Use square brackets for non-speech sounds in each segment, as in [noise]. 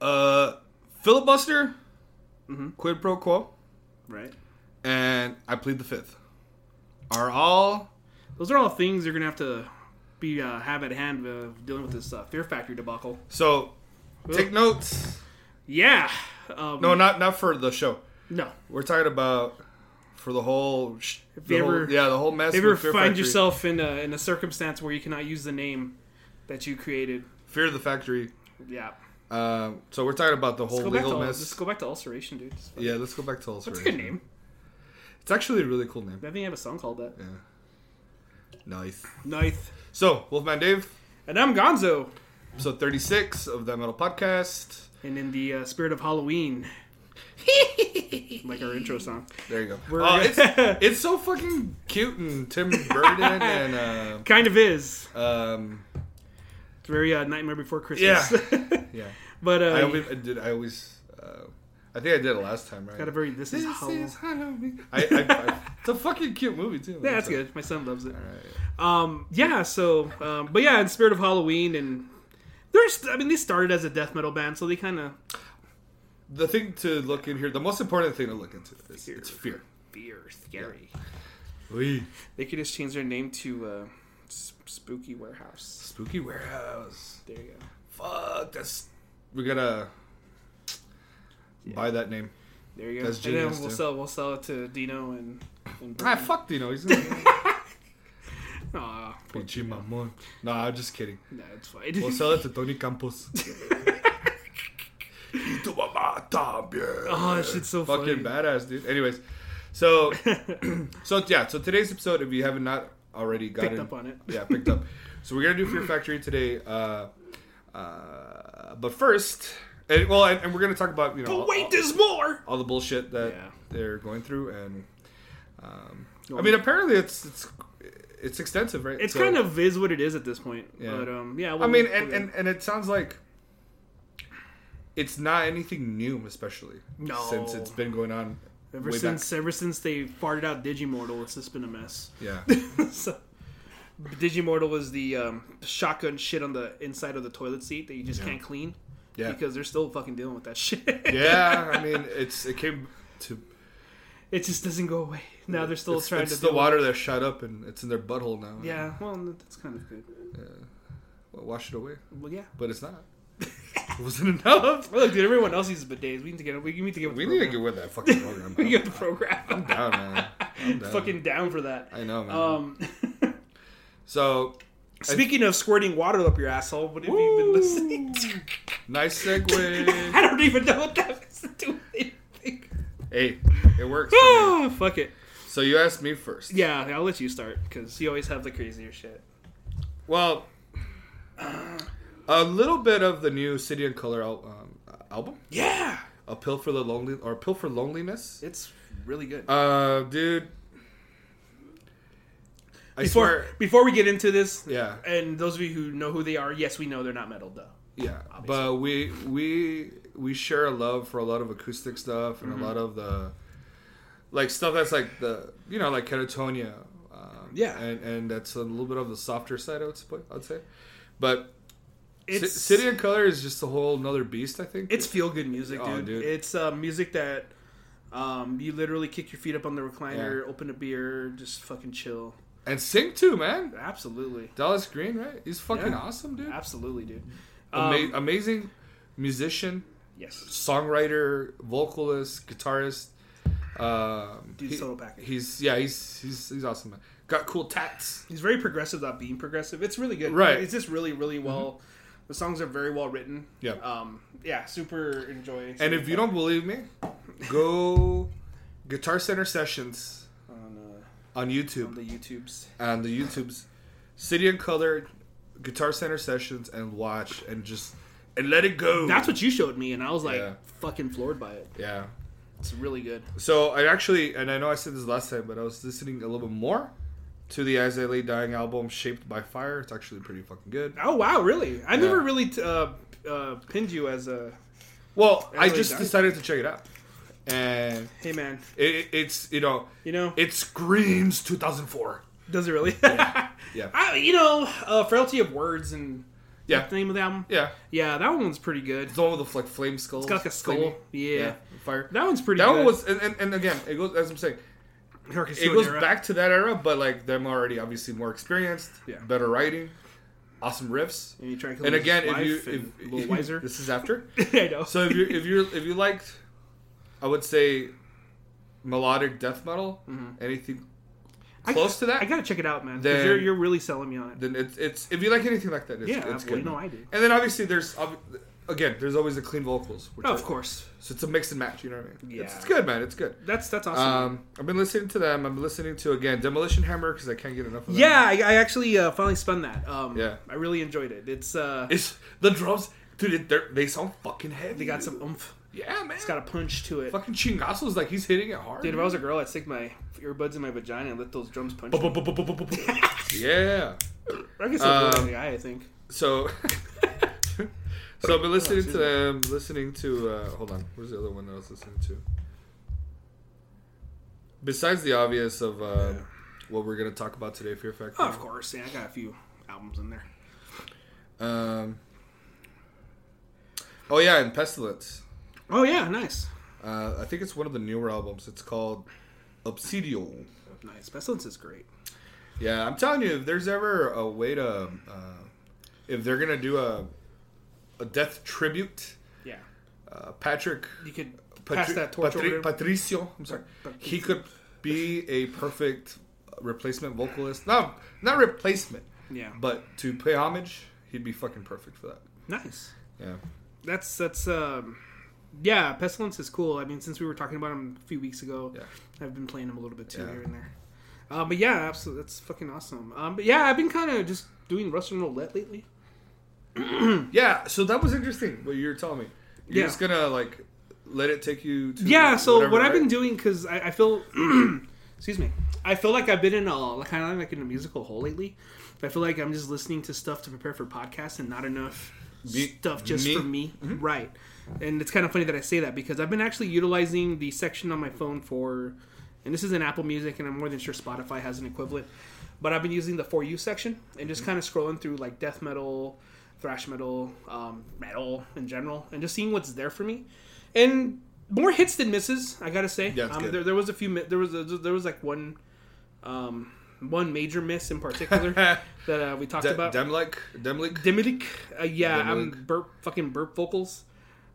Uh, filibuster, Mhm. quid pro quo, Right. and I plead the fifth. Are all Those are all things you're gonna have to be uh, have at hand uh, dealing with this uh, Fear Factory debacle. so? Take notes. Yeah. Um, No, not not for the show. no. We're talking about for the whole. Sh- If the you whole- ever- yeah, the whole mess. If you ever with Fear find Factory. yourself in a in a circumstance where you cannot use the name that you created, Fear the Factory. yeah. Um, so we're talking about the whole Let's go back to legal ul- mess. just go back to ulceration, dude. It's yeah, let's go back to ulceration. That's a good name. It's actually a really cool name. I think I have a song called that. Nice. Ninth. So Wolfman Dave, And I'm Gonzo. episode thirty-six of that metal podcast. And in the uh, spirit of [laughs] Halloween, like our intro song, There you go. We're- Oh, it's, it's so fucking cute and Tim Burton and kind of is. uh, um It's very uh, Nightmare Before Christmas. yeah. [laughs] but uh, I always I did. I always. Uh, I think I did it last time, right? got a very this is Halloween. Halloween. I, I, I, it's a fucking cute movie too. yeah, that's good. My son loves it. All right. Um, yeah. So, um, but yeah, in spirit of Halloween, and there's, I mean, they started as a death metal band, so they kind of The thing to look in here, the most important thing to look into is Fear. it's fear. fear, scary. We They could just change their name to uh, S- Spooky Warehouse. spooky warehouse. There you go. Fuck, that's we gotta buy that name. There you go. That's and genius, then we'll too. sell we'll sell it to Dino and. and Ah, fuck, you know [laughs] he's gonna Aw, be Chimamon. Nah, I'm just kidding. no, it's fine. We'll sell it to Tony Campos. [laughs] Y tu mamá también. [laughs] Oh, that shit's so fucking funny. badass, dude. Anyways, so [clears throat] so yeah, so today's episode, if you haven't not already gotten Picked up on it. yeah, picked up. So we're gonna do Fear Factory today. Uh, uh, but first, and, well, and, and we're gonna talk about you know all- But [laughs] wait, there's more. all the bullshit that Yeah. they're going through, and um, Go I on. mean, apparently it's it's it's extensive, right? It's So- kind of is what it is at this point. Yeah. But um, yeah. I we'll- mean, we'll- and, and, and it sounds like it's not anything new, especially No. since it's been going on ever way since ever since they farted out Digimortal, it's just been a mess. [laughs] Back. Yeah, so, Digimortal was the um, shotgun shit on the inside of the toilet seat that you just Yeah. can't clean yeah, because they're still fucking dealing with that shit. yeah. I mean, it's it came to [laughs] it just doesn't go away. Now they're still it's, trying it's to the deal water that shot up and it's in their butthole now. With, yeah, well, that's kind of good. Well, wash it away, [laughs] Well, yeah. but it's [laughs] not. it wasn't enough. Well, look, dude, everyone else uses bidets. We need to get. We need to get. With We the need to program. get with that fucking program. [laughs] We get the [laughs] program. I'm down, man. [laughs] I'm down. fucking down for that. I know, man. Um, [laughs] [laughs] so speaking of squirting water up your asshole, what have you been listening to? nice segue. [laughs] I don't even know what that has to do with anything. hey, it works. For me. Ah, fuck it. So you asked me first. Yeah, I'll let you start because you always have the crazier shit. Well, a little bit of the new City and Color al- um, album, Yeah, "A Pill for the Lonely" or "Pill for Loneliness." it's really good. Uh, dude, I before swear, before we get into this, yeah, and those of you who know who they are, yes, we know they're not metal though. yeah. Obviously. But we we we share a love for a lot of acoustic stuff Mm-hmm. and a lot of the like stuff that's like the you know like Catatonia. Um, Yeah. and and that's a little bit of the softer side. I would sp- I'd say, but Ci- It's City and Color is just a whole another beast. I think It's feel good music, dude. Oh, dude. It's uh, music that um, you literally kick your feet up on the recliner, open a beer, just fucking chill. And sing too, man. Absolutely, Dallas Green, right? He's fucking Yeah. awesome, dude. absolutely, dude. Um, Ama- amazing musician, Yes, songwriter, vocalist, guitarist. Um, Dude's total package. He's yeah, he's he's he's awesome, man. Got cool tats. he's very progressive without being progressive. It's really good. Right. It's just really, really well. The songs are very well written. Yeah. Um. Yeah. Super enjoy. And if you don't believe me, go Guitar Center Sessions on, on uh, on YouTube the YouTubes, and the YouTube's City and Color Guitar Center Sessions and watch and just and let it go. that's what you showed me, and I was like Yeah. fucking floored by it. yeah. It's really good. So I actually, and I know I said this last time, but I was listening a little bit more to the As I Lay Dying album, Shaped by Fire. It's actually pretty fucking good. Oh wow, really? I never Yeah. really t- uh, uh, pinned you as a Well, I As I Lay just Dying? decided to check it out, and hey man. it, it- it's you know, You know, it screams 2004. Does it really? [laughs] Yeah. I, you know, uh, frailty of words and Yeah. That's the name of the album. Yeah, Yeah, that one's pretty good. it's the one with the like flame skulls. It's got like a skull. flamey. Yeah. fire. that one's pretty. That good. one was, and, and, and again, it goes as I'm saying, Hercules it Stone goes era. back to that era, but like them already obviously more experienced, Yeah. better writing, awesome riffs, And, you try to kill and his again, if wife you and if a little wiser. [laughs] this is after. [laughs] I know. So if you if you if you liked, I would say, melodic death metal, Mm-hmm. anything I- close to that, I gotta check it out, man. 'cause Then- you're, you're really selling me on it. then it's it's if you like anything like that, it's, yeah, it's well, good. you know I do. And then obviously there's ob- again there's always the clean vocals, which Oh, are- of course. So it's a mix and match. You know what I mean? It's, Yeah. it's good, man. It's good. That's that's awesome. Um, I've been listening to them. I'm listening to again Demolition Hammer because I can't get enough of them. yeah, I, I actually uh, finally spun that. Um, Yeah. I really enjoyed it. It's uh, it's the drums, dude. It, they're- they sound fucking heavy. they got some oomph. yeah, man. It's got a punch to it. fucking Chingaso's like he's hitting it hard. Dude, if I was a girl, I'd stick my earbuds in my vagina and let those drums punch. me. [laughs] yeah. I guess I'd Um, in the eye. I think. So, [laughs] so I've been listening excuse to them. Listening to uh, hold on, what was the other one that I was listening to? Besides the obvious of uh, what we're gonna talk about today, Fear Factor. Oh, of course. Yeah, I got a few albums in there. Um, oh yeah, and Pestilence. Oh yeah, nice, Uh, I think it's one of the newer albums. It's called Obsidial. nice. Pestilence is great. Yeah, I'm telling you, if there's ever a way to, uh, if they're gonna do a a death tribute, Yeah, uh, Patrick you could Patri- pass that torch Patri- over. to him. Patricio, I'm sorry, Pat- he could be a perfect replacement vocalist. No, not replacement, yeah, but to pay homage, he'd be fucking perfect for that. nice. Yeah, That's that's um, yeah. Pestilence is cool. I mean, since we were talking about him a few weeks ago, Yeah. I've been playing him a little bit too Yeah. here and there. Uh, but yeah, absolutely, that's fucking awesome. Um, but yeah, I've been kind of just doing Russian roulette lately. yeah. So that was interesting. What you were telling me, you're Yeah. just gonna like let it take you to yeah so whatever, what i've right? been doing because I, I feel [clears throat] excuse me i feel like i've been in a like, kind of like in a musical hole lately i feel like i'm just listening to stuff to prepare for podcasts and not enough Me- stuff just me? Mm-hmm. for me right and it's kind of funny that i say that because i've been actually utilizing the section on my phone for and this is in apple music and i'm more than sure spotify has an equivalent but i've been using the for you section and Mm-hmm. just kind of scrolling through like death metal thrash metal um, metal in general and just seeing what's there for me and more hits than misses. I gotta say, Yeah, that's um, good. There, there was a few. mi- There was a, there was like one, um, one major miss in [laughs] particular that uh, we talked De- about. Demlik, Demlik. Dimmidick, uh, yeah, I'm Dimmidick. burp, fucking burp vocals.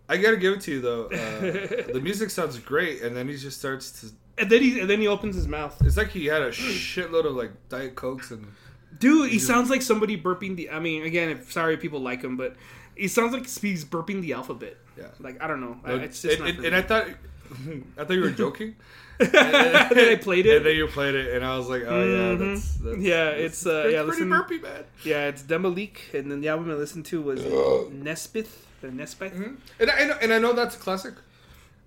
I gotta give it to you though. [laughs] Uh, the music sounds great, and then he just starts to. And then he and then he opens his mouth. It's like he had a shitload of like diet cokes and Dude, he sounds like somebody burping the. I mean, again, if, sorry, people like him, but he sounds like he's burping the alphabet. yeah. Like I don't know. I, And, it's just not and- for and me. I thought, [laughs] I thought you were [laughs] joking. [laughs] And then I played it. and then you played it, and I was like, oh yeah, that's, Mhm. that's Yeah, that's- it's, uh, that's yeah, pretty listen- burpy, man. yeah, it's Demolique, and then the album I listened to was uh, Nesbith. The Nesbith. And I, and I- and I know that's a classic.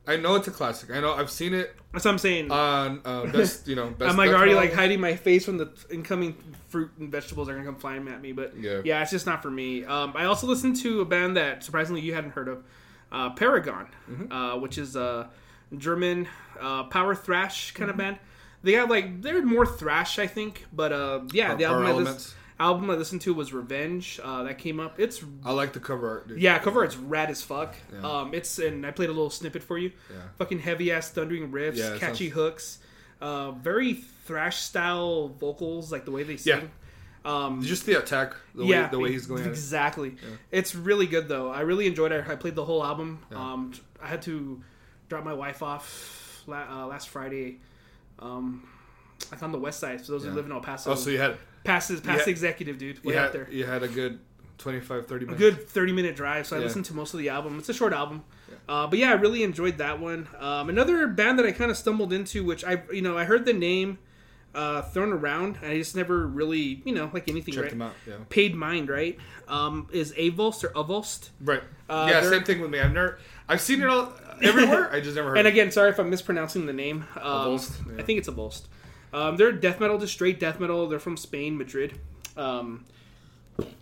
I know it's a classic. I know I've seen it That's what I'm saying. on [laughs] uh, best, you know, best. I'm like Death already Metal. like hiding my face from the incoming fruit and vegetables are gonna come flying at me. But Yeah. it's just not for me. Um, I also listened to a band that surprisingly you hadn't heard of, uh, Paragon, Mm-hmm. uh, which is a German uh, power thrash kind Mm-hmm. of band. They got like they're more thrash, I think. But uh, yeah, Or the album Power I, lis- Elements. album I listened to was Revenge. Uh, that came up. It's I like the cover art. Dude. yeah, cover it's rad as fuck. Yeah. Um, it's and I played a little snippet for you. Yeah. Fucking heavy ass thundering riffs, Yeah, it catchy sounds- hooks, uh, very thrash style vocals, like the way they Yeah. sing. Um, just the attack, the yeah, way the way he's going. at it. Exactly. It's really good though. I really enjoyed it. I played the whole album. Um, I had to drop my wife off la- uh, last Friday. Um, like on the west side. For those Yeah. who live in El Paso, Oh, so you had past past yeah. executive dude, way you had, out there. you had a good 25, 30 minutes. good 30 minute drive so i Yeah. listened to most of the album it's a short album uh, but yeah i really enjoyed that one um, another band that i kind of stumbled into which i you know i heard the name uh, thrown around and i just never really you know like anything Check right them out. Yeah. paid mind right um, is avulst or avulst Right. Uh, yeah, they're- same thing with me. I've never, I've seen it all [laughs] everywhere. I just never heard. and it. again sorry if i'm mispronouncing the name um, Avulsed, yeah. i think it's avulst um, they're death metal just straight death metal they're from spain madrid um,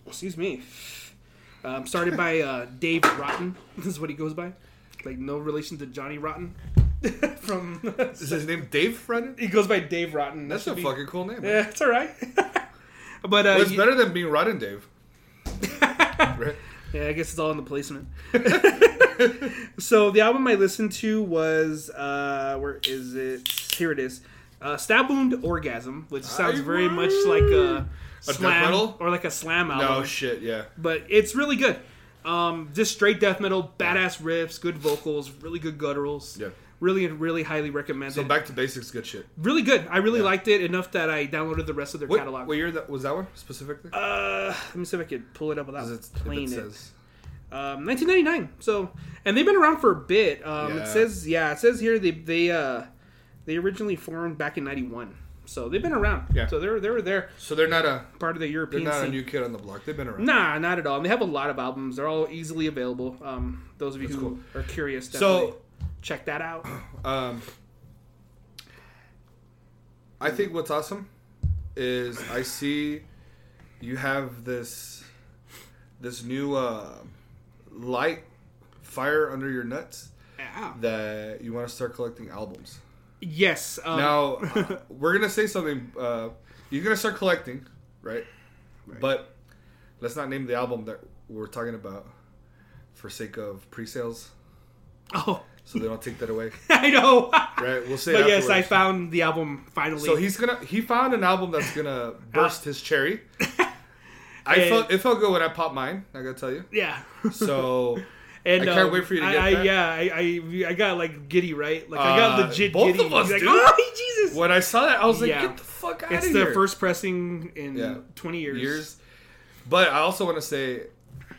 excuse me Um, started by uh, Dave Rotten. [laughs] This is what he goes by. Like no relation to Johnny Rotten. [laughs] From [laughs] Is his name Dave Frennan? he goes by Dave Rotten. That That's should a be- [laughs] fucking cool name. man. Yeah, it's all right. [laughs] but uh, Well, it's you- [laughs] better than being Rotten Dave. Right? Yeah, I guess it's all in the placement. [laughs] so the album I listened to was uh, where is it? Here it is. Uh, Stab Wound Orgasm, which sounds very much like a, death slam metal? or like a slam album, No shit. Yeah. but it's really good. Um, just straight death metal, badass riffs, good vocals, really good gutturals. Yeah. Really, really highly recommended. So back to basics. Good shit. really good. I really Yeah. liked it enough that I downloaded the rest of their What, catalog. what year that was that one specifically? Uh, let me see if I could pull it up without 'Cause it's- if playing it it. says. Um, 1999. So, and they've been around for a bit. Um, Yeah. It says, yeah, it says here they they uh, they originally formed back in '91. So they've been around. Yeah. So they're they were there So they're not a part of the they're European not a scene. new kid on the block. They've been around. nah, not at all. And they have a lot of albums. They're all easily available. Um, those of you That's who cool. are curious, So- definitely check [clears throat] that out. Um, I think what's awesome is I see you have this this new uh, light fire under your nuts Ow. that you want to start collecting albums. Yes. Um, Now uh, we're gonna say something. Uh, you're gonna start collecting, right? But let's not name the album that we're talking about for sake of pre-sales, [laughs] Oh, [laughs] so they don't take that away, I know. right? We'll say. it but yes, I afterwards. found the album finally. So he's gonna he found an album that's [laughs] gonna burst his cherry. I And- felt it felt good when I popped mine. I gotta tell you. yeah. [laughs] So And, I can't um, wait for you to I, get I, that. Yeah, I, I, I got like giddy, right? Like I got Uh, legit both giddy. of us, like, dude. [laughs] oh, Jesus! when I saw that, I was like, Yeah. "Get the fuck out it's of the here!" first pressing in Yeah. 20 years. years. But I also want to say,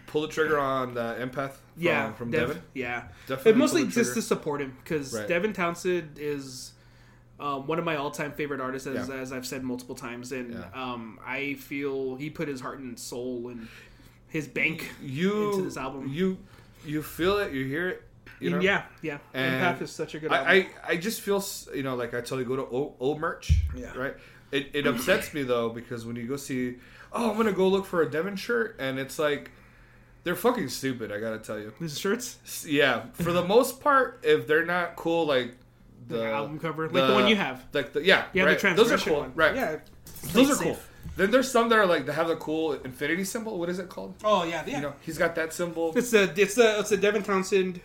pull the trigger on the empath. From, Yeah, from Dev- Devin. Yeah, Definitely and mostly pull the just trigger. to support him because Right. Devin Townsend is um, one of my all-time favorite artists, as, Yeah. as I've said multiple times, and Yeah. um, I feel he put his heart and soul and his bank. You into this album. You you feel it. You hear it. You know. yeah, yeah. And Empath is such a good. album. I, I, I just feel s- you know like I totally go to old, old merch, Yeah. right? It, it upsets me though because when you go see, oh, I'm gonna go look for a Devon shirt, and it's like they're fucking stupid. I gotta tell you, These shirts, S- yeah. For the most part, if they're not cool, like the Like an album cover? Like the one you have. like the yeah, yeah, right. the Those are transgression cool, one. right? Yeah, those play are cool. safe. Then there's some that are like they have the cool infinity symbol. What is it called? Oh yeah, yeah. You know, he's got that symbol. It's the it's the it's the Devin Townsend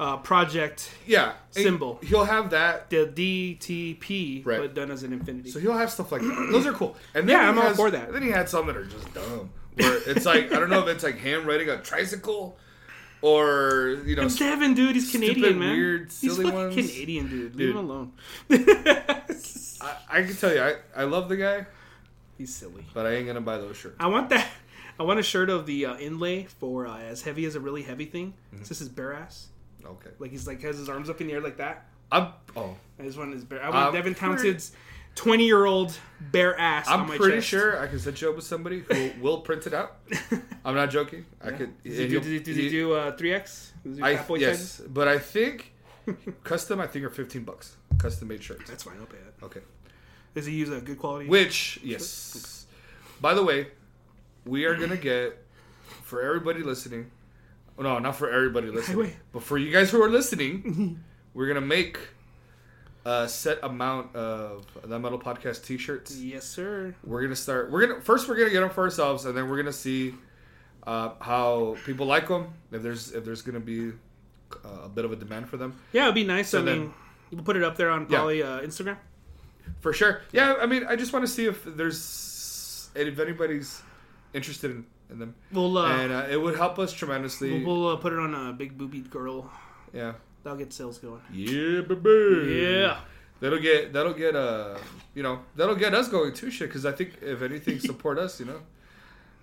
uh, project, Yeah, and Symbol. He'll have that. the DTP, Right. but done as an infinity. So he'll have stuff like that. Those are [clears throat] cool. And then Yeah, he I'm all has- for that. Then he had some that are just dumb. Where it's like I don't know if it's like him riding a tricycle, or you know, It's Devin, dude. He's Canadian, man. weird, He's silly fucking ones. Canadian, dude. Leave him Dude. alone. [laughs] I, I can tell you, I, I love the guy, He's silly. but I ain't gonna buy those shirts. I want that. I want a shirt of the uh, inlay for uh, as heavy as a really heavy thing. Mm-hmm. This is bare ass. Okay, Like he's like has his arms up in the air like that. I'm oh, I just want his bare. I want I'm Devin pretty- Townsend's twenty year old bare ass. on I'm my pretty chest. [laughs] sure I can set you up with somebody who will print it out. I'm not joking. I could. Does he and do, he'll- does he, does he do uh, 3X? Does he do I Fat Boy yes, sizes? but I [laughs] think custom. I think are 15 bucks. Custom made shirts. That's fine. I'll pay that. Okay. Does he use a good quality? Which, yes. By the way, we are gonna get for everybody listening. oh, No, not for everybody listening, Highway. but for you guys who are listening, we're gonna make a set amount of the Metal Podcast T-shirts. Yes, sir. We're gonna start. We're gonna first we're gonna get them for ourselves, and then we're gonna see uh, how people like them. If there's if there's gonna be uh, a bit of a demand for them, Yeah, it'd be nice. So I then- mean, you can put it up there on Yeah. probably uh, Instagram. for sure. Yeah, I mean, I just want to see if there's if anybody's interested in, in them. We'll uh, and uh, it would help us tremendously. we'll, we'll uh, put it on a big boobied girl. Yeah. That'll get sales going. Yeah, baby. Yeah. That'll get that'll get uh you know that'll get us going too shit because I think if anything support us you know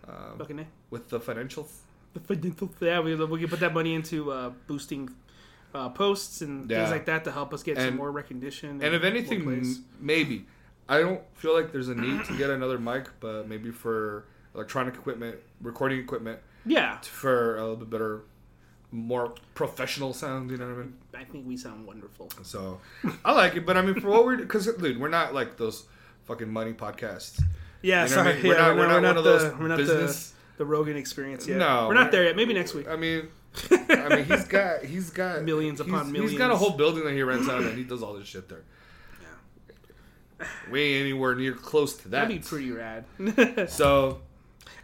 um, Fucking A. with the financials The financial- yeah, we, we can put that money into uh, boosting uh, posts and Yeah. things like that to help us get And- some more recognition. and if more anything plays. m- maybe I don't feel like there's a need to get another mic but maybe for electronic equipment recording equipment yeah, for a little bit better more professional sound you know what I mean I think we sound wonderful. so I like it but I mean for what we're because dude we're not like those fucking money podcasts Yeah, You know what I sorry, mean? We're yeah, not- we're not one of the, those we're not business- the the Rogan experience yet. No, we're not we're- there yet. Maybe next week. I mean, [laughs] I mean, he's got he's got Millions he's- upon He's got a millions. whole building that he rents out, and he does all this shit there. We ain't anywhere near close to that. [laughs] That'd be pretty rad. So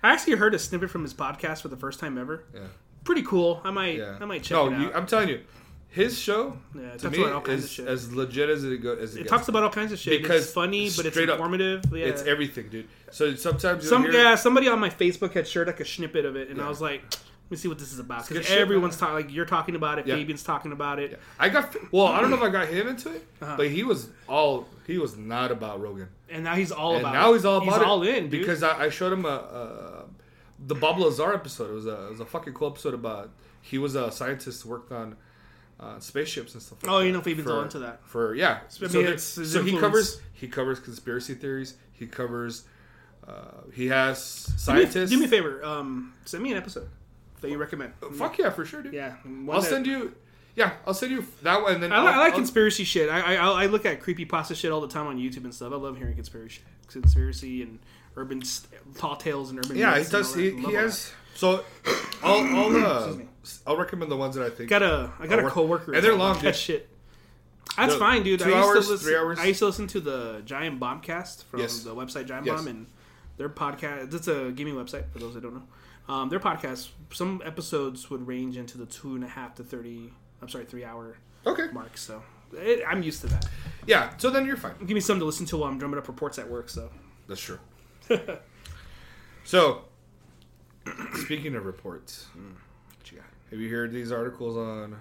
I actually heard a snippet from his podcast for the first time ever. Yeah. Pretty cool. I might Yeah. I might check no, it out. You, I'm telling you, his show Yeah, it to talks me about all kinds is of shit. as legit as it goes. As it, it gets. talks about all kinds of shit. Because it's funny, but it's straight up, informative. yeah. It's everything, dude. So sometimes you'll Some hear, yeah, somebody on my Facebook had shared like a snippet of it, and I Yeah. was like, "Let me see what this is about." good Because shit, man. everyone's talking, like you're talking about it, Yeah. Fabian's talking about it. I got well. I don't know if I got him into it, Uh-huh. but he was all he was not about Rogan. and now he's all and about. now it. he's all about he's it all in, dude. because I, I showed him a, a the Bob Lazar episode. It was a it was a fucking cool episode about he was a scientist who worked on uh, spaceships and stuff. Like Oh, that you know Fabian's for- all into that. for yeah. I So, mean, there- it's his so he influence. covers he covers conspiracy theories. He covers uh, he has Do me- scientists. Do me a favor. Um, send me an episode that you recommend. Fuck yeah, for sure, dude. Yeah, one I'll that- send you. Yeah, I'll send you that one. And then I, li- I I'll- like I'll- conspiracy shit. I, I I look at creepy pasta shit all the time on YouTube and stuff. I love hearing conspiracy shit. conspiracy and urban st- tall tales and urban. Yeah, he myths and all does. that. He, Love all he that. has. So, I'll I'll, uh, me. I'll recommend the ones that I think. got a I got Or a work- coworker. and they're that long, likes dude. That shit. That's Dude, fine, dude. two I used hours, to listen, three hours. I used to listen to the Giant Bombcast from Yes. the website Giant Yes. Bomb and their podcast. It's a gaming website for those that don't know. Um, their podcast. Some episodes would range into the two and a half to thirty. I'm sorry, three hour okay. mark. So it, I'm used to that. Yeah. So then you're fine. Give me something to listen to while I'm drumming up reports at work. So That's true. so, [clears throat] speaking of reports, what you got? Have you heard these articles on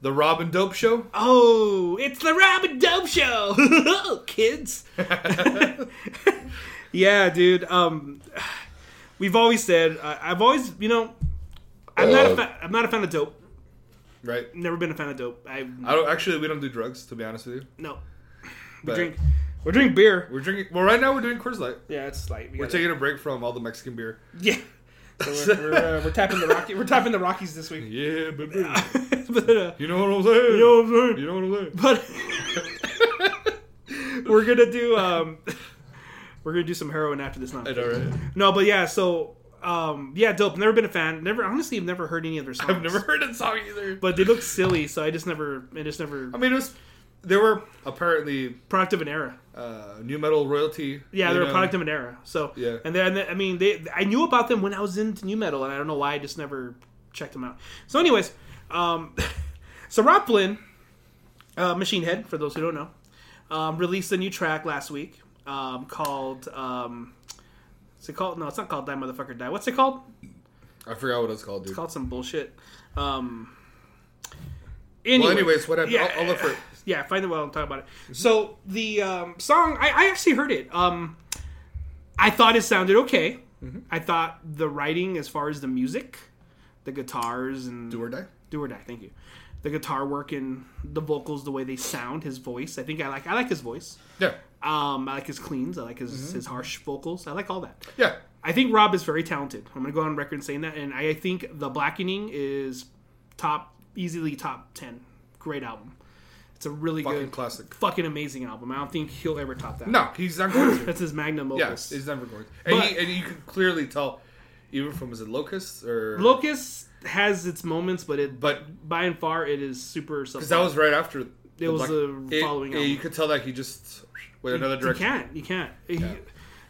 the Robin Dope Show? Oh, it's the Robin Dope Show, [laughs] kids. yeah, dude. Um, we've always said I I've always, you know, I'm not a fa- I'm not a fan of dope. Right. Never been a fan of dope. I I don't actually. We don't do drugs, to be honest with you. no. We But- drink we drink beer. We're drinking. Well, right now we're doing Coors Light. Yeah, it's like we We're gotta- taking a break from all the Mexican beer. yeah. [laughs] So we're, we're, uh, we're tapping the Rocky. We're tapping the Rockies this week. [laughs] Yeah, baby. but, uh, [laughs] You know what I'm saying? you know what I'm saying? You know what I'm saying? but [laughs] we're gonna do um [laughs] we're gonna do some heroin after this I night. know, right? No, but yeah, so um yeah, dope. Never been a fan. Never honestly I've never heard any of their songs. I've never heard that song either. but they look silly, so I just never I just never I mean, it was. They were apparently product of an era. uh, new metal royalty. Yeah, you they're know. a product of an era. So Yeah. and then I mean they I knew about them when I was into new metal and I don't know why I just never checked them out. So anyways, um [laughs] so Rob Flynn, uh, Machine Head, for those who don't know, um, released a new track last week um, called um, What's it called? No, it's not called Die Motherfucker Die. What's it called? I forgot what it's called, dude. It's called some bullshit. Um, well, anyway, anyways, whatever. Yeah. I'll, I'll look for it. yeah, find the well and talk about it. Mm-hmm. So the um, song, I, I actually heard it. Um, I thought it sounded okay. Mm-hmm. I thought the writing, as far as the music, the guitars and Do or die. do or die. Thank you. The guitar work and the vocals, the way they sound, his voice. I think I like. I like his voice. Yeah, Um, I like his cleans. I like his, Mm-hmm. his harsh vocals. I like all that. yeah. I think Rob is very talented. I'm going to go on record saying that. And I think The Blackening is top, easily top 10. Great album. It's a really Fucking good, classic. fucking amazing album. I don't think he'll ever top that. No, he's not going to. [coughs] That's his magnum yes, opus. he's never going. To. And, he, But- and you can clearly tell, even from is it Locust or Locust has its moments, but it, But by and far, it is super. because that was right after. the was the it- following it- album. you could tell that he just went another You direction. can't. You can't.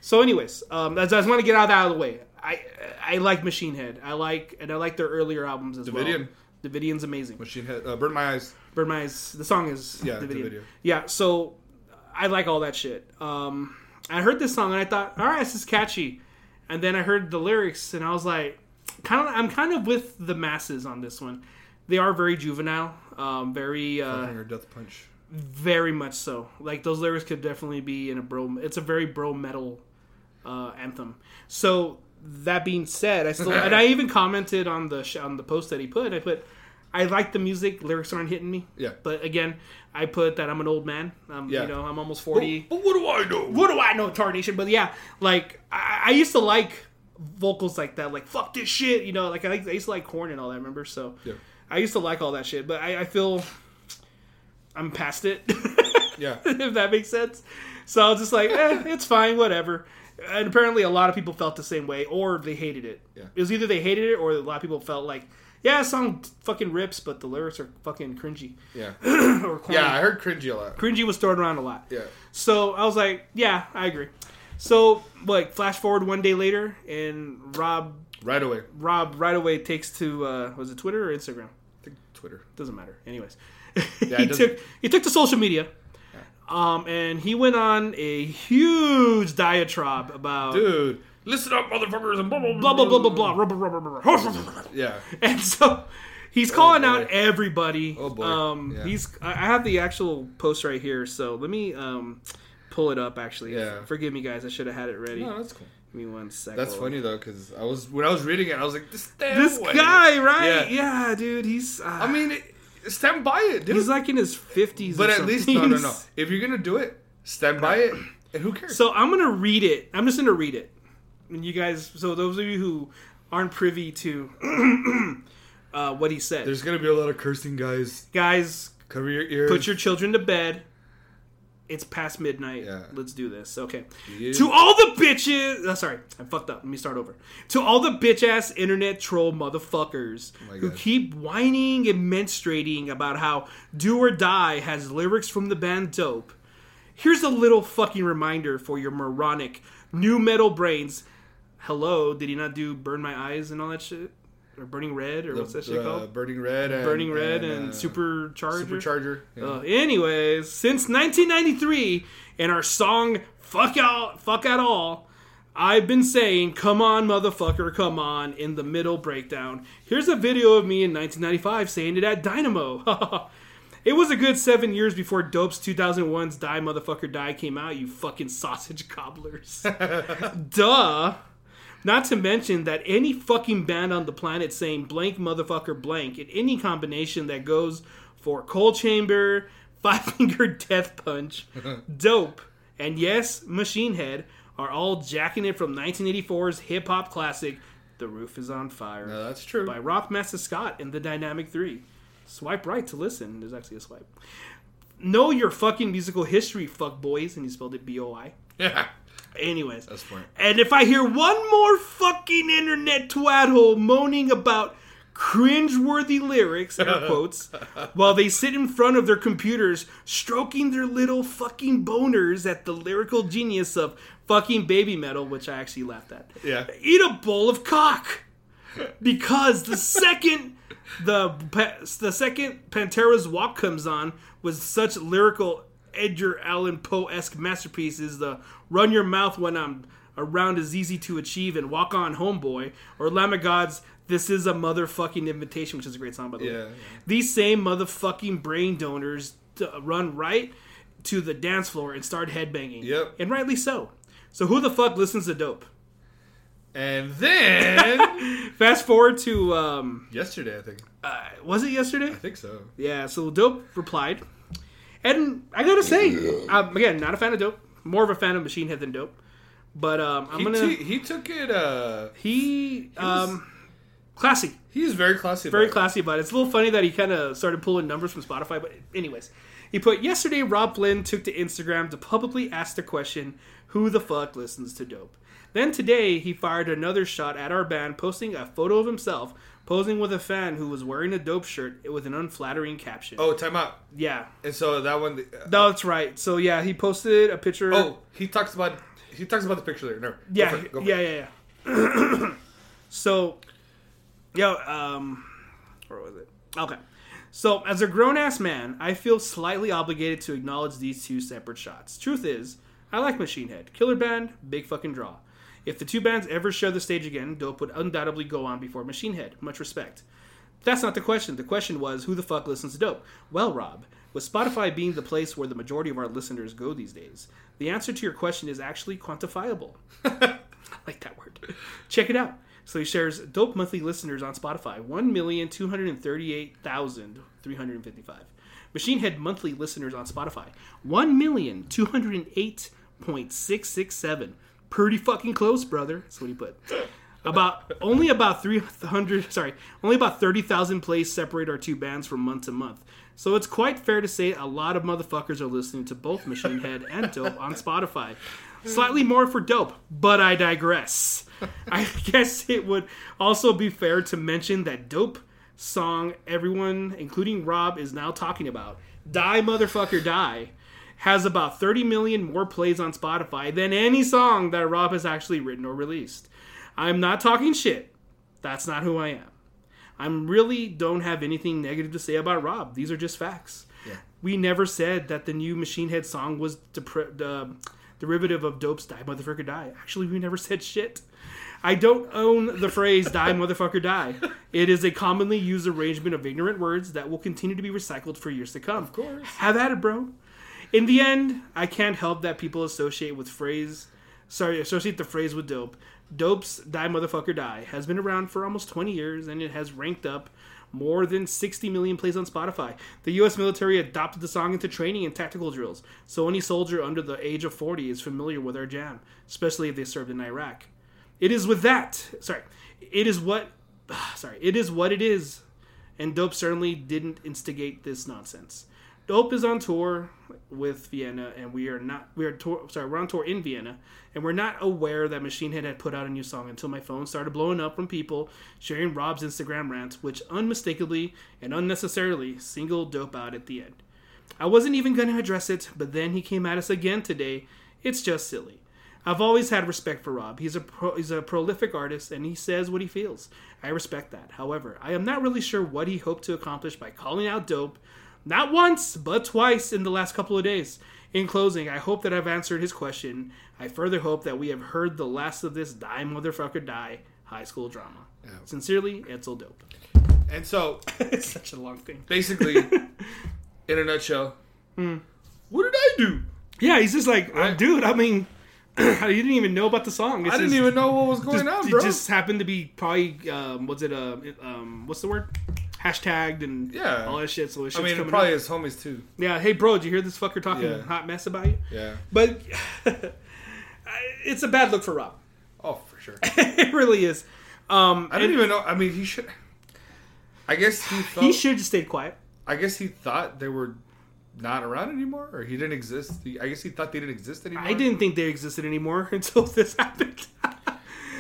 So, anyways, um, I just want to get out of that out of the way. I I like Machine Head. I like and I like their earlier albums as Davidian. well. Davidian's amazing. Machine head. Uh, burn my eyes. Burn My Eyes. The song is Yeah, the the video. video. Yeah, so I like all that shit. Um, I heard this song and I thought, all right, this is catchy. And then I heard the lyrics and I was like, kind of, I'm kind of with the masses on this one. They are very juvenile, um, very, uh, Or death punch. very much so. Like those lyrics could definitely be in a bro. It's a very bro metal uh, anthem. So that being said, I [laughs] still and I even commented on the sh- on the post that he put. I put, I like the music. Lyrics aren't hitting me. Yeah. But again, I put that I'm an old man. Um, Yeah. You know, I'm almost 40. But what do I know? What do I know, Tarnation? But yeah, like, I, I used to like vocals like that. Like, fuck this shit. You know, like, I, like- I used to like corn and all that, remember? So Yeah. I used to like all that shit. But I, I feel I'm past it. [laughs] Yeah. if that makes sense. So I was just like, [laughs] eh, it's fine, whatever. And apparently, a lot of people felt the same way, or they hated it. Yeah. It was either they hated it, or a lot of people felt like, yeah, the song fucking rips, but the lyrics are fucking cringy [clears throat] Yeah. or corny. Yeah. I heard cringy a lot. Cringy was thrown around a lot. Yeah. So I was like, yeah, I agree. So, like, flash forward one day later, and Rob Right away. Rob right away takes to uh, was it Twitter or Instagram? I think Twitter. Doesn't matter. Anyways, [laughs] it he doesn't- took he took to social media, um, and he went on a huge diatribe about Dude, listen up, motherfuckers, and blah blah blah blah blah blah blah rubber rubber rubber, rubber. Yeah. [laughs] and so he's calling Oh, boy. out everybody. Oh, boy. Um, Yeah. He's I I have the actual post right here, so let me um pull it up. Actually, Yeah. forgive me guys, I should have had it ready. No, that's cool. Give me one second. That's funny though, because I was when I was reading it, I was like, this damn This way. guy, right? Yeah. Yeah, dude, he's. Uh, I mean, it, stand by it, dude. He's like in his fifties, but at least no, no, [laughs] no. If you're gonna do it, stand by it, and who cares? So I'm gonna read it. I'm just gonna read it, and you guys. So those of you who aren't privy to [clears throat] uh, what he said, There's gonna be a lot of cursing, guys. guys, Cover your ears. put your children to bed. It's past midnight. Yeah. Let's do this. Okay. Yeah. To all the bitches. uh, sorry, I fucked up. Let me start over. To all the bitch ass internet troll motherfuckers Oh my who God. keep whining and menstruating about how Do or Die has lyrics from the band Dope, here's a little fucking reminder for your moronic new metal brains. Hello, did he not do Burn My Eyes and all that shit? Or Burning Red? Or what's that shit Uh, called? Burning red. And, Burning Red and, uh, Supercharger. supercharger. Yeah. Uh, anyways, since 1993 and our song "Fuck Out, Fuck At All," I've been saying "Come on, motherfucker, come on" in the middle breakdown. Here's a video of me in 1995 saying it at Dynamo. [laughs] it was a good seven years before Dope's 2001's "Die Motherfucker Die" came out. You fucking sausage cobblers. [laughs] Duh. Not to mention that any fucking band on the planet saying blank motherfucker blank in any combination that goes for Cold Chamber, [laughs] Five Finger Death Punch, Dope, and yes, Machine Head are all jacking it from 1984's hip hop classic, The Roof is on Fire, No, Uh, that's true. by Rockmaster Scott and the Dynamic Three. Swipe right to listen. There's actually a swipe. Know your fucking musical history, fuck boys, and you spelled it B O I. Yeah, Anyways, that's smart. and if I hear one more fucking internet twat hole moaning about cringeworthy lyrics, air quotes, while they sit in front of their computers stroking their little fucking boners at the lyrical genius of fucking baby metal, which I actually laughed at. Yeah. Eat a bowl of cock! Because [laughs] the second the pa- the second Pantera's Walk comes on with such lyrical Edgar Allan Poe esque masterpieces, the Run Your Mouth When I'm Around is easy to achieve and Walk On Homeboy, or Lamb of God's This Is a Motherfucking Invitation, which is a great song by the Yeah, way. yeah. These same motherfucking brain donors t- run right to the dance floor and start headbanging. Yep. And rightly so. So who the fuck listens to dope? And [laughs] then Fast forward to um, yesterday, I think. uh, was it yesterday? I think so. Yeah, so Dope replied. And I gotta say, um, again, not a fan of Dope. More of a fan of Machine Head than Dope. But um, I'm He, gonna. t- he took it. uh he. was- Um, classy. He's very classy. Very about classy about it. It's a little funny that he kind of started pulling numbers from Spotify. But, anyways, he put yesterday Rob Flynn took to Instagram to publicly ask the question, Who the fuck listens to dope? Then today, he fired another shot at our band, posting a photo of himself posing with a fan who was wearing a dope shirt with an unflattering caption. it. Oh, time out. Yeah. And so that one. uh, No, that's right. So yeah, he posted a picture. [laughs] oh, he talks about he talks about the picture there. Never. Go yeah, for it, go for yeah, it. yeah, yeah. [clears throat] so, yo, um, where was it? Okay. So, as a grown ass man, I feel slightly obligated to acknowledge these two separate shots. Truth is, I like Machine Head, Killer Band, big fucking draw. If the two bands ever share the stage again, Dope would undoubtedly go on before Machine Head. Much respect. That's not the question. The question was, who the fuck listens to dope? Well, Rob, with Spotify being the place where the majority of our listeners go these days, the answer to your question is actually quantifiable. [laughs] I like that word. Check it out. So he shares dope monthly listeners on Spotify 1,238,355. Machine Head monthly listeners on Spotify 1,208.667. Pretty fucking close, brother. That's what he put. About only about 300, sorry, only about 30,000 plays separate our two bands from month to month. So it's quite fair to say a lot of motherfuckers are listening to both Machine Head and Dope on Spotify. Slightly more for Dope, but I digress. I [laughs] guess it would also be fair to mention that Dope song everyone, including Rob, is now talking about, Die Motherfucker Die, has about 30 million more plays on Spotify than any song that Rob has actually written or released. I'm not talking shit. That's not who I am. I really don't have anything negative to say about Rob. These are just facts. Yeah. We never said that the new Machine Head song was depre- the derivative of Dope's Die Motherfucker Die. Actually, we never said shit. I don't own the [laughs] phrase Die Motherfucker Die. It is a commonly used arrangement of ignorant words that will continue to be recycled for years to come. Of course. Have at it, bro. In the end, I can't help that people associate with phrase sorry, associate the phrase with dope. Dope's Die Motherfucker Die has been around for almost 20 years and it has ranked up more than 60 million plays on Spotify. The US military adopted the song into training and tactical drills, so any soldier under the age of 40 is familiar with our jam, especially if they served in Iraq. It is with that. Sorry. It is what [sighs] sorry, it is what it is. And Dope certainly didn't instigate this nonsense. Dope is on tour with Vienna, and we are not. We are tour, sorry, we're on tour in Vienna, and we're not aware that Machine Head had put out a new song until my phone started blowing up from people sharing Rob's Instagram rants, which unmistakably and unnecessarily singled Dope out at the end. I wasn't even going to address it, but then he came at us again today. It's just silly. I've always had respect for Rob. He's a pro- he's a prolific artist and he says what he feels. I respect that. However, I am not really sure what he hoped to accomplish by calling out dope not once, but twice in the last couple of days. In closing, I hope that I've answered his question. I further hope that we have heard the last of this die motherfucker die high school drama. Sincerely, Edsel Dope. And so, it's such a long thing. [laughs] basically, in a nutshell, what did I do? Yeah, he's just like, Right. dude. I mean, [clears throat] you didn't even know about the song. It's I didn't just- even know what was going just, on, it bro. just happened to be probably um, was it uh, um what's the word hashtagged and Yeah. all that shit. So it's I mean, coming probably up. his homies too. yeah. Hey, bro, did you hear this fucker talking Yeah. hot mess about you? Yeah. But [laughs] it's a bad look for Rob. [laughs] Oh, for sure. it really is. Um, I didn't even know. I mean, he should. I guess [sighs] he. Felt, he should have stayed quiet. I guess he thought they were not around anymore, or he didn't exist. He- I guess he thought they didn't exist anymore. I didn't think they existed anymore [laughs] until this happened.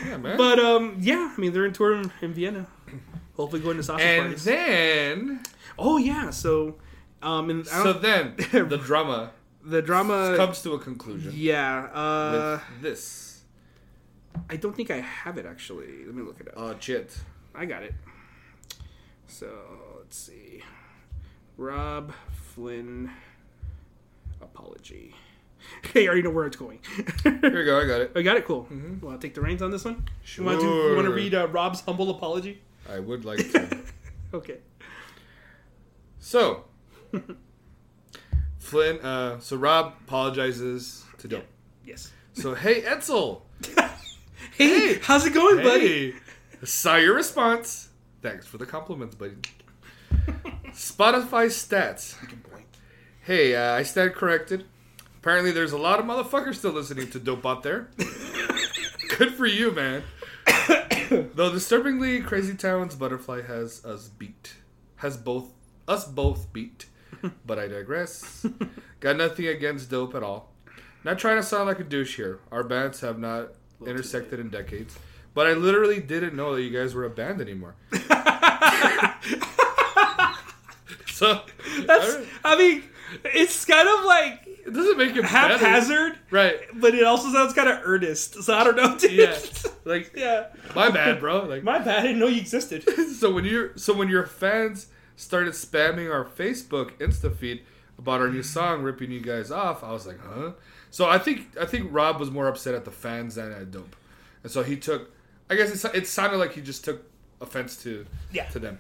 Yeah, man. but um, yeah, I mean they're in tour in, in Vienna. Hopefully, going to sausage and parties. then, oh yeah, so um, and I so don't- then [laughs] the drama the drama comes to a conclusion Yeah, uh, with this. I don't think I have it actually. Let me look it up. Oh, shit. I got it. So let's see. Rob Flynn apology. [laughs] Hey, I already know where it's going. [laughs] Here we go. I got it. I got it. Cool. Want to take the reins on this one? Mm-hmm. Sure. You want to you want to read uh, Rob's humble apology? [laughs] I would like to. Okay. So, Flynn, uh, so Rob apologizes to Dope. Yes. [laughs] So, hey, Etzel. Hey, how's it going, buddy? Buddy, saw your response. Thanks for the compliments, [laughs] buddy. Spotify stats. Hey, uh, I stand corrected. Apparently, there's a lot of motherfuckers still listening to Dope out there. Good for you, man. [coughs] Though disturbingly, Crazy Town's Butterfly has us beat. Has both us both [laughs] beat. But I digress. Got nothing against Dope at all. Not trying to sound like a douche here. Our bands have not intersected in decades. But I literally didn't know that you guys were a band [laughs] anymore. so That's. alright. I mean, it's kind of like it doesn't make it better. haphazard, Right. but it also sounds kind of earnest. So I don't know. Dude. [laughs] Yeah. Like yeah. my bad, bro. Like My bad. I didn't know you existed. [laughs] so when you so when your fans started spamming our Facebook Insta feed about our new song ripping you guys off, I was like, huh. So I think I think Rob was more upset at the fans than at Dope, and so he took. I guess it, so- it sounded like he just took offense to Yeah. to them.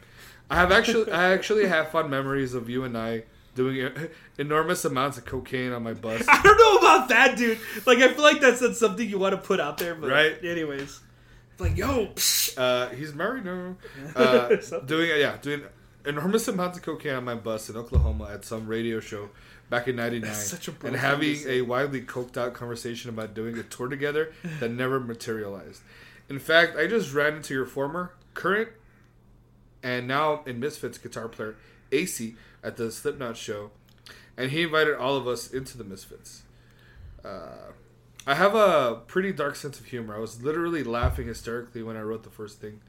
I have actually I actually have fond memories of you and I doing e-, [laughs] enormous amounts of cocaine on my [laughs] bus. I don't know about that, dude. Like, I feel like that's, that's something you want to put out there, but Right. anyways. It's Like, yo, psh. Uh, he's married [laughs] now. Uh, doing yeah, doing enormous amounts of cocaine on my bus in Oklahoma at some radio show back in '99, such a and brutal having thing to a wildly coked out conversation about doing a tour together that never materialized. In fact, I just ran into your former, current, and now in Misfits guitar player AC at the Slipknot show, and he invited all of us into the Misfits. Uh, I have a pretty dark sense of humor. I was literally laughing hysterically when I wrote the first thing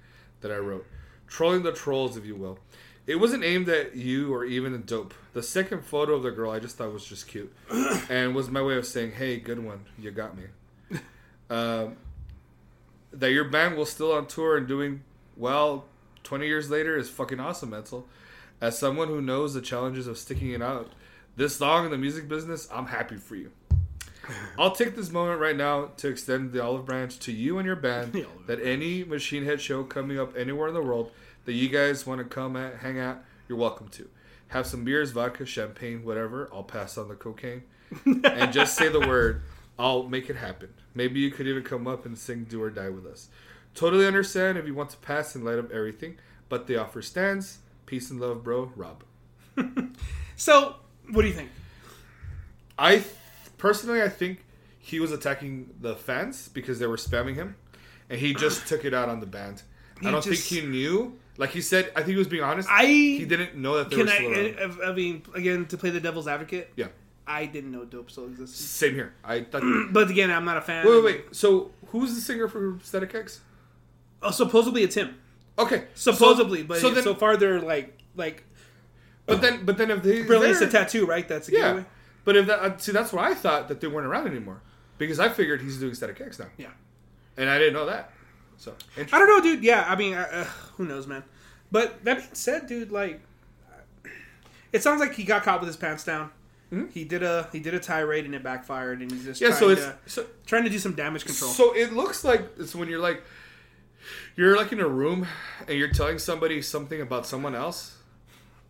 that I wrote, trolling the trolls, if you will. It wasn't aimed at you or even a dope. The second photo of the girl I just thought was just cute, and was my way of saying, "Hey, good one, you got me." Um, that your band was still on tour and doing well 20 years later is fucking awesome, Etzel. As someone who knows the challenges of sticking it out, this song in the music business, I'm happy for you. I'll take this moment right now to extend the olive branch to you and your band [laughs] The olive that any Machine Head show coming up anywhere in the world that you guys want to come at, hang out, you're welcome to. Have some beers, vodka, champagne, whatever. I'll pass on the cocaine. and just say the word. I'll make it happen. Maybe you could even come up and sing Do or Die with us. Totally understand if you want to pass and light up everything, but the offer stands. Peace and love, bro. Rob. So, what do you think? I th- personally, I think he was attacking the fans because they were spamming him, and he just took it out on the band. He I don't just- think he knew. Like he said, I think he was being honest. I- he didn't know that they Can were still around. I, uh, I? I mean, again, to play the devil's advocate, yeah, I didn't know dope still existed. same here. I thought. [clears throat] But again, I'm not a fan. wait, wait, wait. So who's the singer for Static X? Oh, supposedly it's him. Okay, Supposedly, So- but so so, then, far they're like like but then, but then if they released a they're- tattoo, right? That's a Yeah, giveaway. but if that uh, see, that's what I thought that they weren't around anymore because I figured he's doing Static X now, Yeah. and I didn't know that. So I don't know, dude. Yeah, I mean, I, uh, who knows, man? But that being said, dude, like, it sounds like he got caught with his pants down. He did a he did a tirade and it backfired, and he's just yeah. Trying So it's to, so trying to do some damage control. So it looks like it's when you're like, you're like in a room and you're telling somebody something about someone else,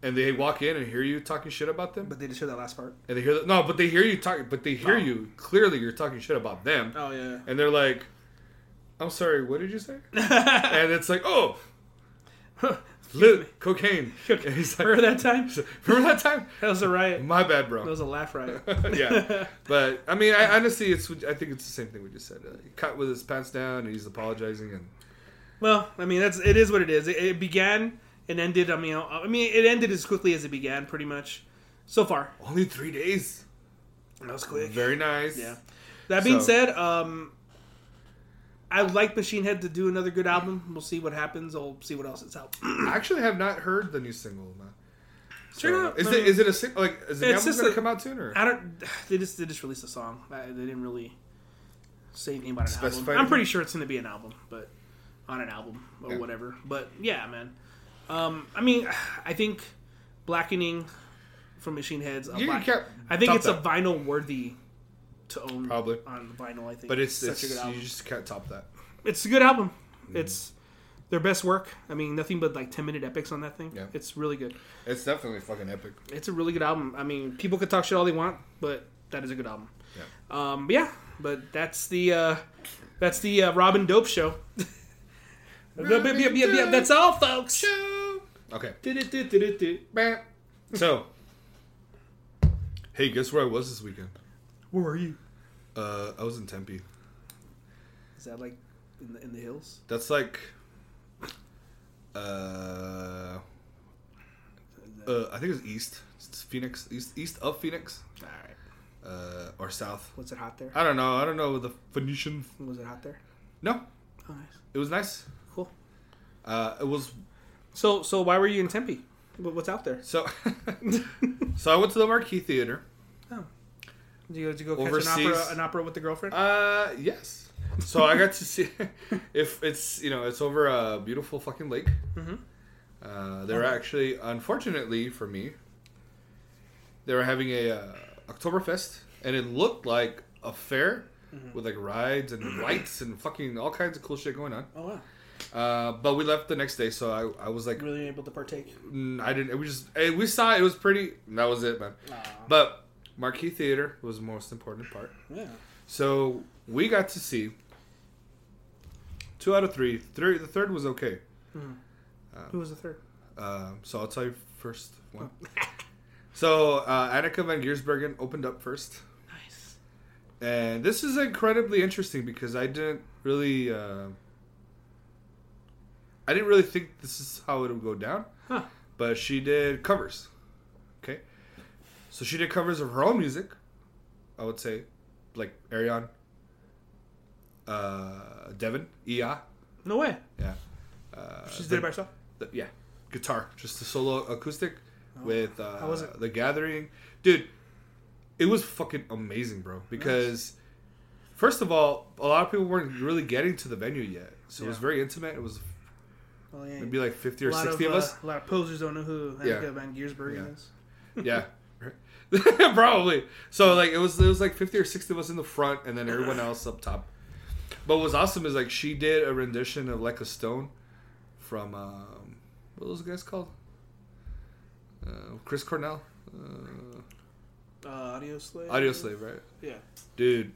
and they walk in and hear you talking shit about them, but they just hear that last part. and they hear that no, but they hear you talking, but they hear you clearly. You're talking shit about them, Oh [laughs] yeah. and they're like, "I'm sorry, what did you say?" and it's like, "Oh, li- [laughs] cocaine." And he's like, Remember that time? "Remember that time? That was a riot. My bad, That bro." was a laugh riot. [laughs] [laughs] yeah, but I mean, I honestly, it's I think it's the same thing we just said. Uh, he cut with his pants down, and he's apologizing, and Well, I mean, that's it is what it is. It, it began and ended. I mean, I I mean, it ended as quickly as it began, pretty much. So far, Only three days. that was quick. Very nice. Yeah. That being So- said, um, I would like Machine Head to do another good album. We'll see what happens. I'll see what else [clears throat] is out. I actually have not heard the new single. Man. Sure. Is I it mean, is it a single? Like is the It's album just gonna a- come out soon or? I don't. They just they just released a song. I, they didn't really say anything about an Specify album. I'm anything? pretty sure it's going to be an album, but on an album or Yeah. whatever. But yeah, man. Um, I mean, [sighs] I think Blackening from Machine Heads. A You black- can't I think top it's a that. vinyl worthy to own Probably. on vinyl. I think, But it's, such it's a good album. you just can't top that. it's a good album. It's their best work. I mean, nothing but like ten minute epics on that thing. Yeah. It's really good. It's definitely fucking epic. It's a really good album. I mean, people could talk shit all they want, but that is a good album. Yeah. Um, but yeah, but that's the uh, that's the uh, Robin Dope show. [laughs] Robin Yeah, yeah, yeah, that's all, folks. Okay. Du-du-du-du-du-du. Bam. So, hey, guess where I was this weekend? Where were you? Uh, I was in Tempe. Is that like in the, in the hills? That's like, uh, uh, I think it's east. It's Phoenix, east, east of Phoenix, All right. uh, or south. Was it hot there? I don't know. I don't know the Phoenician. Was it hot there? No, Oh, nice. it was nice. Cool. Uh, it was So so why were you in Tempe? What- What's out there? so. [laughs] so I went to the Marquee Theater. Did you, did you go catch an Overseas. opera, an opera with the girlfriend? Uh, yes. So I got to see [laughs] if it's you know it's over a beautiful fucking lake. Mhm. Uh, they're actually, unfortunately for me, they were having a uh, Oktoberfest, and it looked like a fair with like rides and lights and fucking all kinds of cool shit going on. oh wow. Uh, but we left the next day, so I, I was like, really able to partake. mm, I didn't. We just eh, we saw it, it was pretty. And that was it, man. But, But Marquee Theater was the most important part. yeah. So we got to see two out of three. Third, the third was okay. Who was the third? Um, so I'll tell you first one. so uh, Annika van Giersbergen opened up first, Nice. and this is incredibly interesting because I didn't really, uh, I didn't really think this is how it would go down. Huh. But she did covers. Okay, so she did covers of her own music. I would say, like Arion, uh, Devin, Ia. No way. Yeah. Uh, She's the- Uh, did it by herself. Uh, the- yeah. guitar, just a solo acoustic with uh, How was it? The Gathering. Dude, it was fucking amazing, bro. Because first of all, a lot of people weren't really getting to the venue yet, so it was Yeah. very intimate. It was Well, yeah. maybe like fifty or a lot sixty of, of, uh, us. A lot of posers don't know who Annika Yeah. Van Giersberg Yeah. is. yeah, [laughs] probably. So like it was it was like fifty or sixty of us in the front, and then everyone else up top. But what's awesome is like she did a rendition of Like a Stone from um, what was those guys called? Uh, Chris Cornell, uh, Uh, Audio Slave. Audio Slave, right? Yeah. Dude,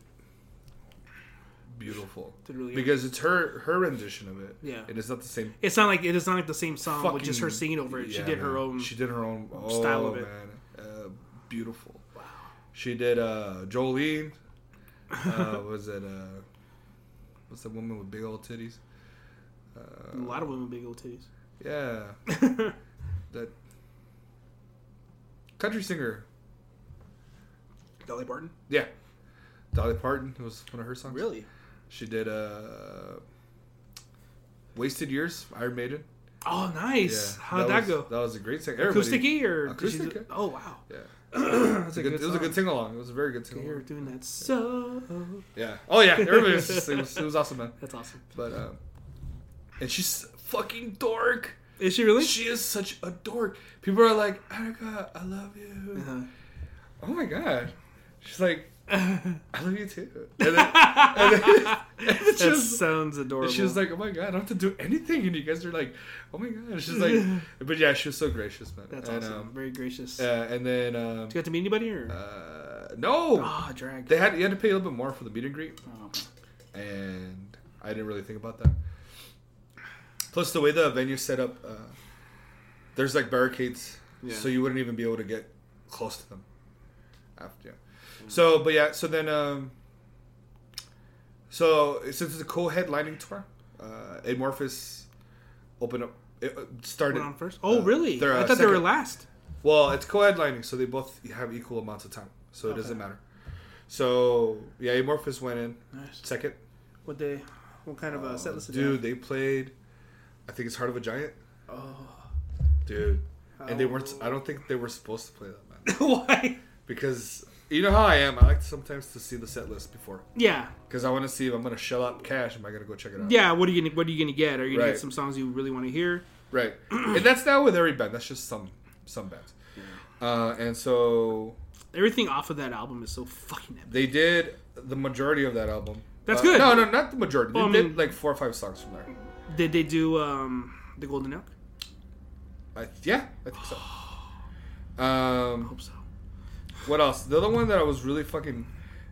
beautiful. Did really good. Because it's her her rendition of it. Yeah. and it's not the same. It's not like it is not like the same song with just her fucking- singing over it. she yeah, did her man. own. She did her own style oh, of it. Man. Uh, beautiful. Wow. She did uh, Jolene. Uh, [laughs] was it uh, what's that woman with big old titties? uh, a lot of women with big old titties. Yeah, that country singer. [laughs] Dolly Barton. Yeah, Dolly Parton it was one of her songs. Really? She did uh, Wasted Years, Iron Maiden. Oh, nice. Yeah, How'd that, was- go? That was a great singer. Everybody, Acousticy or did she Acoustic, do- yeah. Oh wow, [clears throat] Yeah, that's It was a good- it was a good song. sing along. It was a very good sing They were along. doing that so. Yeah. Oh yeah. Everybody was just, it was it was awesome, man. That's awesome. But um, and she's fucking dork. Is she really? She is such a dork. People are like, Erica, I love you. Uh-huh. Oh my god. She's like, [laughs] I love you too. And then, and then, and then she That was- sounds adorable. she was like, "Oh my god, I don't have to do anything," and you guys are like, "Oh my god!" She's [laughs] like, "But yeah, she was so gracious, man." "That's and, awesome. Um, Very gracious." yeah, and then um, Did you get to meet anybody or? uh, no, Ah, drag. they had you had to pay a little bit more for the meet and greet, Oh. and I didn't really think about that. Plus, the way the venue set up, uh, there's like barricades, Yeah. so you wouldn't even be able to get close to them. After, yeah. Mm. so but yeah, so then, um, so since it's a co-headlining tour, uh, Amorphous opened up, it uh, started Went on first. Oh, uh, really? they're, I uh, thought they were second. last. Well, it's co-headlining, so they both have equal amounts of time, so it Okay. doesn't matter. So yeah, Amorphous went in Nice. second. What they? What kind of a set list? did they Dude, have? they played. I think it's Heart of a Giant, Oh. [laughs] dude, and they weren't. Oh. I don't think they were supposed to play that man Why? because you know how I am. I like sometimes to see the set list before Yeah. because I want to see if I'm gonna shell out cash. Am I gonna go check it out? Yeah. What are you gonna What are you gonna get? Are you gonna Right. get some songs you really want to hear? right. and that's not with every band. That's just some some bands. Uh, and so Everything off of that album is so fucking epic. they did the majority of that album. That's Uh, good. No, no, not the majority. They Well, I did mean- like four or five songs from there. Did they do um the Golden Elk? I, yeah, I think so. I [gasps] Um, hope so. What else? The other one that I was really fucking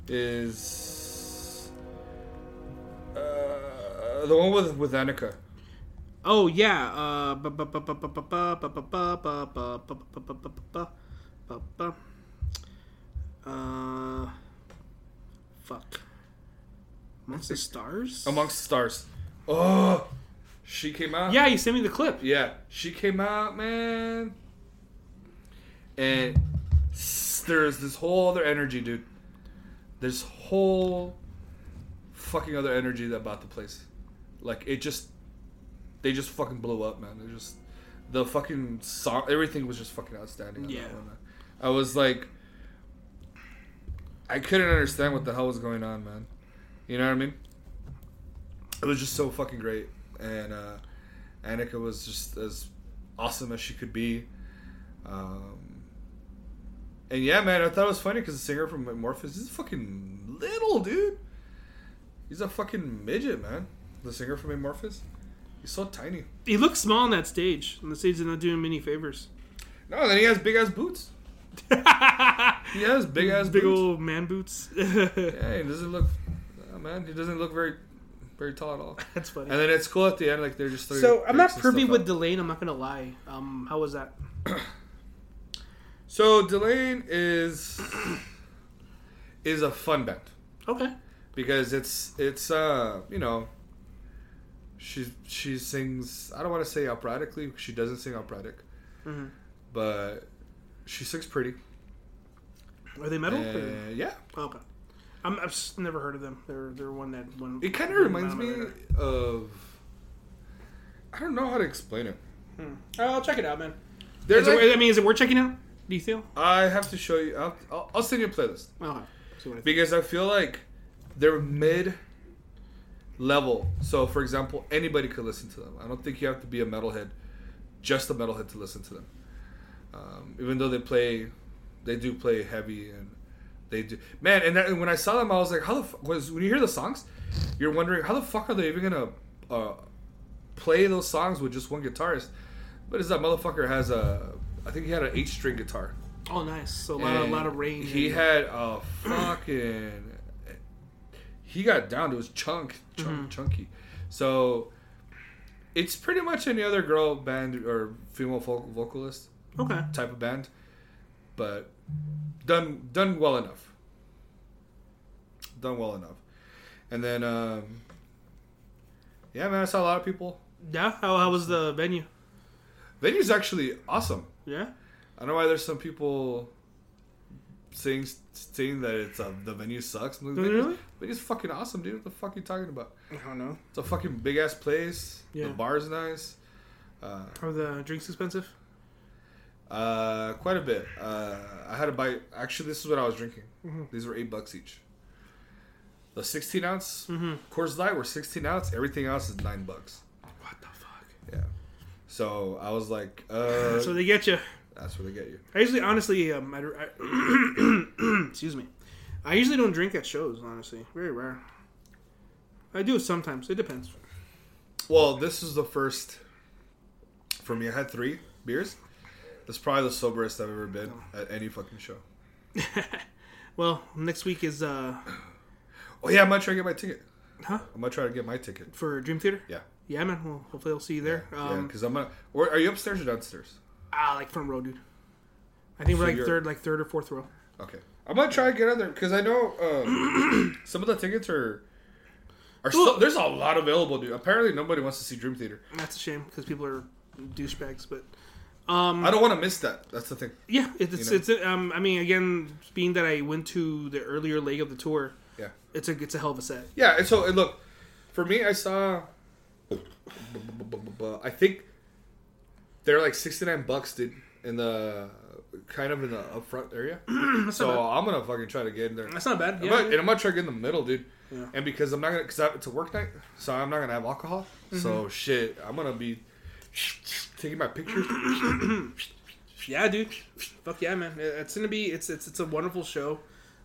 is uh, the one with with Annika. Oh yeah. Uh. bu- bu- bu- bu- bu- bu- bu- bu- bu- bu- bu- bu- bu- bu- bu- bu- bu- bu- bu- bu- Uh. Fuck. Amongst the stars. Amongst the Stars. Oh, she came out. Yeah, you sent me the clip. yeah, she came out, man. And s- there's this whole other energy, dude. This whole fucking other energy that about the place. Like it just, they just fucking blew up, man. It just the fucking song, everything was just fucking outstanding. on that Yeah. one, man. I was like, I couldn't understand what the hell was going on, man. You know what I mean? It was just so fucking great, and uh, Annika was just as awesome as she could be. Um, and yeah, man, I thought it was funny because the singer from Amorphous is fucking little, dude. He's a fucking midget, man. The singer from Amorphous, he's so tiny. He looks small on that stage, and the stage is not doing him any favors. No, and then he has big ass boots. He has big ass big boots. old man boots. Yeah, he doesn't look, uh, man. He doesn't look very, very tall at all. That's funny. And then it's cool at the end, like they're just throwing so I'm not drinks and privy stuff with out. Delane. I'm not gonna lie. Um, how was that? So Delane is [coughs] is a fun band Okay. because it's it's uh you know she she sings I don't want to say operatically 'cause she doesn't sing operatic Mhm. but she sings pretty Are they metal? or- And, yeah Okay. I'm, I've s- never heard of them. They're they're one that one. it kind of one reminds on my me radar. of I don't know how to explain it All right, Hmm. Oh, I'll check it out, man. They're Is it- like- I mean, is it worth checking out? Do you feel? I have to show you. I'll, I'll, I'll send you a playlist Well, see what I think. because I feel like they're mid level. So, for example, anybody could listen to them. I don't think you have to be a metalhead, just a metalhead to listen to them. Um, even though they play, they do play heavy and they do. Man, and, that, and when I saw them, I was like, how the fuck was when you hear the songs, you're wondering how the fuck are they even gonna uh, play those songs with just one guitarist? But is that motherfucker has a? I think he had an eight string guitar. Oh, nice. So a lot, of, a And lot of range. He and- had a fucking. He got down to his chunk, chunk, Mm-hmm. chunky. So it's pretty much any other girl band or female voc vocalist okay. type of band, but done done well enough. Done well enough, and then um, yeah, man, I saw a lot of people. Yeah. How, how was the venue? Venue's actually awesome. Yeah. I don't know why there's some people saying saying that it's um, the venue sucks. I'm like, Really? "Venue's- Venue's fucking awesome, dude. What the fuck you talking about? I don't know. It's a fucking big ass place. Yeah. The bar's nice. Uh, Are the drinks expensive? uh, quite a bit. Uh, I had to buy. Actually, this is what I was drinking. Mm-hmm. These were eight bucks each. The 16 ounce Mhm. Coors Light were 16 ounce. Everything else is nine bucks. What the fuck? Yeah. So I was like, uh, so they get you. that's where they get you. I usually, honestly, um, I, I- [clears throat] excuse me. I usually don't drink at shows. Honestly, very rare. I do sometimes. It depends. Well, this is the first for me. I had three beers. That's probably the soberest I've ever been at any fucking show. Well, next week is uh, Oh yeah, I'm gonna try to get my ticket. huh I'm gonna try to get my ticket. for Dream Theater. Yeah, Yeah, man. Well, hopefully I'll see you there. yeah. Um, Because I'm gonna. Or are you upstairs or downstairs? ah, like front row, dude. I think So we're like you're- third, like third or fourth row. Okay, I'm gonna try to get out there because I know um, [clears throat] some of the tickets are are still, Well- there's a lot available, dude. Apparently nobody wants to see Dream Theater. That's a shame because people are douchebags. But um, I don't want to miss that. That's the thing. Yeah, it- it's know? it's um. I mean, again, being that I went to the earlier leg of the tour, Yeah, it's a it's a hell of a set. yeah. And so and look, for me, I saw. I think they're like 69 bucks, dude, in the kind of in the upfront area. [clears throat] That's so not bad. I'm gonna fucking try to get in there. That's not bad. I'm Yeah, gonna- and yeah. I'm gonna try to get in the middle, dude. Yeah. And because I'm not gonna, cause I, it's a work night, so I'm not gonna have alcohol. Mm-hmm. So shit, I'm gonna be taking my pictures. Yeah, dude. Fuck yeah, man. It- It's gonna be it's it's it's a wonderful show.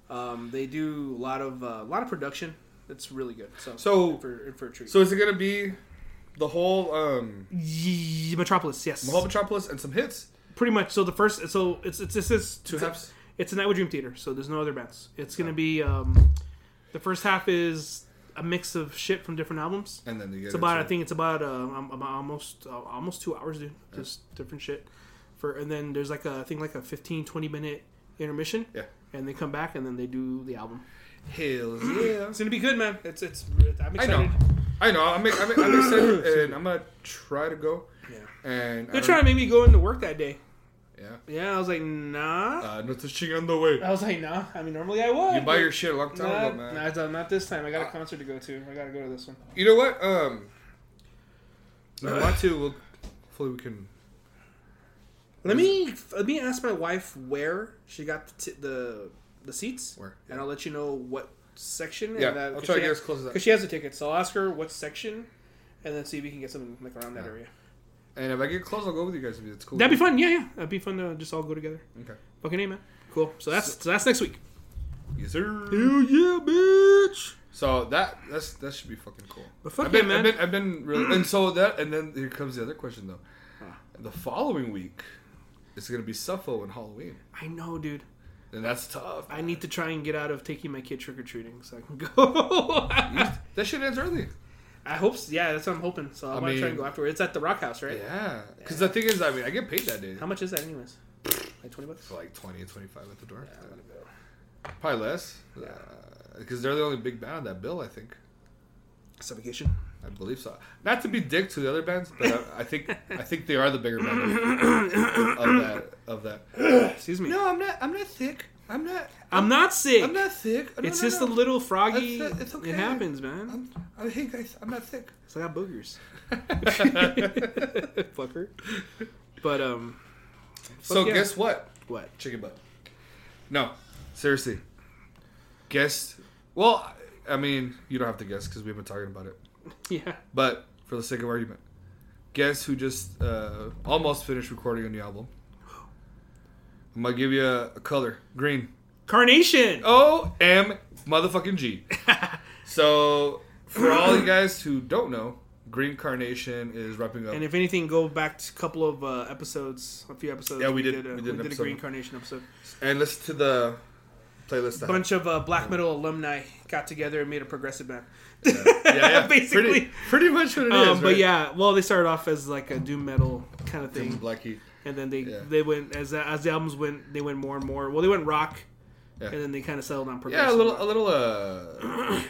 Um, they do a lot of uh, a lot of production. It's really good. So So- for for a treat. so is it gonna be the whole um, Ye- Metropolis, yes, whole Metropolis and some hits? pretty much. So the first, so it's it's this is Two it's a- halves? It's a night with Dream Theater, so there's no other bands. It's gonna be um, the first half is a mix of shit from different albums. And then you get It's about I into- think it's about uh, um, about almost uh, almost two hours, dude. Just different shit. For and then there's like a I think like a 15, 20 minute intermission. Yeah. And they come back and then they do the album. Hells yeah. It's gonna be good, man. It's it's I'm I know. excited. I know. I'm, I'm, I'm [coughs] excited, and I'm gonna try to go. Yeah. And I They're don't- trying to make me go into work that day. Yeah. Yeah, I was like nah. Uh, no touching on the way. I was like nah. I mean normally I would. You buy your shit a long time Nah, ago, man. nah, it's, uh, not this time. I got a concert to go to. I gotta go to this one. You know what? Um, I want to. We'll, hopefully, we can. Let me let me ask my wife where she got the t- the, the seats, Where? and I'll let you know what section. Yeah, and that, I'll 'cause try to she get has- as close as that. Because she has the tickets, so I'll ask her what section, and then see if we can get something like around that Yeah. area. And if I get close, I'll go with you guys. If it's cool. That'd be fun. Yeah, yeah, that'd be fun to just all go together. Okay. Fucking amen. Cool. So that's so, that's next week. Yes, sir. yeah, bitch. So that that's that should be fucking cool. But fuck I've been, yeah, man. I've been, I've been really, and so that, and then here comes the other question though. The following week, it's gonna be Suffo and Halloween, I know, dude. and that's tough. I need to try and get out of taking my kid trick or treating so I can go. that shit ends early. [laughs] I hope. s- Yeah, that's what I'm hoping. So I, I want to try mean- and go afterward. It's at the Rock House, right? Yeah, because the thing is, I mean, I get paid that day How much is that, anyways? Like twenty bucks. for like 20 25 at the door. Yeah, I'm gonna go. Probably less, because they're the only big band on that bill, I think. [coughs] Suffocation. I believe so. Not to be dick to the other bands, but I, I think I think they are the bigger band of, of that of that. Uh, Excuse me. No, I'm not. I'm not thick. I'm not. I'm not sick. I'm not sick. No, it's no, just no. a little froggy. It's- uh, it's okay. It happens, man. I'm, I, hey guys, I'm not [laughs] sick. So I [laughs] got boogers. Fucker. But um, So yeah. guess what? what? Chicken butt. No, seriously. Guess. Well, I mean, you don't have to guess because we've been talking about it. Yeah. But for the sake of argument, guess who just uh, almost finished recording a new album? I'm gonna give you a, a color, green. Oh. Carnation. O M motherfucking [laughs] G. so for all you guys who don't know, Green Carnation is wrapping up. And if anything, go back to a couple of uh, episodes, a few episodes. Yeah, we did- a, we we did did, an a episode. green carnation episode. and listen to the playlist. A that- bunch of uh, black metal alumni got together and made a progressive band. [laughs] yeah, yeah. basically. pretty, pretty much what it is. Um, but right? yeah, well, they started off as like a doom metal kind of thing, Blackie. and then they Yeah. they went as as the albums went, they went more and more. Well, they went rock, Yeah. and then they kind of settled on progressive. Yeah, a little, a rock. little [clears throat] uh,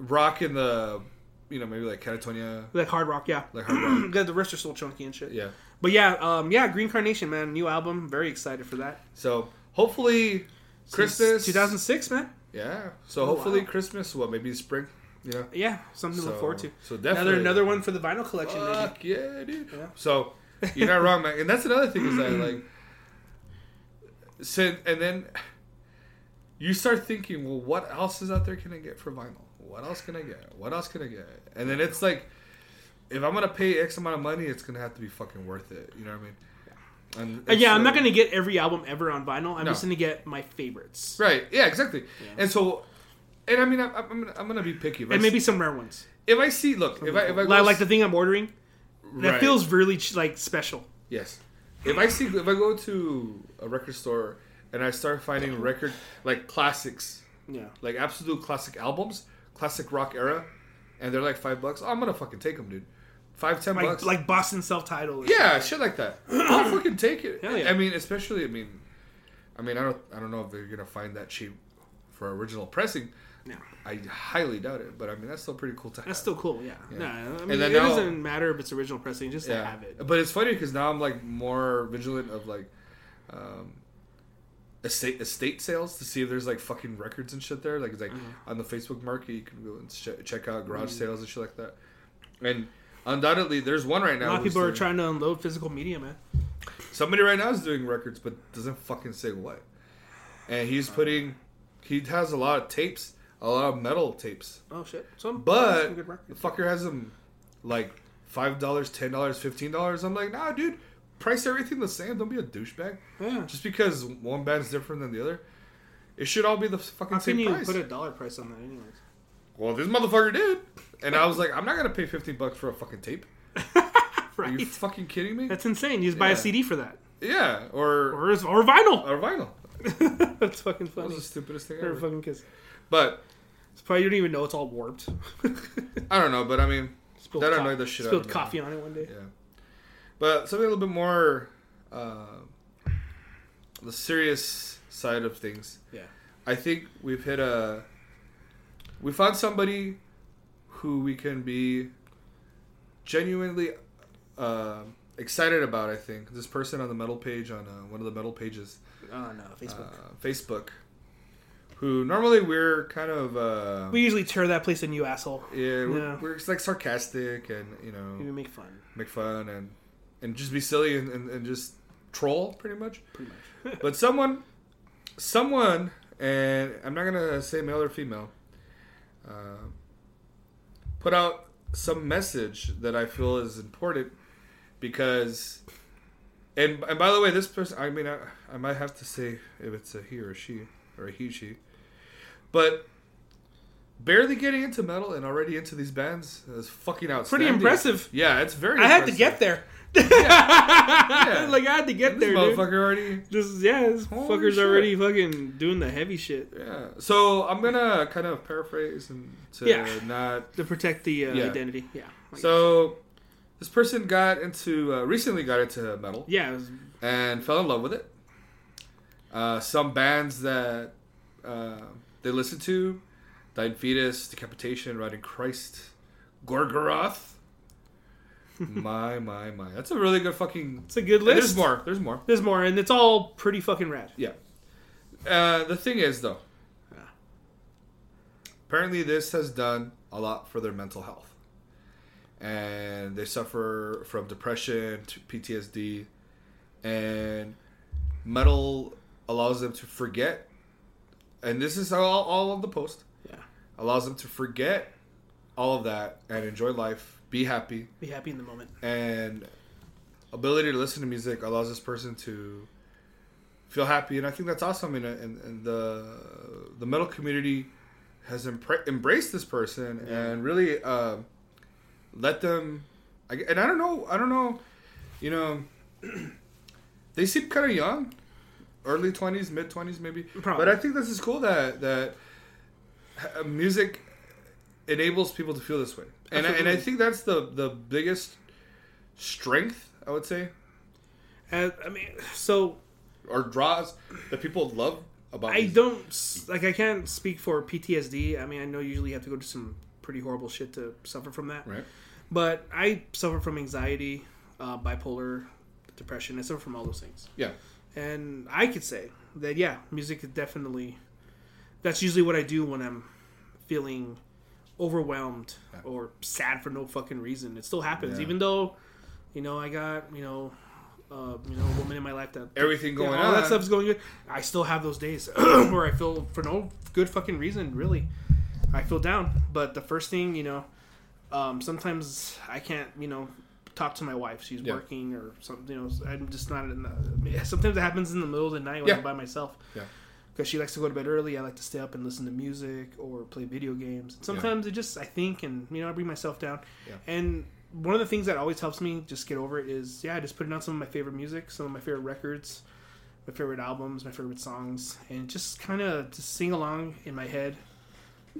rock in the, you know, maybe like Catatonia, like hard rock, yeah. like hard [clears throat] rock. Got the wrists are still chunky and shit. Yeah. But yeah, um, yeah, Green Carnation, man, new album. Very excited for that. So hopefully Christmas. Since 2006, man. Yeah. So wow. hopefully Christmas. What? Maybe spring. Yeah. Yeah, something to look So- forward to. So definitely Another another one for the vinyl collection. maybe. Fuck yeah, dude. Yeah. So you're not wrong, man. And that's another thing is that like, since and then you start thinking, well, what else is out there can I get for vinyl? What else can I get? What else can I get? And then it's like, if I'm gonna pay X amount of money, it's gonna have to be fucking worth it. You know what I mean? And Uh, yeah, I'm it's, not uh, gonna get every album ever on vinyl. I'm No. just gonna get my favorites Right? Yeah, exactly. And so, and I mean, I'm, I'm, gonna, I'm gonna be picky. If I and s- maybe some rare ones. if I see, look, if I if I like, go like the thing I'm ordering that Right. feels really ch- like special. Yes. If I see if I go to a record store and I start finding record like classics, Yeah, like absolute classic albums, classic rock era, and they're like five bucks, oh, I'm gonna fucking take them, dude. Five ten like bucks. like Boston self-titled. yeah, shit like that. I'll fucking take it. Hell yeah. I mean, especially I mean, I mean I don't I don't know if they're gonna find that cheap for original pressing. No. I highly doubt it, but I mean that's still pretty cool to have. that's still cool. Yeah, Yeah. No, I And mean, then it now- doesn't matter if it's original pressing. Just to have it. But it's funny because now I'm like more vigilant of like um, estate estate sales to see if there's like fucking records and shit there. Like it's like Mm-hmm. on the Facebook market, you can go and ch- check out garage sales and shit like that. And undoubtedly, there's one right A now. lot of who's people are doing- trying to unload physical media, man. Somebody right now is doing records, but doesn't fucking say what. And Uh. he's putting, he has a lot of tapes, a lot of metal tapes. Oh shit! Some But- some good The records. fucker has them like five dollars, ten dollars, fifteen dollars. I'm like, nah, dude, price everything the same. Don't be a douchebag. yeah. Just because one band's different than the other, it should all be the fucking How can same you price. put a dollar price on that, anyways? well, this motherfucker did, and I was like, I'm not gonna pay fifteen bucks for a fucking tape. Are you Right. fucking kidding me? That's insane. You just buy Yeah. Oh. a CD for that, yeah, or or or vinyl. or vinyl. [laughs] That's fucking That was funny. the stupidest thing Or ever. fucking kiss. But It's probably you don't even know it's all warped. [laughs] I don't know. But I mean, spilled That cof- annoyed the shit out Spilled of me. coffee on it one day. Yeah. But something a little bit more uh, the serious side of things. Yeah. I think we've hit a we found somebody who we can be genuinely uh, excited about, I think. This person on the metal page on uh, one of the metal pages Oh no, Facebook. uh, Facebook who normally we're kind of uh, we usually tear that place a new asshole. yeah, we're, Yeah. we're like sarcastic and you know We make fun, make fun and and just be silly and, and, and just troll pretty much. pretty much. [laughs] But someone, someone, and I'm not gonna say male or female, uh, put out some message that I feel is important because, and and by the way, this person, I mean, I, I might have to say if it's a he or a she or a he she, but. Barely getting into metal and already into these bands is fucking Pretty outstanding. impressive. Yeah, it's very. I had to impressive. get there. [laughs] like I had to get This there, motherfucker dude. already. This is yeah, this Holy fucker's shit. already fucking doing the heavy shit Yeah. So I'm gonna kind of paraphrase and to Yeah. not. to protect the uh, Yeah. identity. Yeah. Like, So this person got into uh, recently got into metal yeah, it was, and fell in love with it. Uh, some bands that uh, they listened to: Dying Fetus, Decapitation, Riding Christ, [laughs] Gorgoroth. my my my! That's a really good fucking. it's a good And list. There's more. There's more. There's more, and it's all pretty fucking rad. Yeah. Uh, the thing is, though, Yeah. apparently this has done a lot for their mental health, and they suffer from depression, to PTSD, and metal allows them to forget. And this is all, all on the post Yeah. allows them to forget all of that and enjoy life, be happy, Be happy in the moment. and ability to listen to music allows this person to feel happy and i think that's awesome and, and, and the the metal community has empre- embraced this person and really uh, let them I g and i don't know i don't know you know [clears throat] they seem kind of young early 20s mid 20s maybe Probably. but i think this is cool that that uh, music enables people to feel this way and I, and I Absolutely. think that's the the biggest strength I would say And, Uh, I mean, so or draws that people love about. I music. don't s- like. I can't speak for PTSD. I mean, I know usually you have to go to some pretty horrible shit to suffer from that. right. But I suffer from anxiety, uh, bipolar, depression. I suffer from all those things. Yeah, And I could say that yeah, music is definitely that's usually what I do when I'm feeling overwhelmed or sad for no fucking reason. It still happens, Yeah. even though you know I got you know uh, you know a woman in my life that everything going yeah, all on. that stuff's going good. I still have those days [clears throat] where I feel for no good fucking reason, really. I feel down, but the first thing, you know, um, sometimes I can't, you know, talk to my wife. She's Yeah. working or something. You know, I'm just not. In the, I mean, sometimes it happens in the middle of the night when Yeah. I'm by myself. Yeah. Because she likes to go to bed early. I like to stay up and listen to music or play video games. And sometimes it just I think and you know I bring myself down. Yeah. And one of the things that always helps me just get over it is yeah, just putting on some of my favorite music, some of my favorite records my favorite albums, my favorite songs, and just kind of just sing along in my head,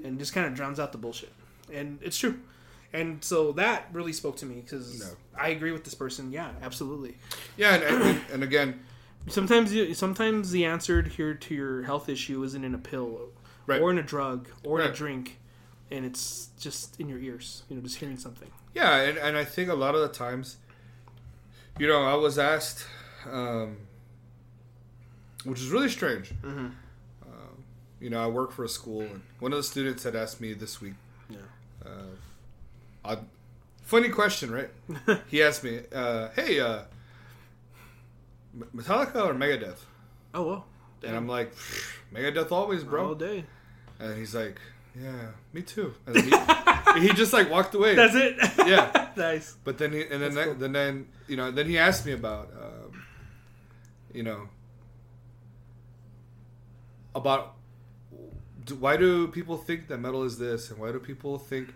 and just kind of drowns out the bullshit. And it's true. And so that really spoke to me because No. I agree with this person. Yeah, absolutely. Yeah, and, and, and again, Sometimes, you, sometimes the answer here to your health issue isn't in a pill, Right. or in a drug, or in Right. a drink, and it's just in your ears. You know, just hearing something. yeah, and, and I think a lot of the times, you know, I was asked, um, which is really strange. Mhm. Um, you know, I work for a school, and one of the students had asked me this week. Yeah. Uh, I, funny question, right? he asked me, uh, "Hey, uh, M- Metallica or Megadeth?" [laughs] Oh well. And I'm like, "Pfft, Megadeth always, all bro. day. And he's like, Yeah, me too. And he, he just like walked away. That's it. Yeah. [laughs] nice. but then he, and then That's that- cool. then then you know then he asked me about um, you know about do, why do people think that metal is this and why do people think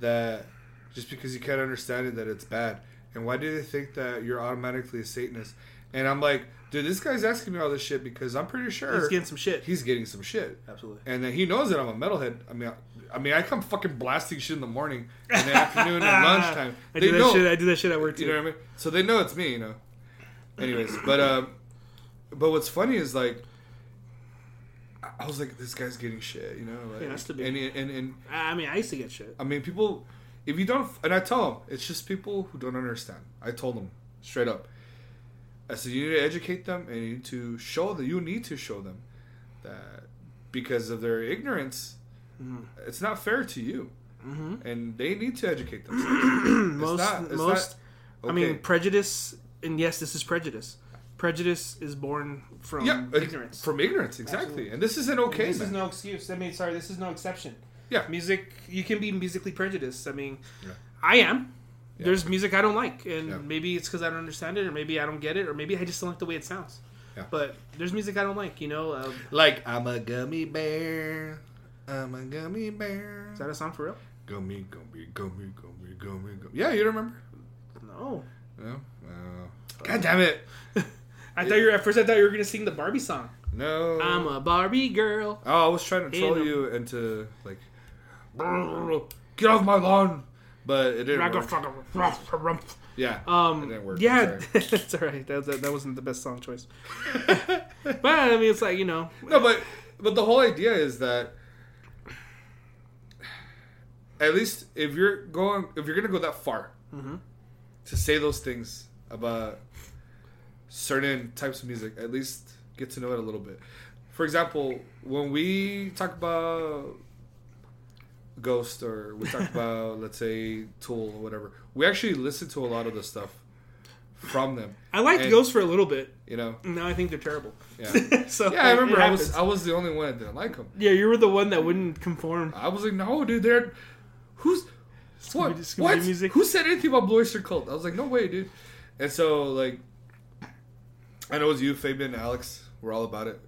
that just because you can't understand it that it's bad and why do they think that you're automatically a Satanist? And I'm like, dude, this guy's asking me all this shit because I'm pretty sure He's getting some shit. he's getting some shit. Absolutely. And then he knows that I'm a metalhead. I mean, I, I mean, I come fucking blasting shit in the morning, in the afternoon, and [laughs] lunchtime. I they do that know, shit. I do that shit at work too. you know what I mean? So they know it's me, you know. Anyways, but um, but what's funny is like, I- I was like, this guy's getting shit, you know. Like, Yeah, that's to be. And and and I mean, I used to get shit. I mean, people, if you don't, and I tell them, it's just people who don't understand. I told them straight up. I said, you need to educate them and you need to show that you need to show them that because of their ignorance, Mm-hmm. it's not fair to you. And they need to educate [clears throat] themselves. It's most, not- it's most. not- I mean, okay. prejudice, and yes, this is prejudice. Prejudice is born from yeah, uh, ignorance. From ignorance, exactly. Absolutely. And this isn't okay. this is man. no excuse. I mean, sorry, this is no exception. Yeah. music. You can be musically prejudiced. I mean, Yeah. I am. Yeah. There's music I don't like, and Yeah. maybe it's because I don't understand it, or maybe I don't get it, or maybe I just don't like the way it sounds. Yeah. But there's music I don't like. You know, uh, like I'm a gummy bear. I'm a gummy bear. is that a song for real? Gummy, gummy, gummy, gummy, gummy, gummy. Yeah, you remember? No. No. No. God damn it. I thought you were at first. I thought you were gonna sing the Barbie song. No. I'm a Barbie girl. oh, I was trying to troll In a- you into like, Um, get off my lawn, but it didn't work. Yeah, Um, it didn't work. I'm sorry. yeah, [laughs] that's all right. That, that, that wasn't the best song choice. [laughs] but I mean, it's like you know, no, but but the whole idea is that at least if you're going, if you're gonna go that far Mm-hmm. to say those things about certain types of music, at least get to know it a little bit. for example, when we talk about Ghost or [laughs] we talk about, let's say, Tool or whatever, we actually listen to a lot of the stuff from them. I liked And- Ghost for a little bit. You know, and Now I think they're terrible. [laughs] Yeah. so yeah, I it- it remember I was happens. I was the only one that didn't like them. yeah, you were the one that wouldn't conform. I was like, no, dude, they're who's what? Scooby-Doo what? music. Who said anything about Blue Oyster Cult? I was like, no way, dude. And so like, I know it was you, Fabian, and Alex. We're all about it.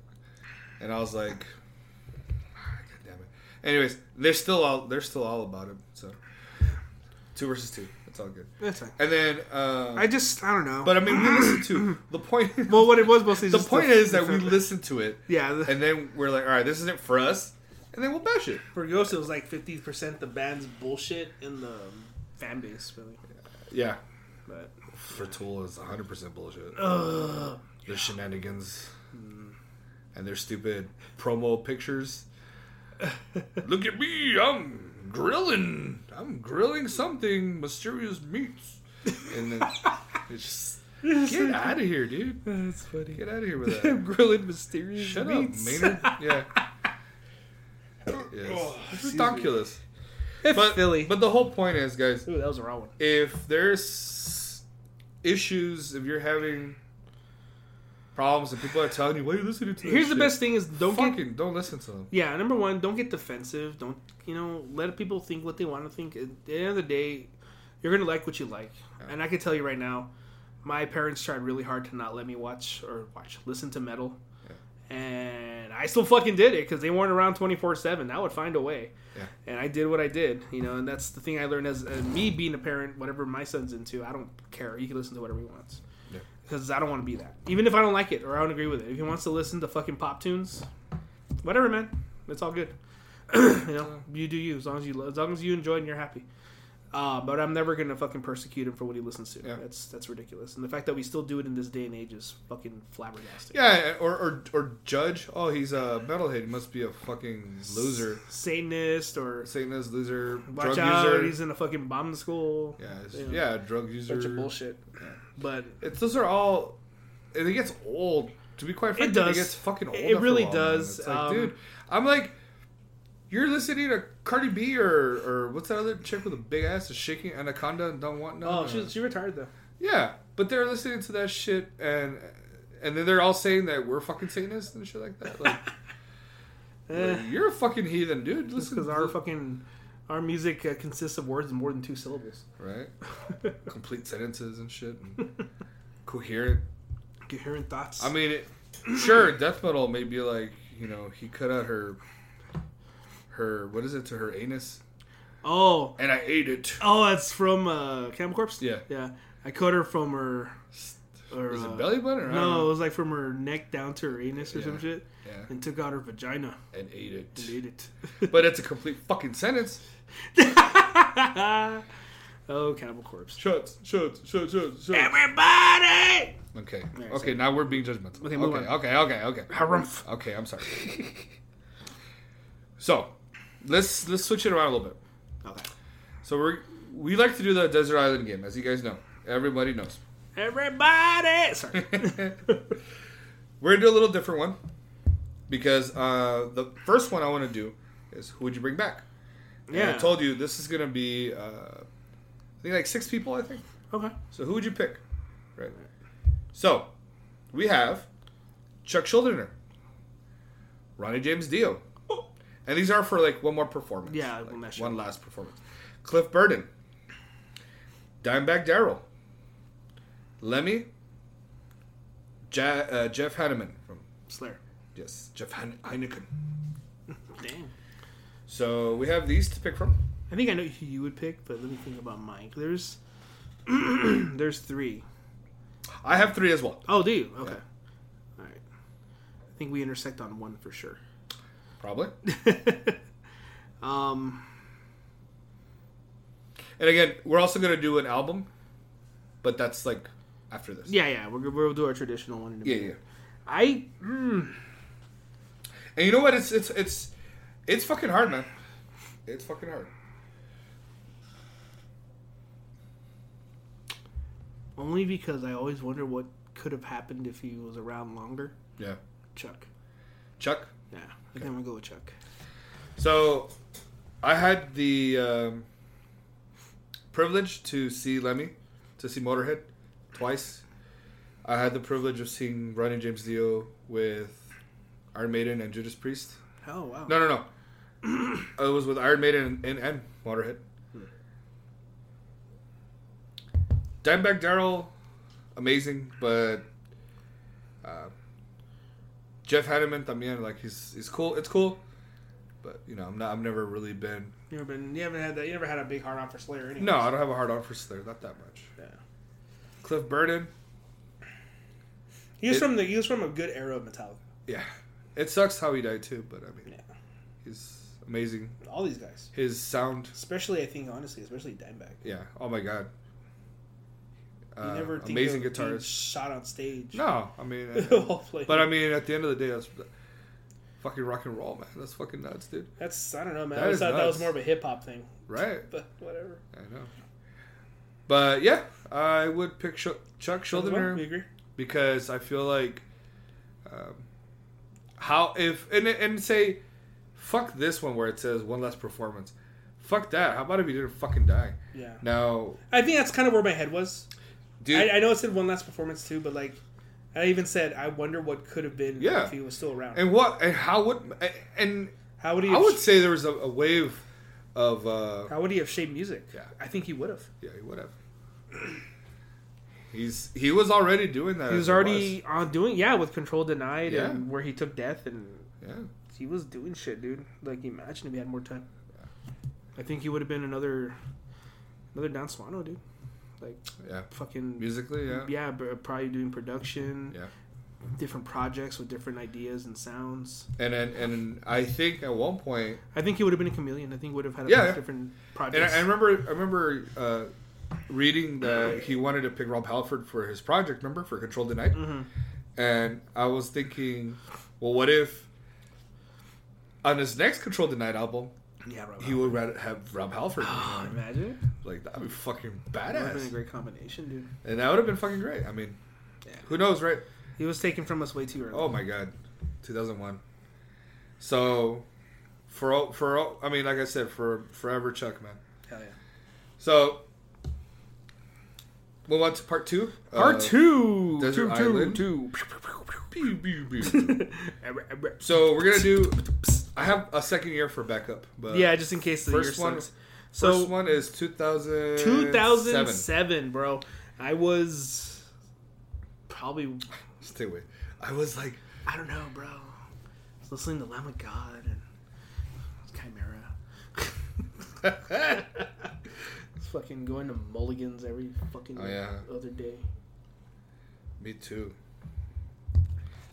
And I was like, ah, God damn it. Anyways, they're still all they're still all about it. So two versus two, that's all good. That's fine. And then, uh, I just I don't know. but I mean, we listened to the point. [coughs] well, what it was mostly the just point is that we uh, the- listened to it, yeah. The, and then we're like, all right, this isn't for us, and then we'll bash it. for Ghost, it was like fifty percent the band's bullshit and the um, fan base really. Yeah, But for Tool is 100% bullshit. Ugh. Their shenanigans and their stupid promo pictures. [laughs] Look at me, I'm grilling. I'm grilling something, mysterious meats. And [laughs] then it's just get out of here, dude. [laughs] that's funny. Get out of here with that. Grilling mysterious Shut up, meats. Maynard. [laughs] Yeah. Yes. Oh, It's excuse me. ridiculous. But, But, [laughs] Philly. but the whole point is, guys, Ooh, that was a raw one. if there's issues, if you're having problems, and people are telling you, "What are you listening to?" that Here's the shit?" best thing: is don't get fucking don't listen to them. Yeah, number one, don't get defensive. Don't you know? Let people think what they want to think. At the end of the day, you're gonna like what you like. And I can tell you right now, my parents tried really hard to not let me watch or watch listen to metal, and I still fucking did it because they weren't around twenty four seven. I would find a way. Yeah. And I did what I did, you know, and that's the thing I learned as, as me being a parent. Whatever my son's into, I don't care. He can listen to whatever he wants, Yeah. because I don't want to be that. Even if I don't like it or I don't agree with it, if he wants to listen to fucking pop tunes, whatever, man. It's all good. [clears throat] you know, you do you as long as you lo- as long as you enjoy and you're happy. Uh, but I'm never gonna fucking persecute him for what he listens to. Yeah. That's that's ridiculous. And the fact that we still do it in this day and age is fucking flabbergasting. Yeah, or or, or judge. Oh, he's a metalhead. He must be a fucking loser, Satanist, or Satanist loser, watch drug out, user. he's in a fucking bomb school. yeah, it's- Yeah. yeah, drug Bunch of user. bullshit. But It's those are all. and It gets old. To be quite frank, it, does. gets fucking old. It after a really while, man. does. It's like, Um, dude, I'm like, you're listening to Cardi B or or what's that other chick with a big ass is shaking Anaconda and don't want no. oh, she she retired though. yeah, but they're listening to that shit and and then they're all saying that we're fucking Satanists and shit like that. [laughs] Like, Eh, like, you're a fucking heathen, dude. just Listen because to our our fucking our music uh, consists of words more than two syllables. [laughs] right, complete sentences and shit, [laughs] and coherent Coherent thoughts. I mean, it, sure, death metal may be like you know he cut out her, her what is it to her anus, oh, and I ate it. oh, that's from uh, Camel Corpse. Yeah, Yeah, I cut her from her. Or, is uh, it belly button? Or I don't No, it know. was like from her neck down to her anus or some Yeah. shit, yeah, and took out her vagina and ate and it. ate it. But it's a complete fucking sentence. [laughs] oh, Cannibal Corpse! Shuts, shuts, shuts, shuts, shuts. Everybody, Okay, Alright, okay, now we're being judgmental. Okay, Okay, move okay, on. okay, okay, okay. harumph. Okay, I'm sorry. so, let's let's switch it around a little bit. Okay. So we're we like to do the desert island game, as you guys know. Everybody knows. [laughs] Everybody. Sorry. We're gonna do a little different one because uh, the first one I want to do is who would you bring back? And I yeah. told you this is gonna be uh, I think like six people. I think okay. so. Who would you pick? Right. So we have Chuck Schuldiner, Ronnie James Dio, Oh. and these are for like one more performance. Yeah, like, one last one last performance. Cliff Burden, Dimebag Daryl, Lemmy, ja- uh, Jeff Hanneman from Slayer. Yes, Jeff Han- Heineken. Damn. So we have these to pick from. I think I know who you would pick, but let me think about mine. There's, [clears throat] there's three. I have three as well. Oh, do you? Okay. All right. I think we intersect on one [laughs] for sure. Probably. um. And again, we're also going to do an album, but that's like after this. Yeah, yeah. We're, we'll do our traditional one. In a Yeah, minute. yeah. I mm, And you know what? It's it's it's it's fucking hard, man. It's fucking hard. only because I always wonder what could have happened if he was around longer. Yeah. Chuck. Chuck. Yeah, I think I'm gonna go with Chuck. So, I had the um, privilege to see Lemmy, to see Motorhead, twice. I had the privilege of seeing Ronnie James Dio with Iron Maiden and Judas Priest. Oh wow. No, [clears throat] no, no. it was with Iron Maiden and, and, and Motorhead. Dimebag Daryl, amazing, but uh, Jeff Hanneman también, like he's he's cool. It's cool, but you know I'm not. I've never really been. You ever been? You haven't had that. You never had a big hard on for Slayer. Anyways. No, I don't have a hard on for Slayer. Not that much. Yeah. Cliff Burton, He was It- from the. He was from a good era of Metallica. yeah, it sucks how he died too, but I mean, Yeah. he's amazing. All these guys, His sound, especially I think honestly, especially Dimebag. yeah. Oh my god. You Uh, never think amazing of being guitarist. shot on stage. [laughs] No, I mean, uh, All played. but I mean, at the end of the day, that's fucking rock and roll, man. That's fucking nuts, dude. that's I don't know, man. That I always is thought that nuts. was more of a hip hop thing, Right? but whatever. I know. But yeah, I would pick Sh- Chuck We Schuldiner agree. because I feel like um, how if and and say fuck this one where it says one last performance. Fuck that. How about if he didn't fucking die? Yeah. Now, I think that's kind of where my head was. dude, I, I know it said one last performance too, but like, I even said I wonder what could have been Yeah. if he was still around. and what and how would and how would he? I Have, would say there was a, a wave of uh, how would he have shaped music? Yeah. I think he would have. Yeah, whatever. He's he was already doing that. He was as it already on doing yeah with Control Denied Yeah. and where he took death and was. Yeah. he was doing shit, dude. Like imagine if he had more time. I think he would have been another another Don Swano, dude. Like Yeah. fucking Musically, yeah. yeah, b- probably doing production, Yeah. different projects with different ideas and sounds. And and, and I think at one point, I think he would have been a chameleon. I think would have had a Yeah, bunch of yeah. different and I, projects. I remember I remember uh, reading that he wanted to pick Rob Halford for his project. Remember for Control the Night, Mm-hmm. and I was thinking, well, what if on his next Control the Night album yeah, Rob. he would rather have Rob Halford? [gasps] Oh, imagine Like that'd be fucking that would have been a badass, great combination, dude. and that would have been fucking great. I mean, Yeah. who knows, right? He was taken from us way too early. Oh my god, 2001. So, for all, for all, I mean, like I said, for forever, Chuck man. Hell yeah. So, move on to part two. Part Uh, two. Desert two, Island. two, pew, pew, pew. two. so we're gonna do. I have a second year for backup, but [laughs] yeah, just in case the first year one- sucks. first So one is 2000. 2007, bro. I was probably Stay away. I was like, [laughs] I don't know, bro. I was listening to Lamb of God and Chimera. [laughs] It's fucking going to Mulligans every fucking Oh, yeah. other day. me too.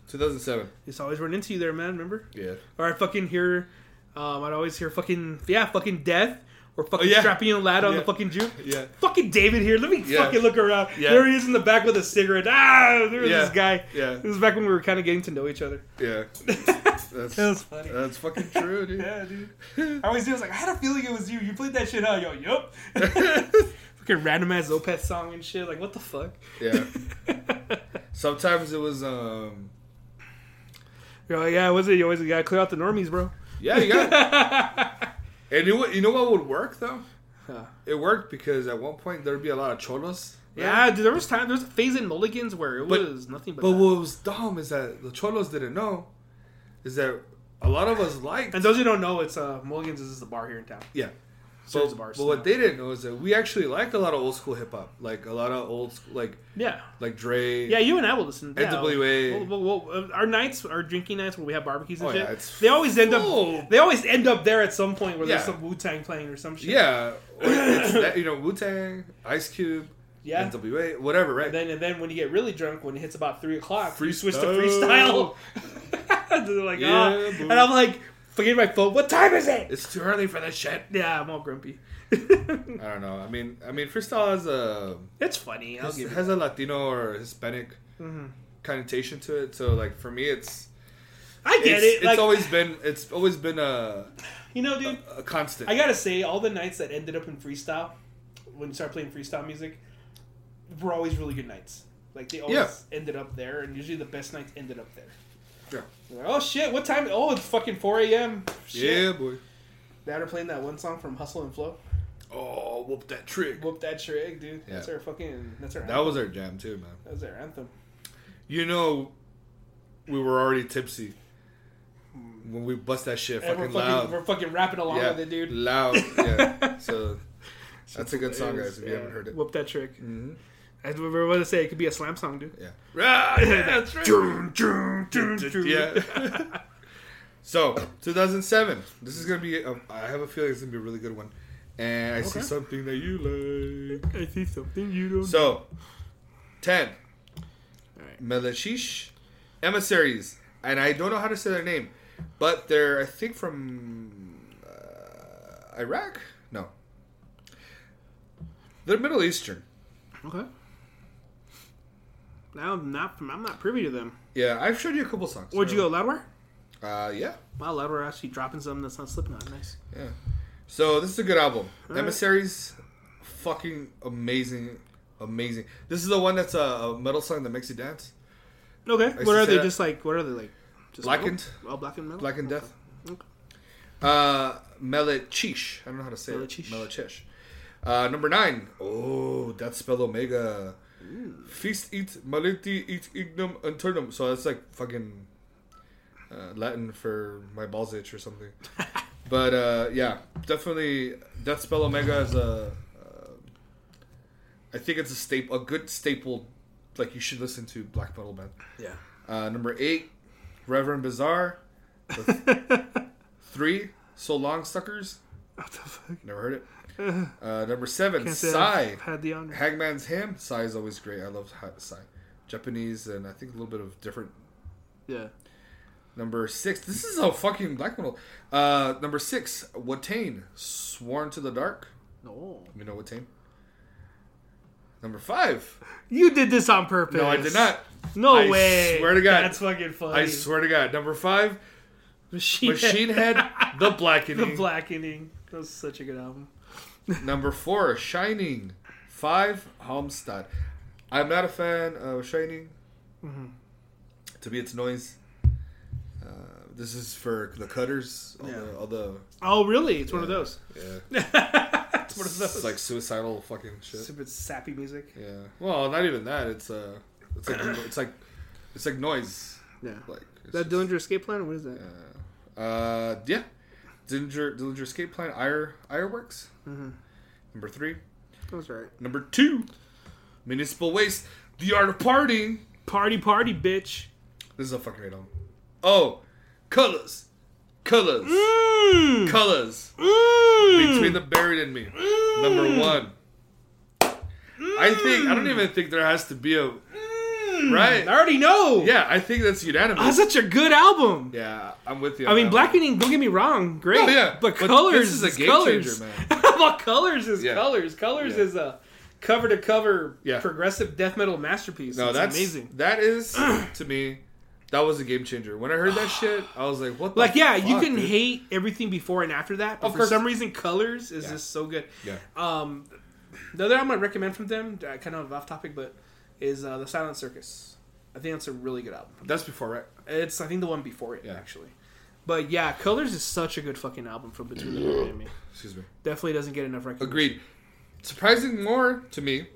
2007. Just always run into you there, man. Remember? Yeah. Or I fucking hear, um, I'd always hear fucking yeah, fucking death or fucking Oh, yeah. strapping a lad on Yeah. the fucking juke. Yeah. Fucking David here. Let me Yeah. fucking look around. Yeah. There he is in the back with a cigarette. Ah, there's Yeah. this guy. Yeah. This is back when we were kind of getting to know each other. [laughs] Yeah. That's uh, That was funny. That's fucking true, dude. [laughs] Yeah, dude. I always do. I was like, I had a feeling it was you. You played that shit out. [laughs] Yo, yup. Fucking random ass Opeth song and shit. Like, what the fuck? Yeah. Sometimes it was um [laughs] You're like, yeah, was it? You always gotta clear out the normies, bro. yeah, you [laughs] got it. And you, you know what would work though? Huh. It worked because at one point there'd be a lot of cholos. there. Yeah, dude, there was time. There was a phase in Mulligans where it But- was nothing but. But that. what was dumb is that the cholos didn't know is that a lot of us liked and those who don't know, it's uh, Mulligans is the bar here in town. yeah. Serves But, the bars. but what they didn't know is that we actually liked a lot of old school hip hop, like a lot of old school, like yeah, like Dre. yeah, you and I will listen. Yeah, NWA. Well, well, well, uh, our nights, our drinking nights where we have barbecues and Oh, shit. yeah, it's they always end full. up. They always end up there at some point where there's Yeah. some Wu Tang playing or some shit. yeah. Or it's that, you know Wu Tang, Ice Cube, yeah. NWA, whatever, right? And then and then when you get really drunk, when it hits about three o'clock, you switch to Freestyle. freestyle. [laughs] They're like, Yeah, "Ah." boy. and I'm like, forget my phone. What time is it? It's too early for this shit. Yeah, I'm all grumpy. [laughs] I don't know. I mean, I mean, freestyle has a it's funny. I'll has, give Mm-hmm. it. has a Latino or Hispanic connotation to it. So, like for me, it's I get it's, it. it's like, always been it's always been a, you know, dude. a constant. I gotta say, all the nights that ended up in freestyle, when you start playing freestyle music, were always really good nights. Like they always Yeah. ended up there, and usually the best nights ended up there. Yeah. Like, oh shit! What time? Oh, it's fucking four a.m. Shit. Yeah, boy. Now they're playing that one song from Hustle and Flow. Oh, whoop that trick. Whoop that trick, dude. That's Yeah. our fucking. That's our. That was our jam too, man. That was their anthem. You know, we were already tipsy when we bust that shit And fucking we're fucking, loud. we're fucking rapping along yeah, with it, dude. loud. [laughs] Yeah. So that's a good song, guys. If you Yeah. haven't heard it. Whoop that trick. Mm-hmm. I we were about to say it could be a slam song, [laughs] dude. Yeah. Ah, yeah, [laughs] that's right. Yeah. [laughs] so 2007. This is gonna be. A, I have a feeling it's gonna be a really good one, and I see Okay. something that you like. I see something you don't. So, ten. Alright. Melashish emissaries, and I don't know how to say their name, but they're I think from uh, Iraq. No, they're Middle Eastern. okay. Now I'm not. I'm not privy to them. Yeah, I've showed you a couple songs. Where'd you go, Loudwire? Uh, yeah. Wow, Loudwire actually dropping something that's not Slipknot. Nice. Yeah. So this is a good album. All right. Emissaries, fucking amazing, amazing. This is the one that's a, a metal song that makes you dance. Okay. used What to are say they? that. Just like what are they like? Just Blackened. Metal? Oh, blackened metal. Black and Okay. Death. Uh, Melachish. I don't know how to say Melachish. it. Melachish. Uh, number nine. Oh, Death Spell Omega. Feast eat maliti eat ignum internum. So that's like fucking uh, Latin for my balls itch or something. but uh, yeah, definitely Death Spell Omega is a. Uh, I think it's a staple, a good staple. Like you should listen to black metal band. Yeah. Uh, number eight, Reverend Bizarre. Three, So Long Suckers. [laughs] What the fuck? [laughs] Never heard it. Uh, number seven, Can't say Psy. I've had the honor. Hangman's Ham. Psy is always great. I love Ha- Psy. Japanese and I think a little bit of different. Yeah. Number six, this is a fucking black metal. Uh, number six, Watane. Sworn to the Dark. No. You know Watane? Number five. You did this on purpose. No, I did not. No I way. swear to God. That's fucking funny. I swear to God. Number [laughs] five, Machine, Machine Head, The Blackening. The Blackening. That was such a good album. Number four, Shining. Five, Homestead. I'm not a fan of Shining. To me, it's noise. Uh, this is for the cutters. All Yeah. the, all the Oh, really? It's one of those. yeah, [laughs] it's one of those. it's like suicidal fucking shit. Stupid sappy music. Yeah. Well, not even that. It's uh, it's [clears throat] like it's like it's like noise. Yeah. Like it's just- That Dillinger Escape Plan? What is that? Uh, yeah. Dillinger, Dillinger Escape Plan, Ire, Ireworks. Number three. That was right. Number two, Municipal Waste, The Art of Partying. Party, party, bitch. This is a fucking great album. Oh, Colors. Colors. Mm. Colors. Between the Buried and Me. Number one. I think, I don't even think there has to be a. I Right? already know. Yeah, I think that's Oh, unanimous. such a good album. Yeah, I'm with you. I on mean, that one. Blackening, don't get me wrong, great. Oh, yeah. But, But Colors this is is a a game colors. changer, [laughs] well, Colors is Yeah. Colors. Colors Yeah. is a cover to cover Yeah. progressive death metal masterpiece. No, it's that's amazing. That is, to me, that was a game changer. When I heard that shit, I was like, what the Like, yeah, you fuck, can dude? hate everything before and after that, but Of for course. some reason, Colors is Yeah. just so good. Yeah. Um, the other album I recommend from them, uh, kind of off topic, but is uh, the Silent Circus. I think that's a really good album. That's before, right? It's I think the one before it Yeah. actually. But yeah, Colors is such a good fucking album from Between the Buried and Me. Excuse me. Definitely doesn't get enough recognition. Agreed. Surprising more to me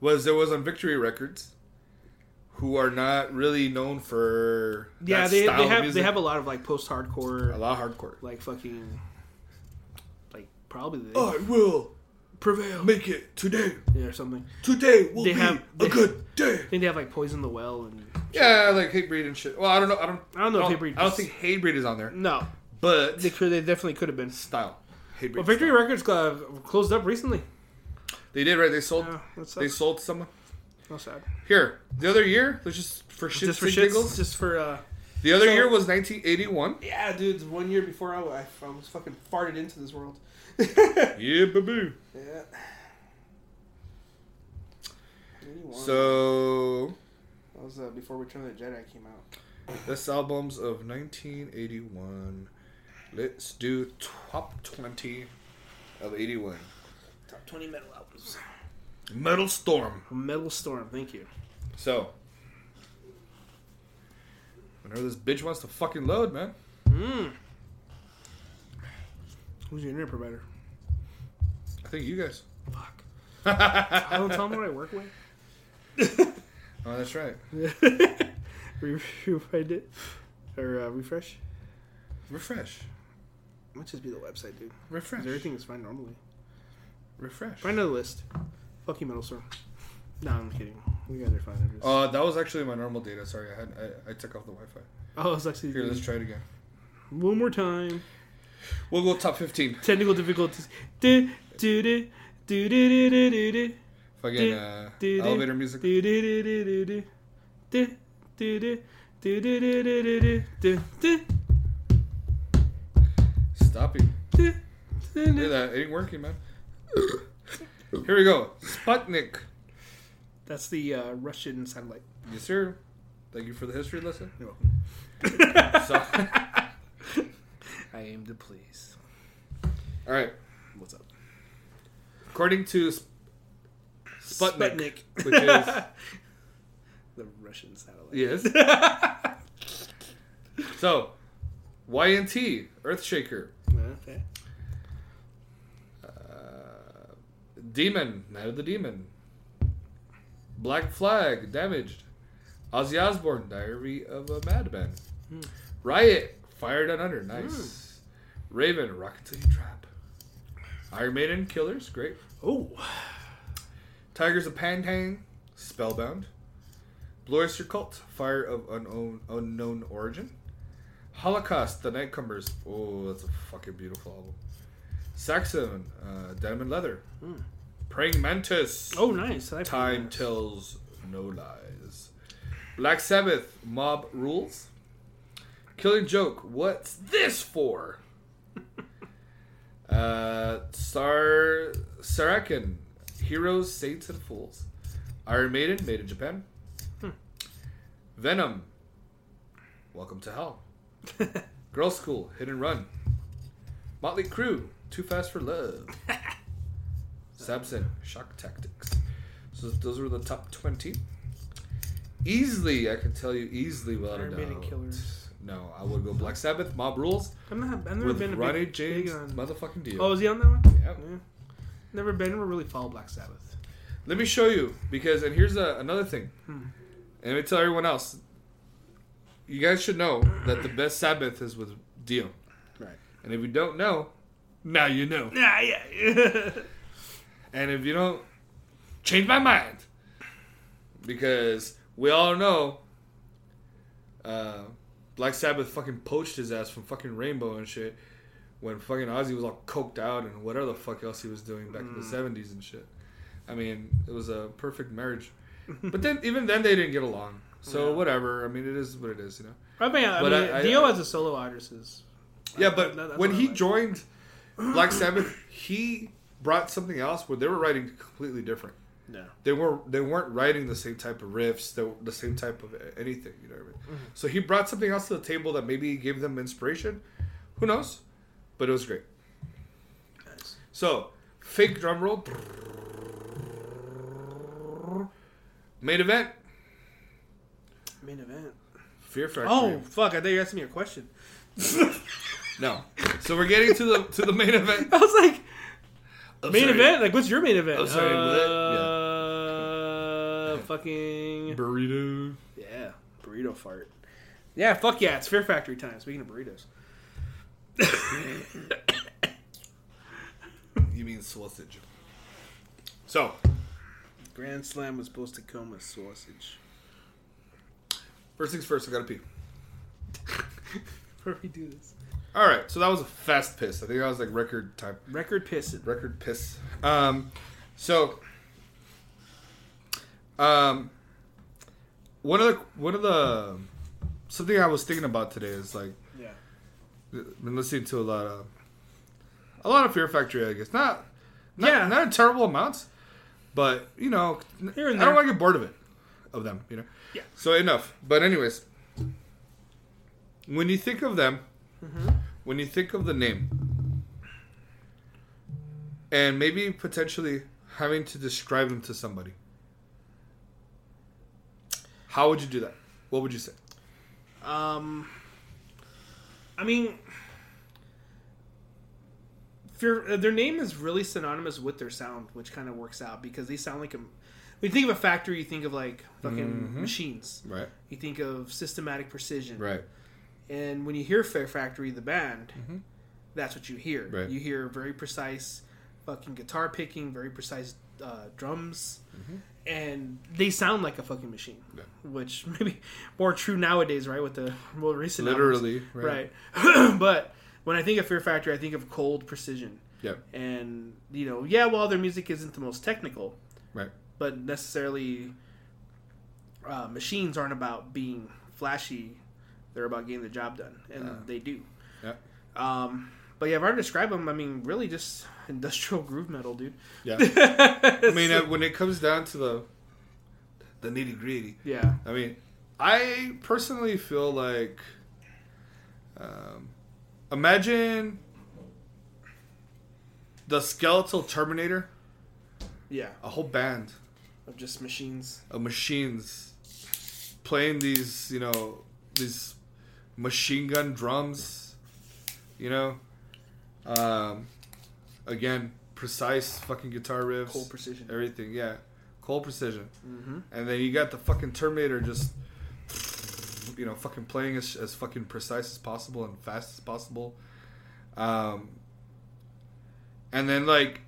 was there was on Victory Records, who are not really known for Yeah, that they, they style of have they music. have a lot of like post hardcore a lot of hardcore. like fucking like probably the I will prevail make it today. yeah, or something. Today will They have- they- day. I think they have like poison the well and Yeah, like Hatebreed and shit. Well, I don't know. I don't. I don't know if Hatebreed Oh, I don't was- think Hatebreed is on there, no, but they could they definitely could have been. style. Hatebreed. Well, Victory Records uh, closed up recently. They did right. They sold. Yeah, that they sucks. sold someone. So sad. Here, the other year. Let's just for shits Just for and shits, giggles. just for uh, The other So- year was 1981. yeah, dude. One year before I, I, I was fucking farted into this world. [laughs] Yeah, boo. Yeah. Anyone. So that was uh, before Return of the Jedi came out. this albums of 1981. Let's do top 20 of 81. Top twenty metal albums. Metal Storm. Metal Storm. Thank you. So Whenever this bitch wants to fucking load, man. Mm. Who's your internet provider? I think you guys. [laughs] [laughs] Fuck. I oh, don't tell them what I work with. that's right. [laughs] Re- Rewind it or uh, refresh. Refresh. Might just be the website, dude. 'Cause Refresh. Everything is fine normally. Refresh. Find another list. Fuck you, metal store. Nah, I'm kidding. You guys are fine. I'm just- Uh, that was actually my normal data. Sorry, I had I, I took off the Wi-Fi. oh, it's actually Here, let's try it again. one more time. We'll go top fifteen. Technical difficulties. Do do do do do do do do. Fucking uh, Do, do, elevator music. Do do do do do do do do do do do do do do do do do Stop it. do do Look at do. that. It ain't working, man. [coughs] Here we go. Sputnik. That's the uh, Russian satellite. Yes, sir. Thank you for the history lesson. You're welcome. [laughs] So, [laughs] I aim to please. all right. What's up? According to Sp- Sputnik, Sputnik. which is [laughs] The Russian satellite. [laughs] yes. so, YNT Earthshaker, Okay. uh, Demon, Night of the Demon, Black Flag, Damaged, Ozzy Osbourne, Diary of a Madman, Hmm. Riot, Fire Down Under, nice, Raven, Rocket City Trap, Iron Maiden, Killers, great, Oh. Tigers of Pantang, Spellbound. Blue Oyster Cult, Fire of Unknown, unknown Origin. Holocaust, The Nightcumbers. Oh, that's a fucking beautiful album. Saxon, uh, Diamond Leather. Hmm. Praying Mantis. Oh, nice. I Time nice. Tells No Lies. Black Sabbath, Mob Rules. Killing Joke, What's This For? uh, Sar Sarakin, Heroes, Saints, and Fools. Iron Maiden, Made in Japan. Hmm. Venom, Welcome to Hell. [laughs] Girl School, Hit and Run. Motley Crue, Too Fast for [laughs] Love. Samson, Shock Tactics. So those were the top 20. Easily, I can tell you easily without Iron a doubt. Maiden Killers. No, I would go Black Sabbath, Mob Rules, I'm not. I've never with been a Ronnie big, James, big on. motherfucking Dio. Oh, is he on that one? Yep. Yeah. Never been. Never really followed Black Sabbath. Let me show you because, and here's a, another thing. Hmm. And let me tell everyone else. You guys should know that the best Sabbath is with Dio. Right. And if you don't know, now you know. Yeah, yeah. [laughs] And if you don't, change my mind. Because we all know uh, Black Sabbath fucking poached his ass from fucking Rainbow and shit when fucking Ozzy was all coked out and whatever the fuck else he was doing back Mm. in the 70s and shit. I mean, it was a perfect marriage. but then, even then, they didn't get along. So, Yeah. whatever. I mean, it is what it is, you know? I mean, I But mean I- I- Dio as a solo artist is. Yeah, Uh, but no, that's when what I he like. joined Black [clears throat] Sabbath, he brought something else where they were writing completely different. No. They were they weren't writing the same type of riffs, the, the same type of anything. You know what I mean? Mm-hmm. So he brought something else to the table that maybe gave them inspiration. Who knows? But it was great. Nice. So fake drum roll. Main event. Main event. Fear Factory. Oh fuck! I thought you were asking me a question. [laughs] no! So we're getting to the to the main event. I was like, I'm [laughs] main sorry. event? Like, what's your main event? I'm Oh, sorry, Uh, fucking burrito. yeah, burrito fart. Yeah, fuck yeah! It's Fear Factory time. Speaking of burritos, You mean sausage? So Grand Slam was supposed to come with sausage. first things first, I gotta pee. [laughs] Where we do this? All right, so that was a fast piss. I think that was like record time, Record pissing. record piss. Um, so, um, one of the one of the something I was thinking about today is like Yeah. I've been listening to a lot of a lot of Fear Factory. I guess not, not Yeah. not in terrible amounts, but you know, Here and I don't there. want to get bored of it, of them. You know. Yeah. So enough. But anyways, when you think of them, Mm-hmm. when you think of the name, and maybe potentially having to describe them to somebody, how would you do that? What would you say? Um, I mean, Fear, uh, their name is really synonymous with their sound, which kind of works out because they sound like a. When you think of a factory, you think of like Mhm. fucking machines. Right. You think of systematic precision. Right. And when you hear Fair Factory, the band, Mhm. that's what you hear. Right. You hear very precise fucking guitar picking, very precise uh, drums, and they sound like a fucking machine, Mm-hmm. Yeah. which [laughs] maybe more true nowadays, right? With the more recent albums. Literally. Right. right? [clears throat] but when I think of Fear Factory, I think of cold precision, Yeah. and you know, yeah, well, their music isn't the most technical, Right. but necessarily uh, machines aren't about being flashy. They're about getting the job done, and Yeah. they do. Yeah. Um, but yeah, if I were to describe them, I mean, really just [laughs] industrial groove metal, dude. Yeah. [laughs] I I mean, uh, when it comes down to the the nitty gritty, yeah, I mean, I personally feel like, um, imagine the skeletal Terminator, yeah, a whole band of just machines. of machines playing these, you know, these machine gun drums, you know, um, again, precise fucking guitar riffs, Cold precision. everything, yeah, cold precision. Mm-hmm. And then you got the fucking Terminator just, you know, fucking playing as, as fucking precise as possible and fast as possible. Um, and then, like,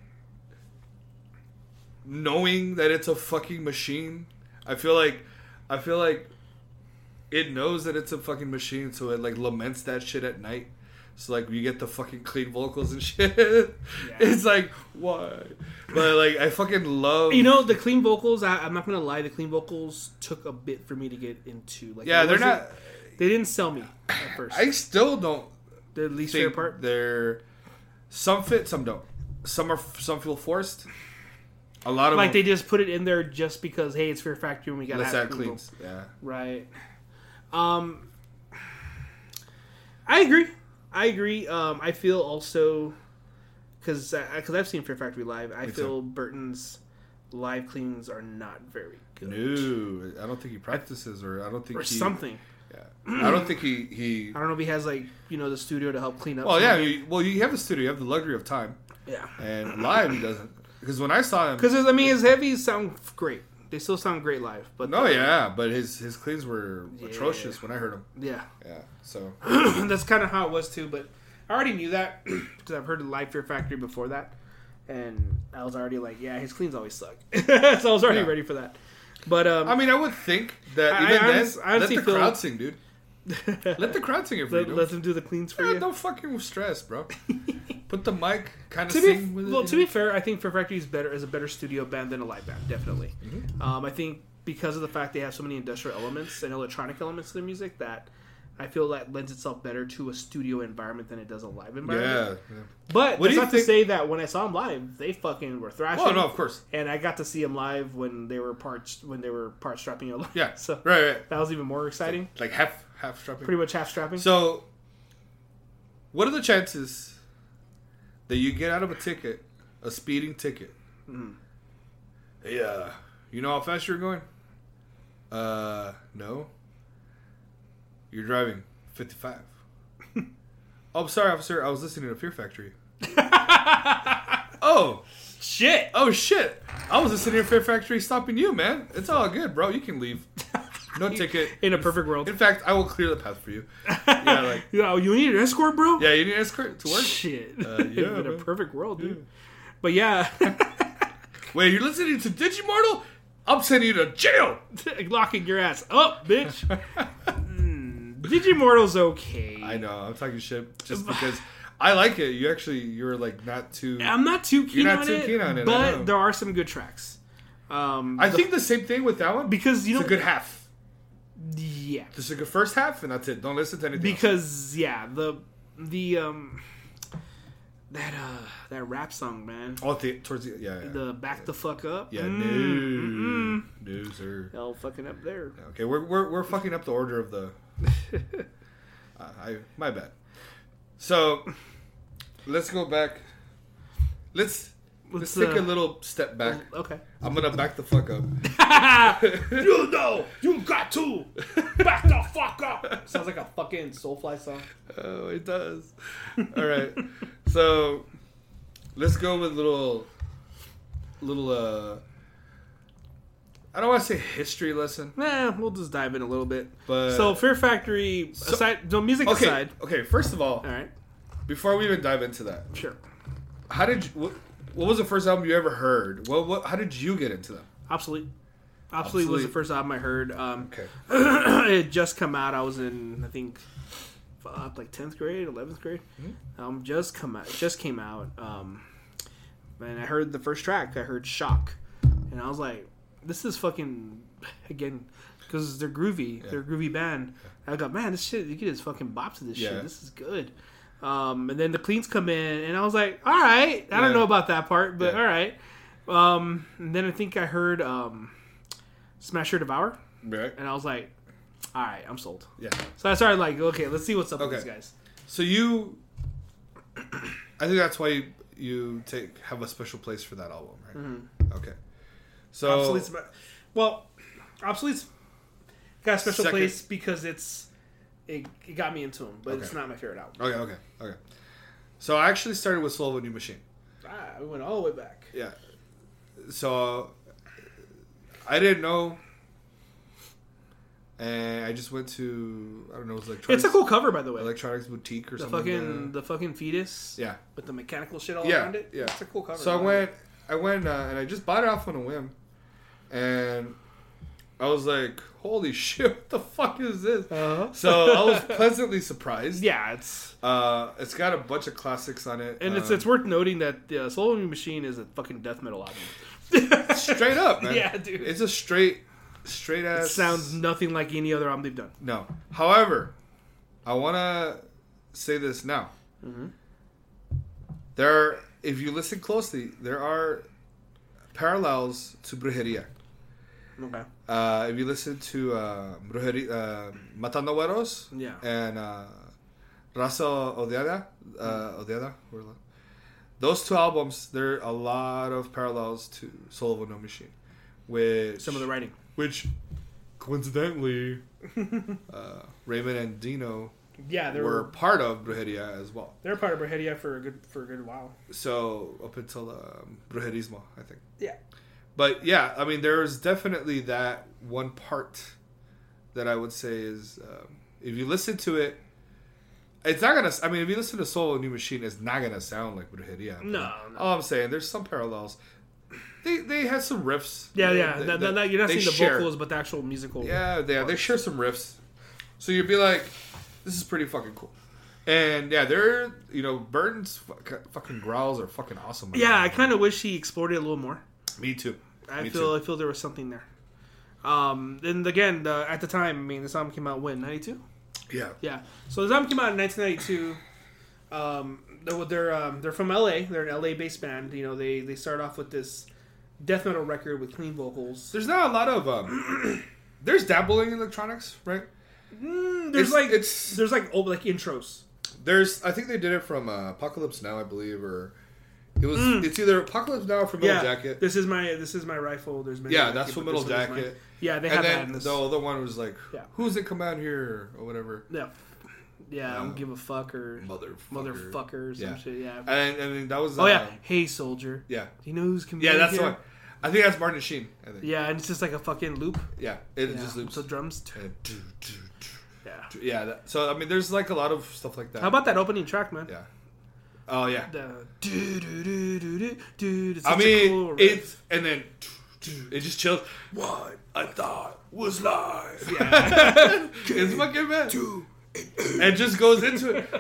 knowing that it's a fucking machine, I feel like, I feel like it knows that it's a fucking machine, so it, like, laments that shit at night. So, like, you get the fucking clean vocals and [laughs] shit. It's like, why? But, like, I fucking love. You know, the clean vocals. I, I'm not gonna lie, the clean vocals took a bit for me to get into. Like, yeah, it they're wasn't- not. They didn't sell me at first. I still don't the least think favorite part. they're some fit, some don't. Some are some feel forced. A lot of Like they them, just put it in there just because hey, it's Fear Factory and we gotta let's have add clean vocals. cleans. Yeah, Right. Um I agree. I agree. Um I feel also cuz cuz I've seen Fear Factory live. I Me feel Burton's live cleans are not very good. no, I don't think he practices, or I don't think Or he, something. Yeah. I don't think he he. I don't know if he has like, you know, the studio to help clean up. Well, yeah. something. You, well, you have the studio, you have the luxury of time, Yeah. and live he doesn't. Because when I saw him, Cuz I mean, his heavies sound great. They still sound great live, but no, the- yeah, but his his cleans were Yeah. atrocious when I heard him. Yeah. Yeah, so [clears throat] that's kind of how it was too. But I already knew that [clears throat] because I've heard of Live Fear Factory before that, and I was already like, yeah, his cleans always suck. [laughs] so I was already Yeah. ready for that. But um, [laughs] I mean, I would think that I- even I then, honest- I honestly let the feel- crowd sing, dude. [laughs] Let the crowd sing it for you. let, dude. let them do the cleans for Yeah, you. don't fucking stress, [laughs] bro. Put the mic kind of To sing be, with well, it. to be fair, I think Fear Factory is better as a better studio band than a live band, definitely. Mm-hmm. Um, I think because of the fact they have so many industrial elements and electronic elements to their music that I feel that lends itself better to a studio environment than it does a live environment. yeah. yeah. What But do that's you not think- to say that when I saw them live, they fucking were thrashing. Well, no, of course. and I got to see them live when they were parts when they were part strapping it. Yeah. [laughs] so right, right. that was even more exciting. Like half, half strapping. Pretty much half strapping. So, what are the chances that you get out of a ticket, a speeding ticket? Yeah. You know how fast you're going? Uh, no. You're driving 55. oh, I'm sorry, officer. I was listening to Fear Factory. oh. Shit. Oh shit! I was just sitting here, Fair Factory, stopping you, man. It's all good, bro. You can leave. No ticket. [laughs] In a perfect world. In fact, I will clear the path for you. Yeah, like Yo, you need an escort, bro. yeah, you need an escort to work. [laughs] Shit. Uh, [laughs] yeah, in a man. perfect world, dude. But yeah, [laughs] Wait, you're listening to Digimortal? I'm sending you to jail. [laughs] locking your ass up, bitch. Mm, Digimortal's okay. I know. I'm talking shit [laughs] just because I like it. You actually, you're like not too. am not too keen not on too it, keen on it, I know. but there are some good tracks. Um, I the- think the same thing with that one. because you it's know, a good half. yeah, This is a good first half, and that's it. Don't listen to anything. else. because yeah the the um that uh that rap song man all the towards the yeah yeah the back the fuck up yeah Mm, no mm-mm. no sir. Hell, fucking up there Okay, we're, we're, we're fucking up the order of the. uh, I my bad. So, let's go back. Let's Let's what's take a the little step back. [laughs] okay? I'm gonna back the fuck up. you know, you got to back the fuck up. Sounds like a fucking Soulfly song. Oh, it does. All right. So let's go with little, little. uh I don't want to say history lesson, Nah, we'll just dive in a little bit. but so Fear Factory aside, no music okay, aside. okay. First of all, All right, before we even dive into that, sure. how did you, what, what was the first album you ever heard? What, what how did you get into them? Obsolete. Obsolete was the Obsolete. first album I heard. Um, Okay, [clears throat] it had just come out. I was in, I think, fuck, like tenth grade, eleventh grade. Mm-hmm. Um, just come out, just came out. Um, and I heard the first track. I heard "Shock," and I was like, "This is fucking again." Because they're groovy, they're a groovy band. I go, man, this shit, you can just fucking bop to this Yeah. shit. This is good. Um, and then the cleans come in, and I was like, all right, I don't Yeah. know about that part, but Yeah. all right. Um, and then I think I heard um, Smash or Devour right. and I was like, "All right, I'm sold." Yeah. So I started like, "Okay, let's see what's up Okay. with these guys." So you, I think that's why you, you take have a special place for that album, right? Mm-hmm. Okay. So Obsolete's my- well, obsolete's got a special Second- place because it's it, it got me into them, but it's Okay. not my favorite album. Okay, okay, okay. So I actually started with Soul of a New Machine. Ah, we went all the way back. Yeah. So uh, I didn't know, and I just went to I don't know, it was It's electronics, a cool cover, by the way. electronics boutique or the something. fucking uh, the fucking fetus yeah, with the mechanical shit all Yeah, around it. yeah. it's a cool cover. So I like went, it. I went, uh, and I just bought it off on a whim, and I was like, "Holy [laughs] shit, what the fuck is this?" Uh-huh. So I was pleasantly surprised. Yeah, it's Uh, it's got a bunch of classics on it, and it's um, it's worth noting that the uh, Soul Onion Machine is a fucking death metal album. straight up, man. [laughs] Yeah, dude. It's a straight, straight ass. sounds nothing like any other album they've done. No. However, I want to say this now. Mm-hmm. There, are, if you listen closely, there are parallels to Brujeria. Okay, Uh, if you listen to uh, Brujeria, uh, Matando Güeros Yeah. and uh, Raza Odiada, Mm-hmm. uh, Odiada, we're lo- those two albums, there are a lot of parallels to Soul of a No Machine. With some of the writing. which coincidentally uh, Raymond and Dino Yeah, there were were part of Brujeria as well. They're part of Brahedia for a good for a good while. So up until um, Brujerismo, I think. Yeah. But yeah, I mean, there's definitely that one part that I would say is um, if you listen to it, it's not gonna. I mean, if you listen to Soul New Machine, it's not gonna sound like Brujeria. No, But no. All I'm saying, there's some parallels. They they had some riffs. Yeah, yeah. They- That- they- that- that- you're not they seeing the share. vocals, but the actual musical. Yeah, yeah, they share some riffs. So you'd be like, this is pretty fucking cool. And yeah, they're, you know, Burton's fuck, fucking growls are fucking awesome. Yeah, I kind of wish he explored it a little more. Me too. I Me feel too. I feel there was something there. Um, and again, the, at the time, I mean, this album came out when ninety two. Yeah. Yeah. So this album came out in 1992. Um, they're they're, um, they're from LA. They're an LA based band. You know, they they start off with this death metal record with clean vocals. There's not a lot of, um, [clears throat] there's dabbling in electronics, right? Mm, there's Hmm, It's- like it's- there's like oh like intros. There's, I think they did it from uh, Apocalypse Now, I believe, or it was, it's either Apocalypse Now or from Metal Mm. yeah. Jacket. This is my this is my rifle. There's many yeah, like that's it, from but Metal this one is mine. Jacket. Yeah, they have And that in then this. the other one was like, Yeah. who's it come out here or whatever. Yeah. Yeah, I don't give a fuck or Motherfucker. motherfucker or some Yeah. shit. Yeah. And, and that was, oh yeah. um, Hey soldier. yeah. Do you know who's coming? Yeah, that's the here? one. I think that's Martin Sheen. I think. Yeah, Yeah, and it's just like a fucking loop. it Yeah. just loops. So drums. And do, do, do, Yeah. do. Yeah. That, so I mean, there's like a lot of stuff like that. How about that opening track, man? Yeah. Oh yeah. The do do do do do do. It's I such a mean, cool riff. it's and then it just chills. What I thought was life. Yeah. [laughs] it's fucking bad. And just goes into [laughs] it.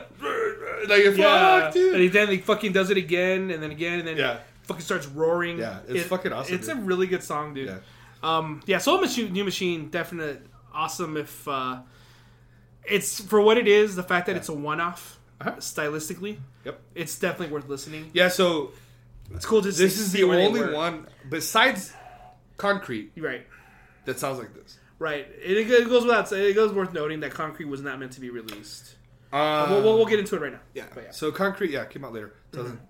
like fuck, yeah. dude. And he, then he fucking does it again, and then again, and then Yeah. fucking starts roaring. Yeah, it's fucking awesome, It's dude. a really good song, dude. yeah. Um, yeah, Soul Machine, New Machine, definite awesome. If uh, it's for what it is, the fact that it's a one-off Uh-huh. stylistically, Yep. it's definitely worth listening. Yeah. So It's cool. Just this to is see the where they only were. one besides Concrete Right, that sounds like this. right. It, it goes without. saying- It goes worth noting that Concrete was not meant to be released. Uh, we'll, we'll, we'll get into it right now. Yeah. But yeah. Mm-hmm. So concrete, yeah, came out later. Doesn't.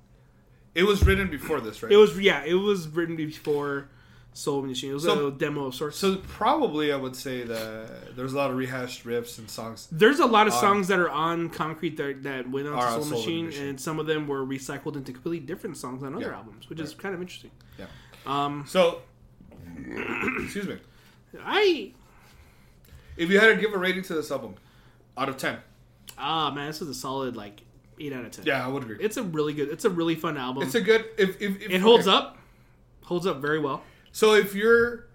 It was written before this, right? It was yeah, it was written before Soul Machine. It was So- a demo of sorts. so probably I would say that there's a lot of rehashed riffs and songs. There's a lot of on- songs that are on Concrete that, that went on Are to on Soul, Soul Machine, Machine. and some of them were recycled into completely different songs on other Yeah. albums, which is kind of interesting. Yeah. Um, So, [clears throat] excuse me. I If you had to give a rating to this album, out of ten, ah man, this is a solid like eight out of ten. yeah, I would agree. it's a really good, it's a really fun album. It's a good. If, if, if it holds up, holds up very well. So if you're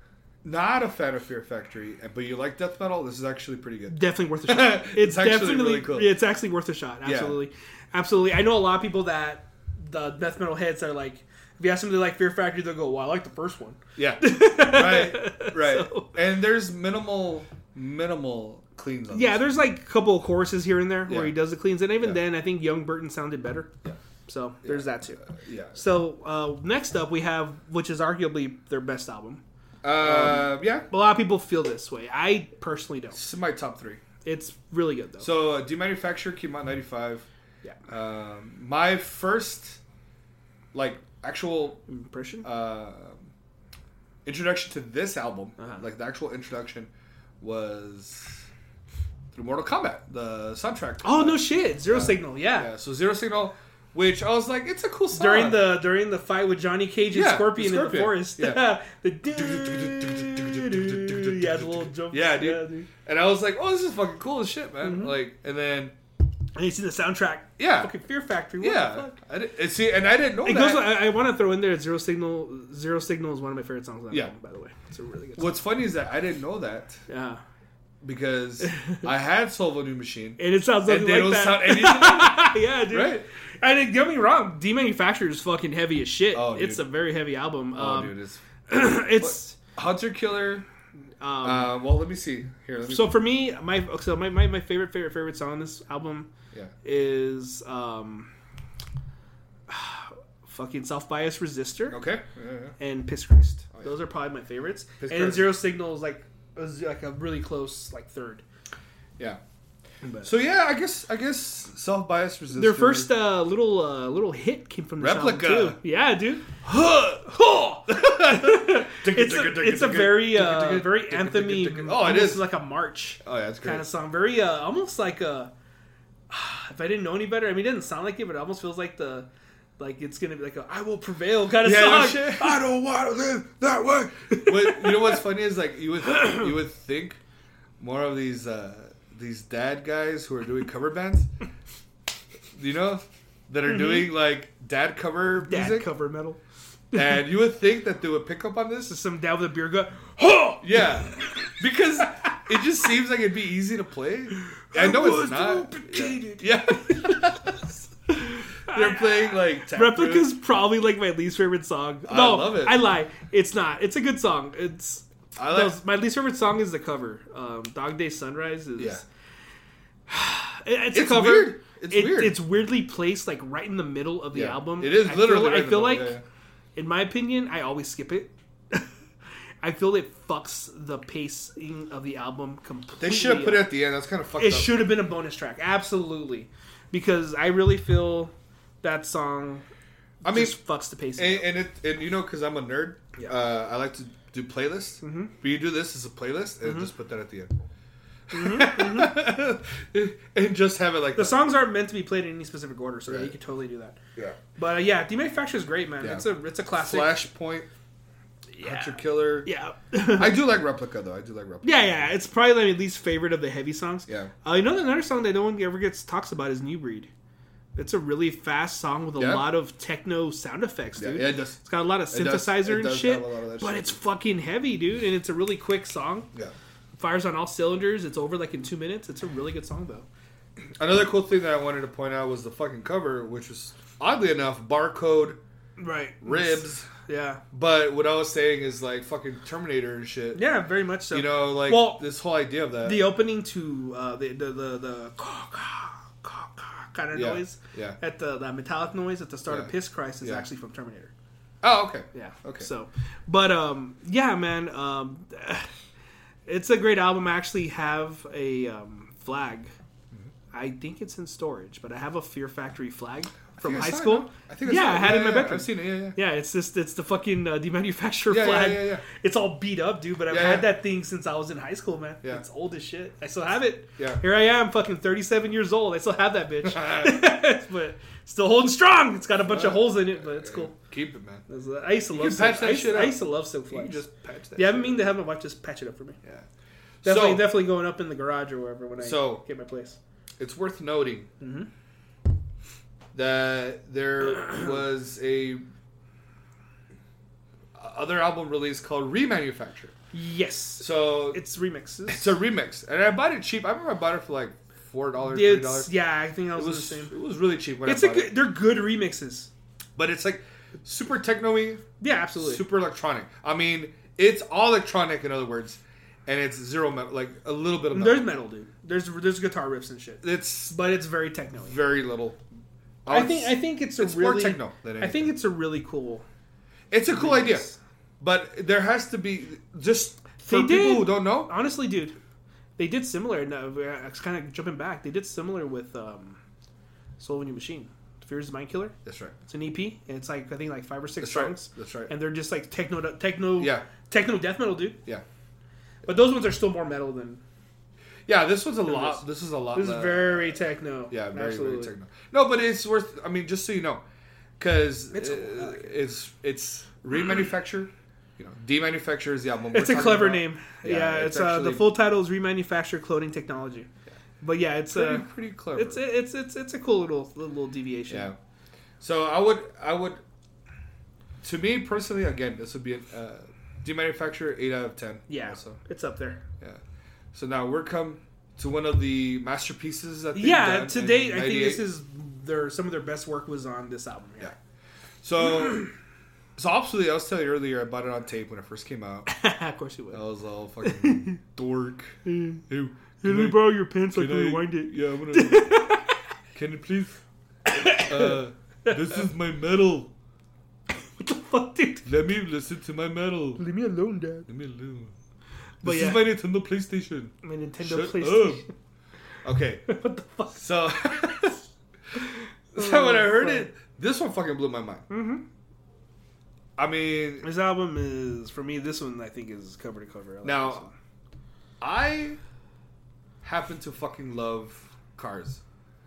not a fan of Fear Factory, but you like death metal, this is actually pretty good. Definitely worth a shot. It's, [laughs] It's actually definitely really cool. it's actually worth a shot. Absolutely, absolutely. I know a lot of people that the death metal heads are like. If you ask them they like Fear Factory, they'll go, "Well, I like the first one." Yeah, [laughs] right, right. So- And there's minimal, minimal cleans on. Yeah, this. there's like a couple of choruses here and there where Yeah. he does the cleans, and even Yeah. then, I think Young Burton sounded better. Yeah. So there's that too. yeah. So uh, next up, we have which is arguably their best album. Uh, yeah, A lot of people feel this way. I personally don't. this is my top three. It's really good though. So uh, Demanufacture came out in '95. yeah, Um, my first, like, actual impression. uh, introduction to this album, Uh-huh. like the actual introduction, was through Mortal Kombat, the soundtrack. oh no shit! Zero Signal. Yeah. Yeah, so Zero Signal, which I was like, it's a cool song. During the during the fight with Johnny Cage and Yeah, the Scorpion, in the Scorpion. forest, Yeah. the dude, yeah, the little jump, Yeah, dude. and I was like, oh, this is fucking cool as shit, man. Mm-hmm. Like, and then And you see the soundtrack, yeah, fucking Fear Factory. What the yeah. fuck? I did, and see, and I didn't know It that. goes. I, I want to throw in there Zero Signal. Zero Signal is one of my favorite songs. On Yeah. yeah. By the way, it's a really good. Song. What's funny is that I didn't know that Yeah. [laughs] because I had Solvo New Machine. And it sounds And nothing they like don't that. [laughs] sound anything like yeah, dude. Right. And it, get me wrong, Demanufacture is fucking heavy as shit. Oh, dude. it's a very heavy album. Oh, Um, dude, it's [clears throat] it's Hunter Killer. um, Uh, well, let me see here. Let me, so for me, my so my, my, my favorite favorite favorite song on this album yeah, is um, [sighs] fucking Self Bias Resistor okay. Yeah, yeah. and Piss Christ. Oh, yeah. Those are probably my favorites. Piss and Christ. Zero Signal is like is like a really close like third. Yeah. But- So yeah, I guess I guess self bias resistance. Their [laughs] first uh, little uh, little hit came from this Replica. album too. [laughs] Yeah, dude. Oh, [laughs] it's a, it's a very uh, very anthemy. Oh, it almost is. like a march Oh, yeah, that's great. kind of song. Very uh, almost like a. [sighs] If I didn't know any better, I mean, it doesn't sound like it, but it almost feels like the. Like it's gonna be like a "I will prevail" kind of Yeah, no song. shit. I don't want to live that way. But you know what's funny is like you would you would think more of these uh, these dad guys who are doing cover bands, you know, that are doing like dad cover Mm-hmm. Dad music, cover metal. and you would think that they would pick up on this. Some dad with a beer gut. Huh! Yeah, because it just seems like it'd be easy to play. I know it's was not. duplicated. Yeah. [laughs] They're playing like Taproot. [laughs] Replica's probably like my least favorite song. No, I love it. lie. It's not. It's a good song. It's I like no, my least favorite song is the cover. Um, Dog Day Sunrise is. Yeah. It- It's, a It's cover. weird. It's It- weird. It's weirdly placed like right in the middle of the Yeah. album. It is I literally. Feel, right in I the feel like, middle, yeah, yeah. in my opinion, I always skip it. [laughs] I feel it fucks the pacing of the album completely. They should have put up. it at the end. That's kind of fucked uh, It up. should have been a bonus track, absolutely, because I really feel that song. I mean, just fucks the pacing. and, and it and you know, because I'm a nerd, Yeah. Mm-hmm. uh, I like to do playlists. But you do this as a playlist, and just put that at the end. [laughs] and just have it like Mm-hmm. the that. songs aren't meant to be played in any specific order, so yeah, you Right. could totally do that. Yeah. But uh, yeah, Demanufacture is great, man. Yeah. It's a it's a classic. Flashpoint, Hunter yeah. Killer. Yeah. [laughs] I do like Replica though. I do like Replica. yeah, yeah. It's probably like, my least favorite of the heavy songs. Yeah. Uh, you know another song that no one ever gets talks about is New Breed. It's a really fast song with a Yeah. lot of techno sound effects, Yeah, dude. yeah, it does. It's got a lot of It does- it synthesizer and does shit, have a lot of that but shit. it's fucking heavy, dude, and it's a really quick song. Yeah. fires on all cylinders. It's over like in two minutes. It's a really good song though. Another cool thing that I wanted to point out was the fucking cover, which was oddly enough barcode Right. ribs. Yeah. But what I was saying is like fucking Terminator and shit. Yeah, very much so. You know, like Well- this whole idea of that. the opening to uh, the the the, the caw, caw, caw, caw kind of Yeah, noise yeah. at the that metallic noise at the start of Yeah. Piss Christ is Yeah. actually from Terminator. oh, okay. Yeah. Okay. So, but um, yeah, man, um, [sighs] it's a great album. I actually have a um, flag I think it's in storage, but I have a Fear Factory flag from I high saw it, school. no? I think I yeah, saw I had it in my yeah, bedroom. I've seen it. Yeah, yeah. Yeah, it's just it's the fucking uh, demanufacturer Yeah, yeah, flag. yeah, yeah. It's all beat up, dude. But I've Yeah, had yeah. that thing since I was in high school, man. Yeah. It's old as shit. I still have it. Yeah. Here I am, fucking 37 years old. I still have that bitch, [laughs] [laughs] but still holding strong. It's got a bunch of holes in it, but it's cool. Keep it, man. That's, uh, I used to love. can Silk- patch that I, used, shit I up. used to love silk You flags. can just patch that. yeah, I've shit been meaning up. to have my wife just patch it up for me. Yeah. Definitely, so definitely going up in the garage or wherever when I So- get my place. it's worth noting Mhm. that there [coughs] was a other album release called Remanufacture. Yes, So it's remixes. It's a remix, and I bought it cheap. I remember I bought it for like four dollars, three It's dollars. yeah, I think I It was, was the same. it was really cheap when It's I a bought good. it, They're good remixes. but it's like super techno-y, Yeah, absolutely. super electronic. I mean, it's all electronic in other words, and it's zero metal, like a little bit of metal. There's metal, dude. There's there's guitar riffs and shit, it's but it's very techno. very little. I think I think it's a Oh, it's more really techno than I think anything. it's a really cool. it's a cool idea, remix. but there has to be just for They people did. who don't know. Honestly, dude, they did similar. No, uh, it's kind of jumping back. They did similar with um, Soul of a New Machine. Fear is the Mind Killer. That's right. It's an EP, and it's like I think like five or six That's right. songs, That's right. and they're just like techno, techno, Yeah. techno death metal, dude. Yeah, But those ones are still more metal than yeah. This was a is. lot. This is a lot. this is less- very techno. Yeah, very Absolutely. very techno. No, but it's worth. I mean, just so you know, because It's it's, a lot. it's it's remanufacture. You know, demanufacture is the album. It's we're a talking clever about. name. Yeah, Yeah, it's, it's uh, the actually- full title is Remanufacture Cloning Technology. But yeah, it's Pretty, a pretty clever. it's a, it's it's it's a cool little little deviation. yeah. So I would I would. To me personally, again, this would be an, uh, demanufacture eight out of ten. Yeah, Also. it's up there. Yeah. So now we're come to one of the masterpieces. That they've Yeah, done to in date, I think 98. this is their some of their best work was on this album. Yeah, so. So obviously, I was telling you earlier, I bought it on tape when it first came out. [laughs] of course it was. I was all [laughs] fucking dork. Hey, Hey, let can me I- borrow your pants. so I can can I- rewind it. Yeah, I'm gonna. can you please? Uh, this is my metal. [laughs] What the fuck, dude? Let me listen to my metal. Leave me alone, Dad. Let me alone. But this yeah. is my Nintendo PlayStation. My Nintendo Shut PlayStation. up. Okay, [laughs] what the fuck? so [laughs] so when I Oh, heard fuck. it, this one fucking blew my mind. Mhm. I mean, This album is for me. This one I think is cover to cover. I like Now- this one. I happen to fucking love cars.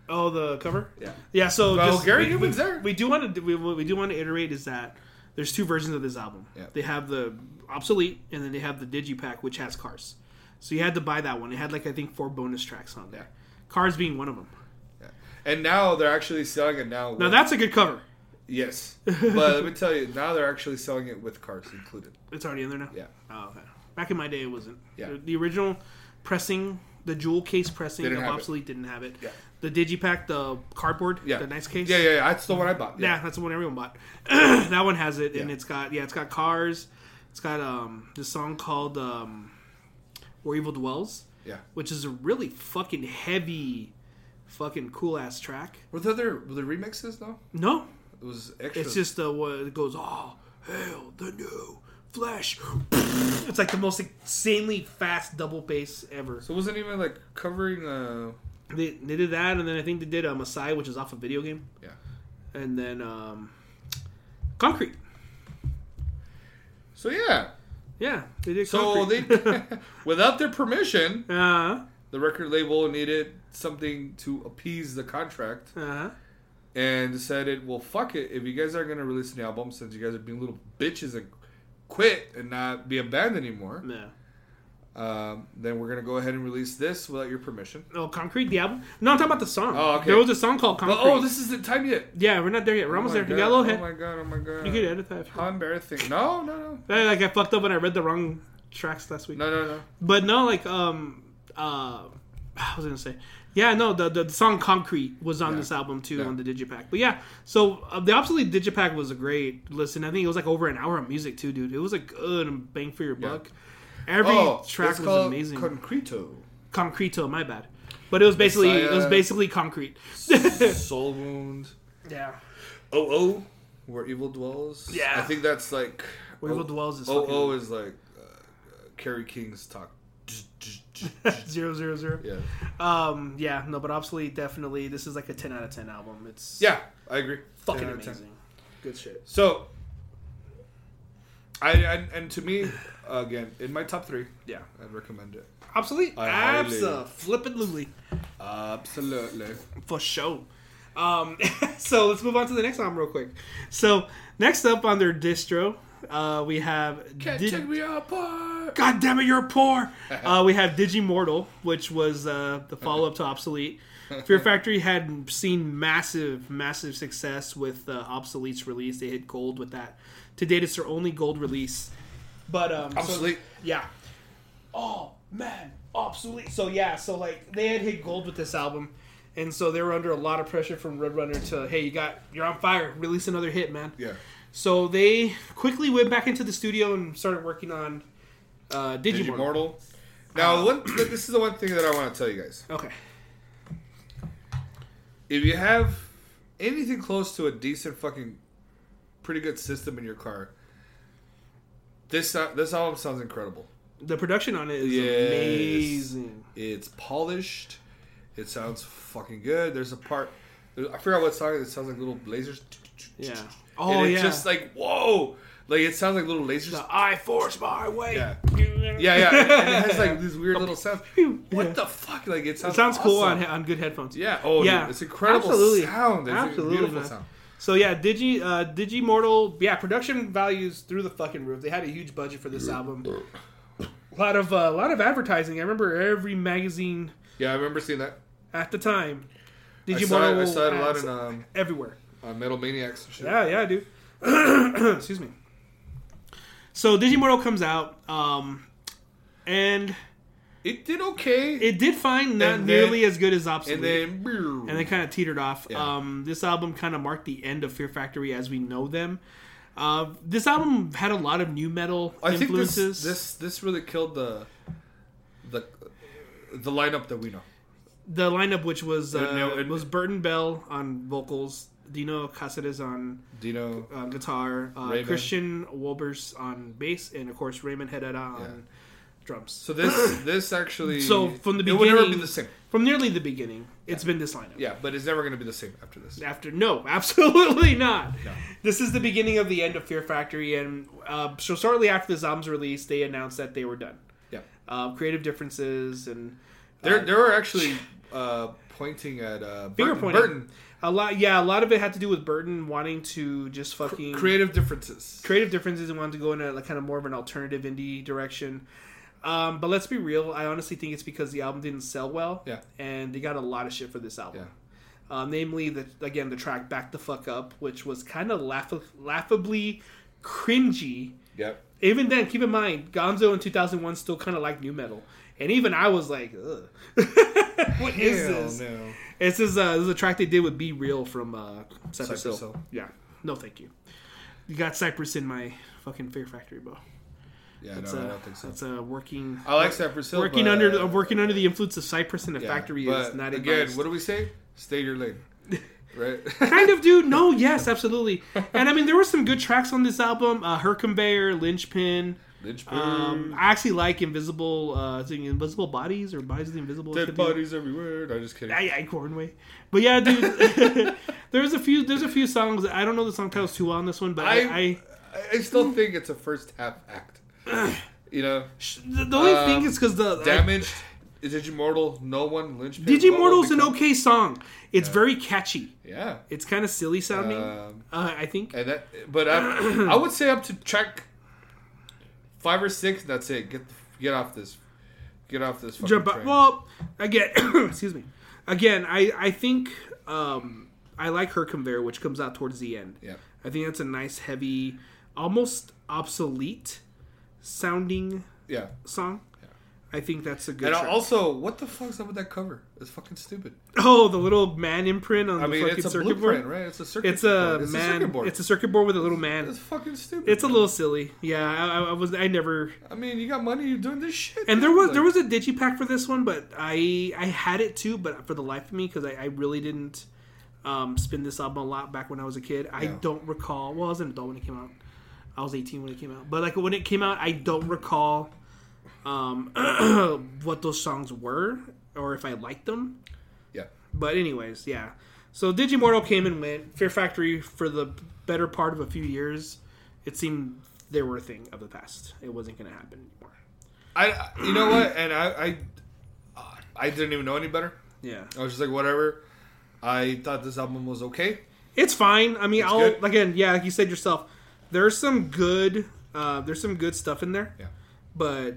oh, the cover. Yeah. Yeah, so Well, just- Gary we, Newman's we- there. We do want to we, what we do want to iterate is that there's two versions of this album. Yeah. They have the obsolete, and then they have the digipack, which has cars. So you had to buy that one. It had like I think four bonus tracks on there, cars being one of them. Yeah. And now they're actually selling it now. Now with- that's a good cover. [laughs] yes, but let me tell you, now they're actually selling it with cars included. It's already in there now. Yeah. Oh, okay. Back in my day, it wasn't. Yeah. The, the original pressing, the jewel case pressing Didn't of have it. obsolete didn't have it. Yeah. The digipack, the cardboard, Yeah. the nice case. Yeah, yeah, yeah. That's the one I bought. Yeah, that's the one everyone bought. [clears throat] that one has it, and Yeah. it's got yeah, it's got cars. It's got um this song called um, "Where Evil Dwells," yeah. which is a really fucking heavy, fucking cool ass track. Were the other were the remixes though? No, It was extra. it's just the what it goes. Oh, hail the new flesh! [sniffs] It's like the most insanely fast double bass ever. so it wasn't even like covering. Uh, They, they did that, and then I think they did uh, Masai, which is off a video game, yeah. and then um, Concrete. So yeah. Yeah, they did. So Concrete. [laughs] they, [laughs] without their permission, Uh the record label needed something to appease the contract huh. and decided, well, fuck it. If you guys aren't gonna release an album, since you guys are being little bitches and quit and not be a band anymore, No. um, then we're gonna go ahead and release this without your permission. Oh, Concrete, the album? No, I'm talking about the song. Oh, okay. There was a song called Oh, Concrete. oh, this isn't time yet. Yeah, we're not there yet. We're almost Oh there. my You God. got a little Oh hit. my god! Oh my god! you could edit that. if you How embarrassing! No, no, no, want. Like, I fucked up when I read the wrong tracks last week. no, no, no. But no, like, um, uh, I was I gonna say, yeah, no, the the, the song "Concrete" was on Yeah. this album too Yeah. on the digipack. But yeah, so uh, the obsolete digipack was a great listen. I think it was like over an hour of music too, dude. It was a good bang for your buck. Every track Oh, it's was called amazing. [laughs] Concreto. Concreto, my bad. But it was basically it was Messiah. basically concrete. [laughs] Soul Wound. yeah. Oh oh, where evil dwells. Yeah. I think that's like Where Evil oh, Dwells is Oh fucking- oh is like uh, uh, Kerry King's talk. [laughs] zero zero zero. Yeah. Um, yeah, no, but obsolete definitely. This is like a ten out of ten album. It's Yeah, I agree. fucking 10 out of 10. amazing. Good shit. So, I and, and to me, again, in my top three, Yeah, I'd recommend it. obsolete. I highly- Absolutely, flippin' lily Absolutely. for show. Um, [laughs] so let's move on to the next album real quick. So next up on their distro, uh, we have Can't Dig- take me apart. God damn it, you're poor. Uh, we have Digimortal, which was uh, the follow up to Obsolete. Fear Factory had seen massive, massive success with uh, Obsolete's release. They hit gold with that. To date, it's their only gold release. But um, so- Obsolete. yeah. Oh man, obsolete. So yeah, so like they had hit gold with this album, and so they were under a lot of pressure from Roadrunner to hey, you got you're on fire, release another hit, man. Yeah. So they quickly went back into the studio and started working on uh, Digimortal. Digimortal. Now, the one, this is the one thing that I want to tell you guys. Okay. If you have anything close to a decent fucking, pretty good system in your car, this uh, this album sounds incredible. The production on it is Yes. amazing. It's polished. It sounds fucking good. There's a part. there- I forgot what song it is. It sounds like little lasers. Yeah. And Oh it's yeah. just like whoa. Like it sounds like little lasers. the I force my way. Yeah. Yeah, yeah. And it has [laughs] like these weird little sounds. What Yeah. the fuck? Like it sounds. It sounds cool awesome. on on good headphones. Yeah. Oh, Yeah. yeah. It's incredible Absolutely. sound. It's Absolutely, a beautiful man. sound. So yeah, Digi uh, Digimortal, yeah, production values through the fucking roof. They had a huge budget for this album. A lot of uh, a lot of advertising. I remember every magazine Yeah, I remember seeing that. at the time. I saw, it, Digimortal I saw it a lot ads in um, everywhere. on Metal Maniacs and shit. Yeah, [clears throat] yeah, dude. Excuse me. So Digimortal comes out, um, and It did okay. it did find not And then- nearly as good as Obsolete. and then. and they kind of teetered off. Yeah. Um, this album kind of marked the end of Fear Factory as we know them. Uh, this album had a lot of new metal I think this, influences. this this really killed the the the lineup that we know. the lineup, which was uh, Uh, no, it- was Burton Bell on vocals, Dino Casares on Dino. uh, guitar, uh, Raymond. Christian Wolbers on bass, and of course Raymond Herrera on drums. So [coughs] this this actually So, from the it will never be beginning- the same. From nearly the beginning, it's been this lineup. Yeah, but it's never going to be the same after this. After no, [laughs] absolutely not. No. This is the beginning of the end of Fear Factory, and uh, so shortly after this album's release, they announced that they were done. Yeah, Um, creative differences and they're they were actually uh, pointing at uh, Finger Burton, pointing. Burton. a lot. Yeah, a lot of it had to do with Burton wanting to just fucking creative differences. creative differences and wanted to go in a like, kind of more of an alternative indie direction. Um, but let's be real, I honestly think it's because the album didn't sell well, Yeah. and they got a lot of shit for this album. Yeah. Uh, namely, the again the track "Back the Fuck Up," which was kind of laugh- laughably cringy. Yep. Even then, keep in mind, Gonzo in 2001 still kind of liked new metal, and even I was like, Ugh. [laughs] "What is Hell this?" no. This is uh, this is a track they did with Be Real from uh, Cypress, Cypress Hill. Hill. Yeah, no, thank you. You got Cypress in my fucking Fear Factory, bro. Yeah, That's no, I a don't think so. that's a working I like Cypress Hill. uh, working but, under uh, the working under the influence of Cypress in a yeah, factory is but not again. advised. What do we say? Stay in your lane, [laughs] right? kind of, dude. [laughs] No, yes, absolutely. And I mean, there were some good tracks on this album. Uh, Her Conveyor, Lynchpin. Lynchburg. Um, I actually like Invisible, uh, is it Invisible Bodies or Bodies of the Invisible. Dead Could be- bodies everywhere. No, just kidding. I, I Cornway. But yeah, dude, [laughs] there's a few there's a few songs. I don't know the song titles too well on this one, but I, I, I- I still think it's a first half [clears throat] act. you know, sh- the, the only Um, thing is because the I, damaged. Is Digimortal? No one lynch. Digimortal's an become- okay song. It's very catchy. Yeah. It's kind of silly sounding. Uh, Um, I think. and that, but uh, [clears throat] I, I would say up to track five or six. That's it. Get the, get off this. Get off this. Fucking Jump train. Well, again, [coughs] excuse me. Again, I I think um I like her conveyor, which comes out towards the end. Yeah. I think that's a nice heavy, almost obsolete sounding Yeah. song. I think that's a good. And track. also, what the fuck's up with that cover? It's fucking stupid. Oh, the little man imprint on I the mean, fucking it's a circuit blueprint, board. right? It's a circuit. It's a board. It's man. circuit board. It's a circuit board with a little It's man. fucking stupid. It's a little silly. Yeah, I, I- I was. I never. I mean, you got money. You're doing this shit. And there dude. was Like- there was a digipack for this one, but I I had it too, but for the life of me, because I, I really didn't um, spin this album a lot back when I was a kid. I Yeah. don't recall. Well, I was an adult when it came out. I was 18 when it came out, but like when it came out, I don't recall um, [clears throat] what those songs were or if I liked them. Yeah. But anyways, yeah. So Digimortal came and went. Fear Factory for the better part of a few years, it seemed they were a thing of the past. It wasn't going to happen anymore. I, you know what? And I, I, I didn't even know any better. Yeah, I was just like, whatever. I thought this album was okay. it's fine. I mean, I'll good. again, yeah, like you said yourself, there's some good, uh, there's some good stuff in there. Yeah. but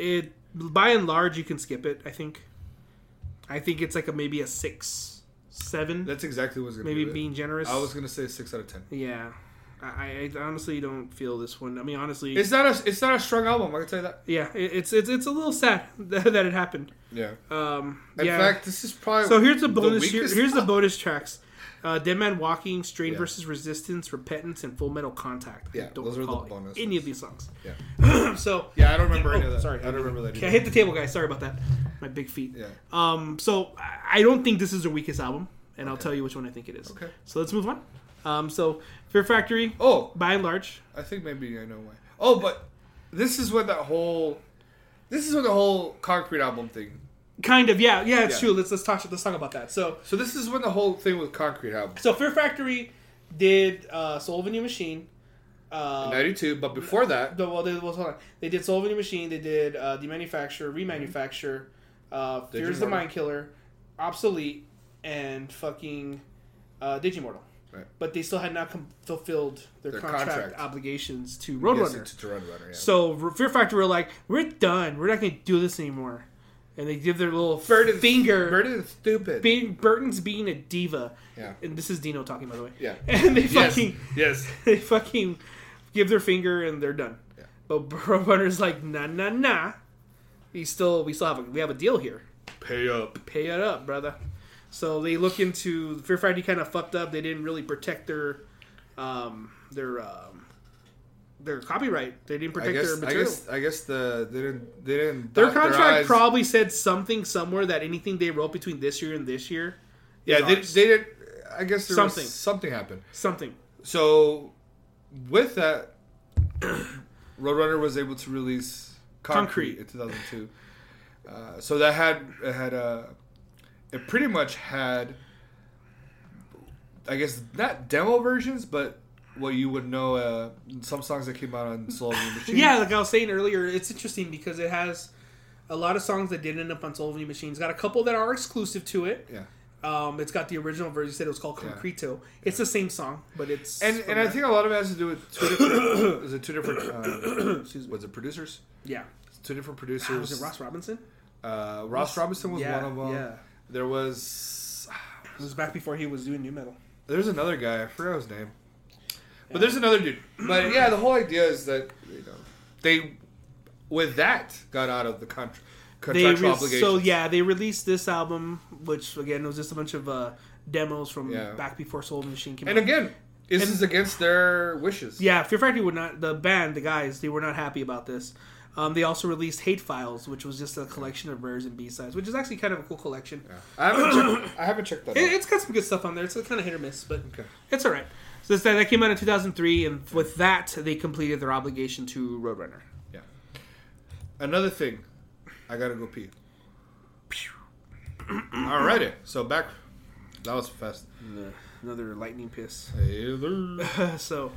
it by and large you can skip it. I think. I think it's like a maybe a six, seven, That's exactly what's gonna maybe be. being generous. I was gonna say six out of ten. yeah. I, I honestly don't feel this one. I mean, honestly, It's not a it's not a strong album. I can tell you that. yeah, it, it's it's it's a little sad [laughs] that, that it happened. Yeah. Um, In yeah. fact, this is probably So here's the bonus. here- weakest- here's [laughs] the bonus tracks: uh, Dead Man Walking, Strain Yeah. versus Resistance, Repentance, and Full Metal Contact. I Yeah, don't those are the recall bonus any of these songs. [clears throat] so Yeah, I don't remember any Oh, of that. sorry. I don't remember that. okay, I Either. hit the table, guys. Sorry about that. My big feet. Yeah. Um. So I- I don't think this is their weakest album, and I'll tell you which one I think it is. Okay. So let's move on. Um. So Fear Factory, Oh, by and large, I think maybe I know why. Oh, but this is what that whole this is what the whole concrete album thing. kind of. Yeah. Yeah. It's Yeah. true. Let's let's talk let's talk about that. So So this is when the whole thing with concrete album. so Fear Factory did uh, Soul of a New Machine. Uh, Ninety two, but before that, No, well, they, well, hold on. They did Soul of a New Machine. They did uh, Demanufacture, Remanufacture, uh, Fear's the Digimortal. Mind Killer, Obsolete, and fucking uh, Digimortal. Right. But they still had not com- fulfilled their, Their contract, contract. obligations to yes, Roadrunner. it's to Runner, yeah. so R- Fear Factory were like, "We're done. We're not going to do this anymore." And they give their little Burden's- finger. Burden's stupid. being, Burton's being a diva. Yeah. And this is Dino talking, by the way. Yeah. [laughs] And they Yes. fucking [laughs] Yes. they fucking give their finger and they're done. Yeah. But [laughs] Roadrunner's like, nah, nah, nah. We still we still have a, we have a deal here. Pay up. Pay it up, brother. So they look into Fear Factory kind of fucked up. They didn't really protect their um, their um, their copyright. They didn't I protect their guess, I material. guess I guess the they didn't they didn't their dot contract eyes. probably said something somewhere that anything they wrote between this year and this year, yeah they, ours. they did I guess there something Something. was, something happened something. so with that [coughs] Roadrunner was able to release Concrete, Concrete. in 2002 uh, so that had it had a it pretty much had I guess not demo versions but what you would know uh, some songs that came out on Soul of the Machine Yeah, like I was saying earlier, it's interesting because it has a lot of songs that did end up on Soul of New Machine. It's got a couple that are exclusive to it. yeah Um, it's got the original version. You said it was called Concreto. It's the same song, but it's and and I think a lot of it has to do with two different [coughs] is it two different uh, was it producers yeah, two different producers was it Ross Robinson? Uh, Ross Robinson was Yeah, one of them yeah. there was It was back before he was doing new metal. there's another guy I forgot his name but there's another dude but yeah the whole idea is that you know they with that got out of the contra- They contractual re- obligations so yeah, they released this album, which again was just a bunch of uh, demos from Yeah. back before Soul of New Machine came and out. again this And- is against their wishes Yeah, Fear Factory would not. The band, the guys, they were not happy about this. Um, they also released Hate Files, which was just a collection of rares and B sides, which is actually kind of a cool collection. I haven't [coughs] checked, I haven't checked that It, out it's got some good stuff on there. It's kind of hit or miss, but Okay. it's all right. So it's- that, that came out in 2003, and with that, they completed their obligation to Roadrunner. yeah another thing I gotta go pee alrighty so back that was fast uh, Another lightning piss. Hey there. [laughs] so,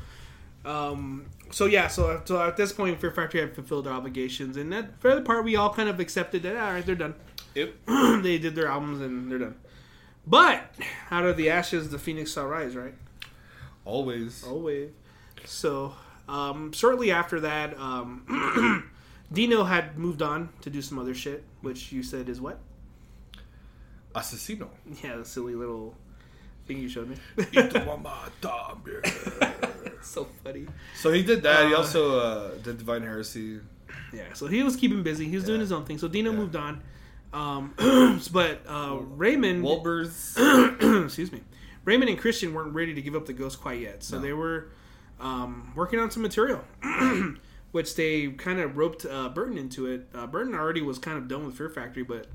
um, so yeah, so, so at this point, Fear Factory had fulfilled their obligations, and that for the part, we all kind of accepted that all right, they're done. Yep. [clears throat] they did their albums and they're done. But out of the ashes, the phoenix shall rise, right? always Always. So um, shortly after that, um, [clears throat] Dino had moved on to do some other shit, which you said is what? [laughs] asesino Yeah, the silly little thing you showed me. [laughs] so funny. So he did that. he Uh, also uh, did Divine Heresy. Yeah, so he was keeping busy. He was doing his own thing. So Dino Yeah. moved on. Um, [clears throat] but uh, Raymond. Wilbur's. [coughs] [clears throat] excuse me, Raymond and Christian weren't ready to give up the ghost quite yet, so they were um, working on some material, [clears throat] which they kind of roped uh, Burton into it. Uh, Burton already was kind of done with Fear Factory, but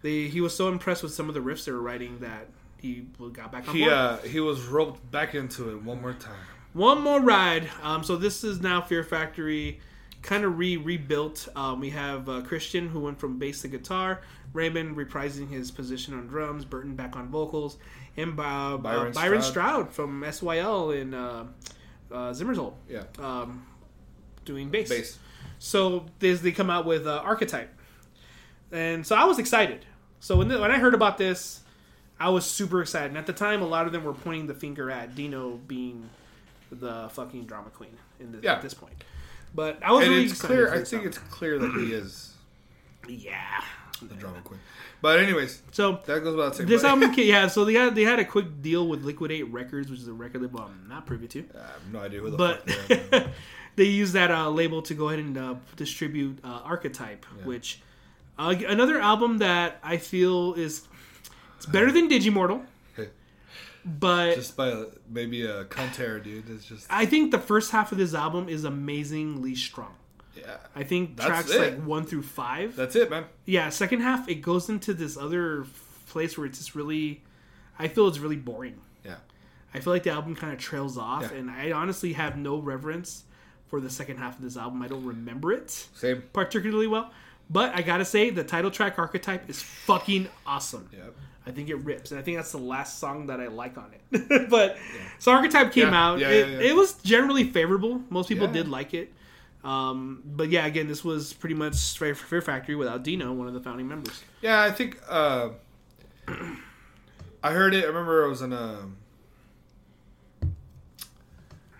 they he was so impressed with some of the riffs they were writing that he got back on He board. uh, he was roped back into it one more time. One more ride. Um, so this is now Fear Factory. kind of re rebuilt. Um, we have uh, Christian who went from bass to guitar, Raymond reprising his position on drums, Burton back on vocals, and Bi- uh, Byron, Byron Stroud. from SYL in uh, uh, Zimmerzold Yeah. um, doing bass. Bass. So there's, they come out with uh, Archetype, and so I was excited. So when the, when I heard about this, I was super excited. And at the time, a lot of them were pointing the finger at Dino being the fucking drama queen in this, Yeah. at this point. But I was And really it's excited clear. for I this think it's clear that he is album. yeah. the drama queen. But anyways, So that goes without saying. this but- album, ca- [laughs] yeah. So they had they had a quick deal with Liquidate Records, which is a record label I'm not privy to. I have no idea who the but fuck [laughs] they are. they use that uh, label to go ahead and uh, distribute uh, Archetype, which uh, another album that I feel is it's better [laughs] than Digimortal, but Just by maybe a Conterra dude. It's just I think the first half of this album is amazingly strong. yeah. I think That's tracks it. like one through five. That's it, man. yeah, second half it goes into this other place where it's just really, I feel it's really boring. Yeah. I feel like the album kind of trails off, Yeah. and I honestly have no reverence for the second half of this album. I don't remember it. Same. particularly well. But I gotta say, the title track archetype is fucking awesome. Yep. I think it rips, and I think that's the last song that I like on it. [laughs] but so archetype came Yeah, out. yeah, it, yeah, yeah. it was generally favorable. Most people Yeah. did like it. Um, but yeah, again, this was pretty much Fear Fear Factory without Dino, one of the founding members. Yeah, I think uh, I heard it. I remember I was on a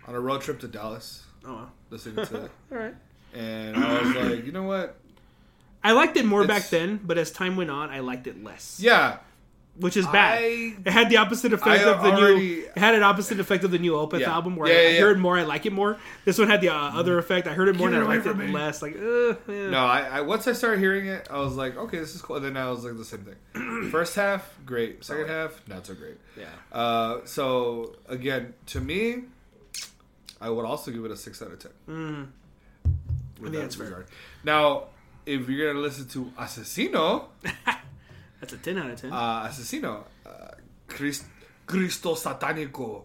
on a road trip to Dallas Oh, well. listening to [laughs] it, all right. and I was like, you know what? I liked it more back It's- then, but as time went on, I liked it less, Yeah, which is bad. I- it had the opposite effect I of the already- new. It had an opposite effect of the new Opeth Yeah. album, where Yeah, I, yeah, I yeah. heard more, I like it more. This one had the uh, other effect. I heard it more, Keep and I it away liked it from me. less. Like, uh, yeah. no. I, I once I started hearing it, I was like, okay, this is cool. And then I was like, the same [clears throat] thing. First half, great. Second half, not so great. yeah. Uh, so again, to me, I would also give it a six out of ten. With Mm. think that that's fair. regard. Now, if you're gonna listen to Asesino, That's a ten out of ten. uh, Asesino, uh, Chris, Cristo Satanico,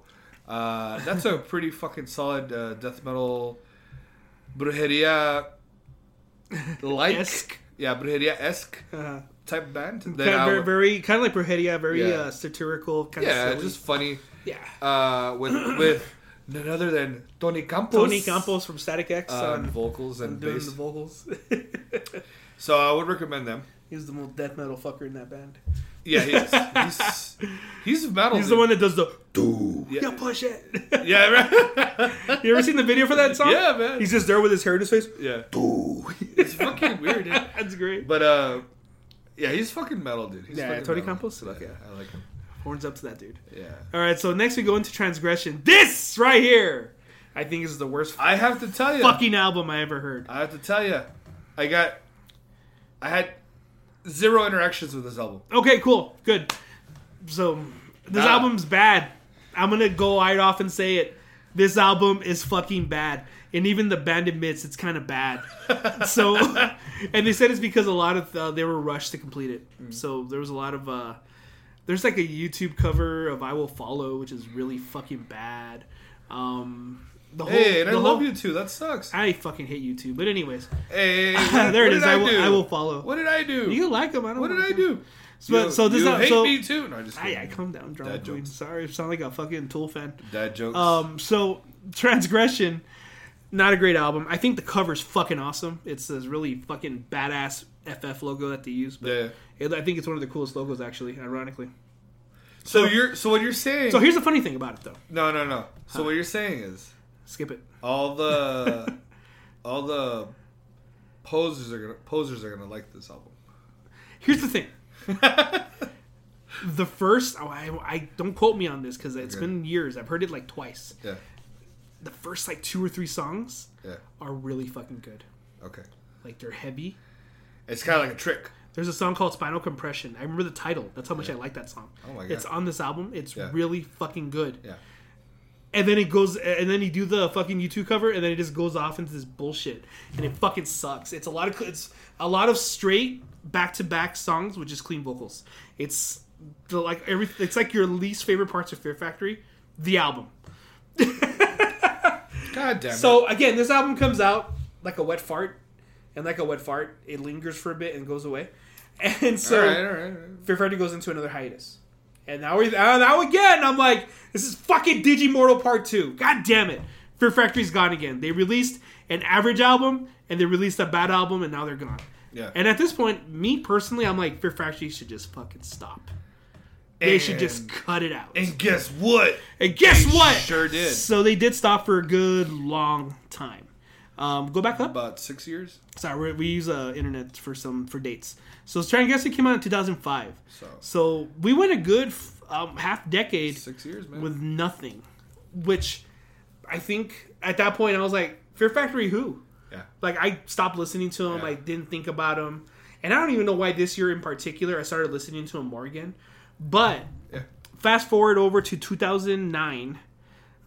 uh, that's a pretty fucking solid uh, death metal brujeria like Esque. yeah brujeria esque Uh, type band. That kind I of, very, would- very kind of like Brujeria, very Yeah. uh, satirical, kind yeah, of silly. just funny. yeah. uh, with with none other than Tony Campos. Tony Campos from Static X on on vocals um, and doing bass. the vocals. [laughs] so I would recommend them. He's the most death metal fucker in that band. Yeah, he is. he's he's metal. He's dude. the one that does the Dude. yeah, Oh, Yeah, push it. [laughs] yeah, right. you ever seen the video for that song? yeah, man. He's just there with his hair in his face. [laughs] yeah. It's fucking weird, dude. That's great. But uh, yeah, he's fucking metal, dude. He's Yeah, fucking Tony metal. Campos? Look, yeah, yeah. I like him. Horns up to that dude. Yeah. All right, so next we go into transgression. This right here, I think is the worst I have to tell you. fucking album I ever heard. I have to tell you. I got. I had zero interactions with this album. Okay, cool, good. So this Nah. album's bad. I'm gonna go right off and say it. This album is fucking bad, and even the band admits it's kind of bad. [laughs] so, and they said it's because a lot of uh, they were rushed to complete it. Mm. So there was a lot of uh, there's like a YouTube cover of "I Will Follow," which is really fucking bad. Um, the whole, Hey, and I the love whole- you too. That [laughs] sucks. I fucking hate you too. [laughs] But anyways, Hey, what did- there what it is. did I, will. do? I will follow. What did I do? You like him? I don't. what did like I him. do? So- you, [laughs] so this you is- hate so- Ah, me too. No, I'm just I, I kidding. calm down, drama Dad queen. jokes. Sorry, I sound like a fucking Tool fan. Dad jokes. Um, so transgression, not a great album. I think the cover's fucking awesome. It's this really fucking badass FF logo that they use. But yeah. it, I think it's one of the coolest logos, actually. Ironically. So you're so what you're saying? So here's the funny thing about it, though. no, no, no. So what you're saying is Skip it. all the all the posers are gonna posers are gonna like this album. Here's [laughs] the thing. the first, oh, I, I don't quote me on this because it's Okay. been years. I've heard it like twice. Yeah, The first like two or three songs yeah. are really fucking good. Okay, Like they're heavy. it's kind of like a trick. There's a song called Spinal Compression. I remember the title. That's how much I like that song. Oh my God. It's on this album. It's Yeah. really fucking good. Yeah, And then it goes, and then you do the fucking YouTube cover, and then it just goes off into this bullshit, and it fucking sucks. It's a lot of it's a lot of straight back to back songs with just clean vocals. It's the like every it's like your least favorite parts of Fear Factory, the album. god damn it. So again, this album comes out. like a wet fart, and like a wet fart, it lingers for a bit and goes away. [laughs] And so all right, all right, all right. Fear Freddy goes into another hiatus. And now we now now again, I'm like, this is fucking Digimortal Part 2. God damn it. Fear Factory's gone again. They released an average album and they released a bad album and now they're gone. Yeah. And at this point, me personally, I'm like, Fear Factory should just fucking stop. They should just cut it out. And guess what? And guess They what? sure did. So they did stop for a good long time. Um, go back up. About six years. Sorry, we, we use uh, internet for some for dates. So Try and Guess it came out in 2005. So So we went a good f- um, half decade six years, man. with nothing, which I think at that point I was like, Fear Factory, who? yeah. Like I stopped listening to them. Yeah. I didn't think about them, and I don't even know why this year in particular I started listening to them more again. But Yeah. fast forward over to 2009,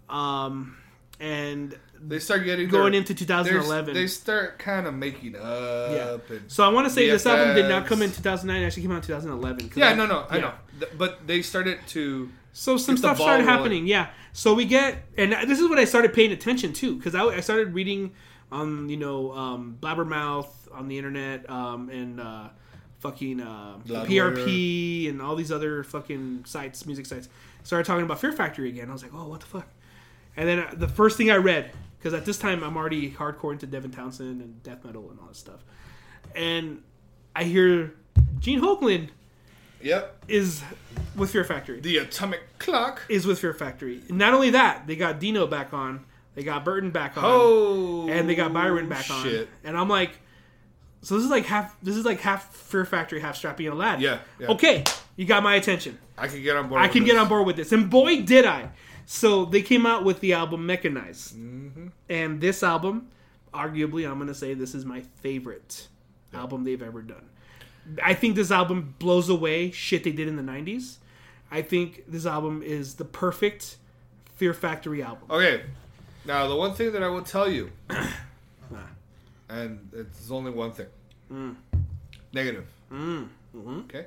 um, and They start getting going their- into their- 2011. They start kind of making up. yeah. And, So I want to say this album did not VFX. come in 2009. It actually came out in 2011. 'cause yeah. I- No. No. I yeah. know. Th- But they started to. So some Get the stuff ball started rolling. happening, yeah. So we get, and this is what I started paying attention to because I, I started reading on you know um, Blabbermouth on the internet um, and uh, fucking uh, Loud PRP and all these other fucking sites, music sites. Started talking about Fear Factory again. I was like, oh, what the fuck? And then uh, the first thing I read, because at this time I'm already hardcore into Devin Townsend and death metal and all that stuff, and I hear Gene Hoagland Yep. is with Fear Factory The atomic clock. is with Fear Factory. And not only that, they got Dino back on, they got Burton back on, Oh. and they got Byron back shit. on. And I'm like, so this is like half. This is like half Fear Factory, half Strappy and Aladdin. Yeah, yeah. Okay, you got my attention. I can get on board. I with can get this. on board with this, and boy did I! So they came out with the album Mechanized, Mm-hmm. and this album, arguably, I'm gonna say this is my favorite album they've ever done. I think this album blows away shit they did in the '90s. I think this album is the perfect Fear Factory album. Okay. Now, the one thing that I will tell [clears throat] you, and it's only one thing Mm. negative. Mm-hmm. Okay.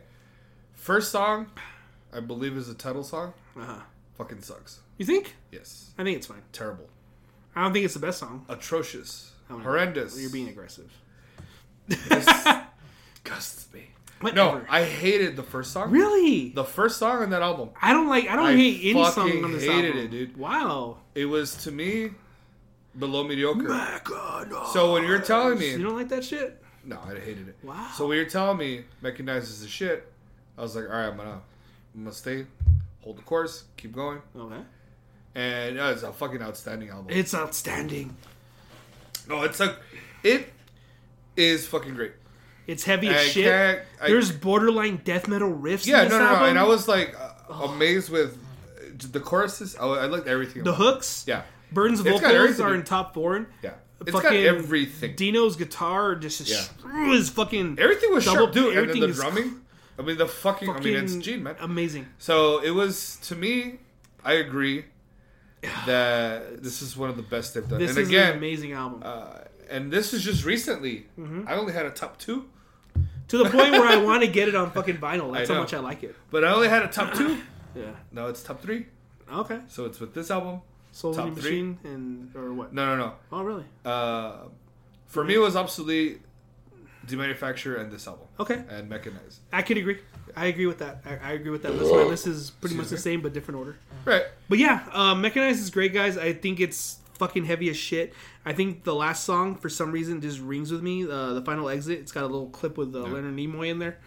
First song, I believe, is the title song. Uh-huh. Fucking sucks. You think? Yes. I think it's fine. Terrible. I don't think it's the best song. Atrocious. don't know. Horrendous. You're being aggressive. [laughs] Disgusts me. No, Whatever. I hated the first song. really? The first song on that album. I don't like. I don't I hate any fucking song on this hated album. it, dude. Wow. It was, to me, below mediocre. Mechanized. So when you're telling me. You don't like that shit? No, I hated it. Wow. So when you're telling me mechanizes the shit, I was like, all right, I'm gonna, I'm gonna stay, hold the course, keep going, Okay. and uh, it's a fucking outstanding album. It's outstanding. no, it's a, it is fucking great. It's heavy I as shit. can't- I- There's borderline death metal riffs. Yeah, in this no, no, no, album. and I was like uh, amazed with uh, the choruses. I, I liked everything. the hooks. Yeah, Burns got vocals everything. are in top four. yeah. It's got Fucking everything. Dino's guitar just is, Yeah. is fucking everything was double- sharp, dude. And then everything the is drumming. I mean, the fucking. I mean, it's fucking Gene, man. amazing. So it was to me. I [sighs] agree that this is one of the best they've done. This and is an again, amazing album uh, and this is just recently. Mm-hmm. I only had a top two, to the [laughs] point where I want to get it on fucking vinyl. That's I how know. much I like it. but I only had a top two. [clears throat] Yeah. No, it's top three. Okay. So it's with this album. Soul Top Winning three. Machine and or what? No, no, Oh really? no. Uh, for me, it was obsolete, demanufacture, and this album, Okay. and mechanized. I could agree. I agree with that. I, I agree with that. List. My list is pretty much the Excuse same but different order. Right. But yeah, uh, Mechanized is great, guys. I think it's fucking heavy as shit. I think the last song, for some reason, just rings with me. Uh, the final exit. It's got a little clip with uh, Leonard Nimoy in there.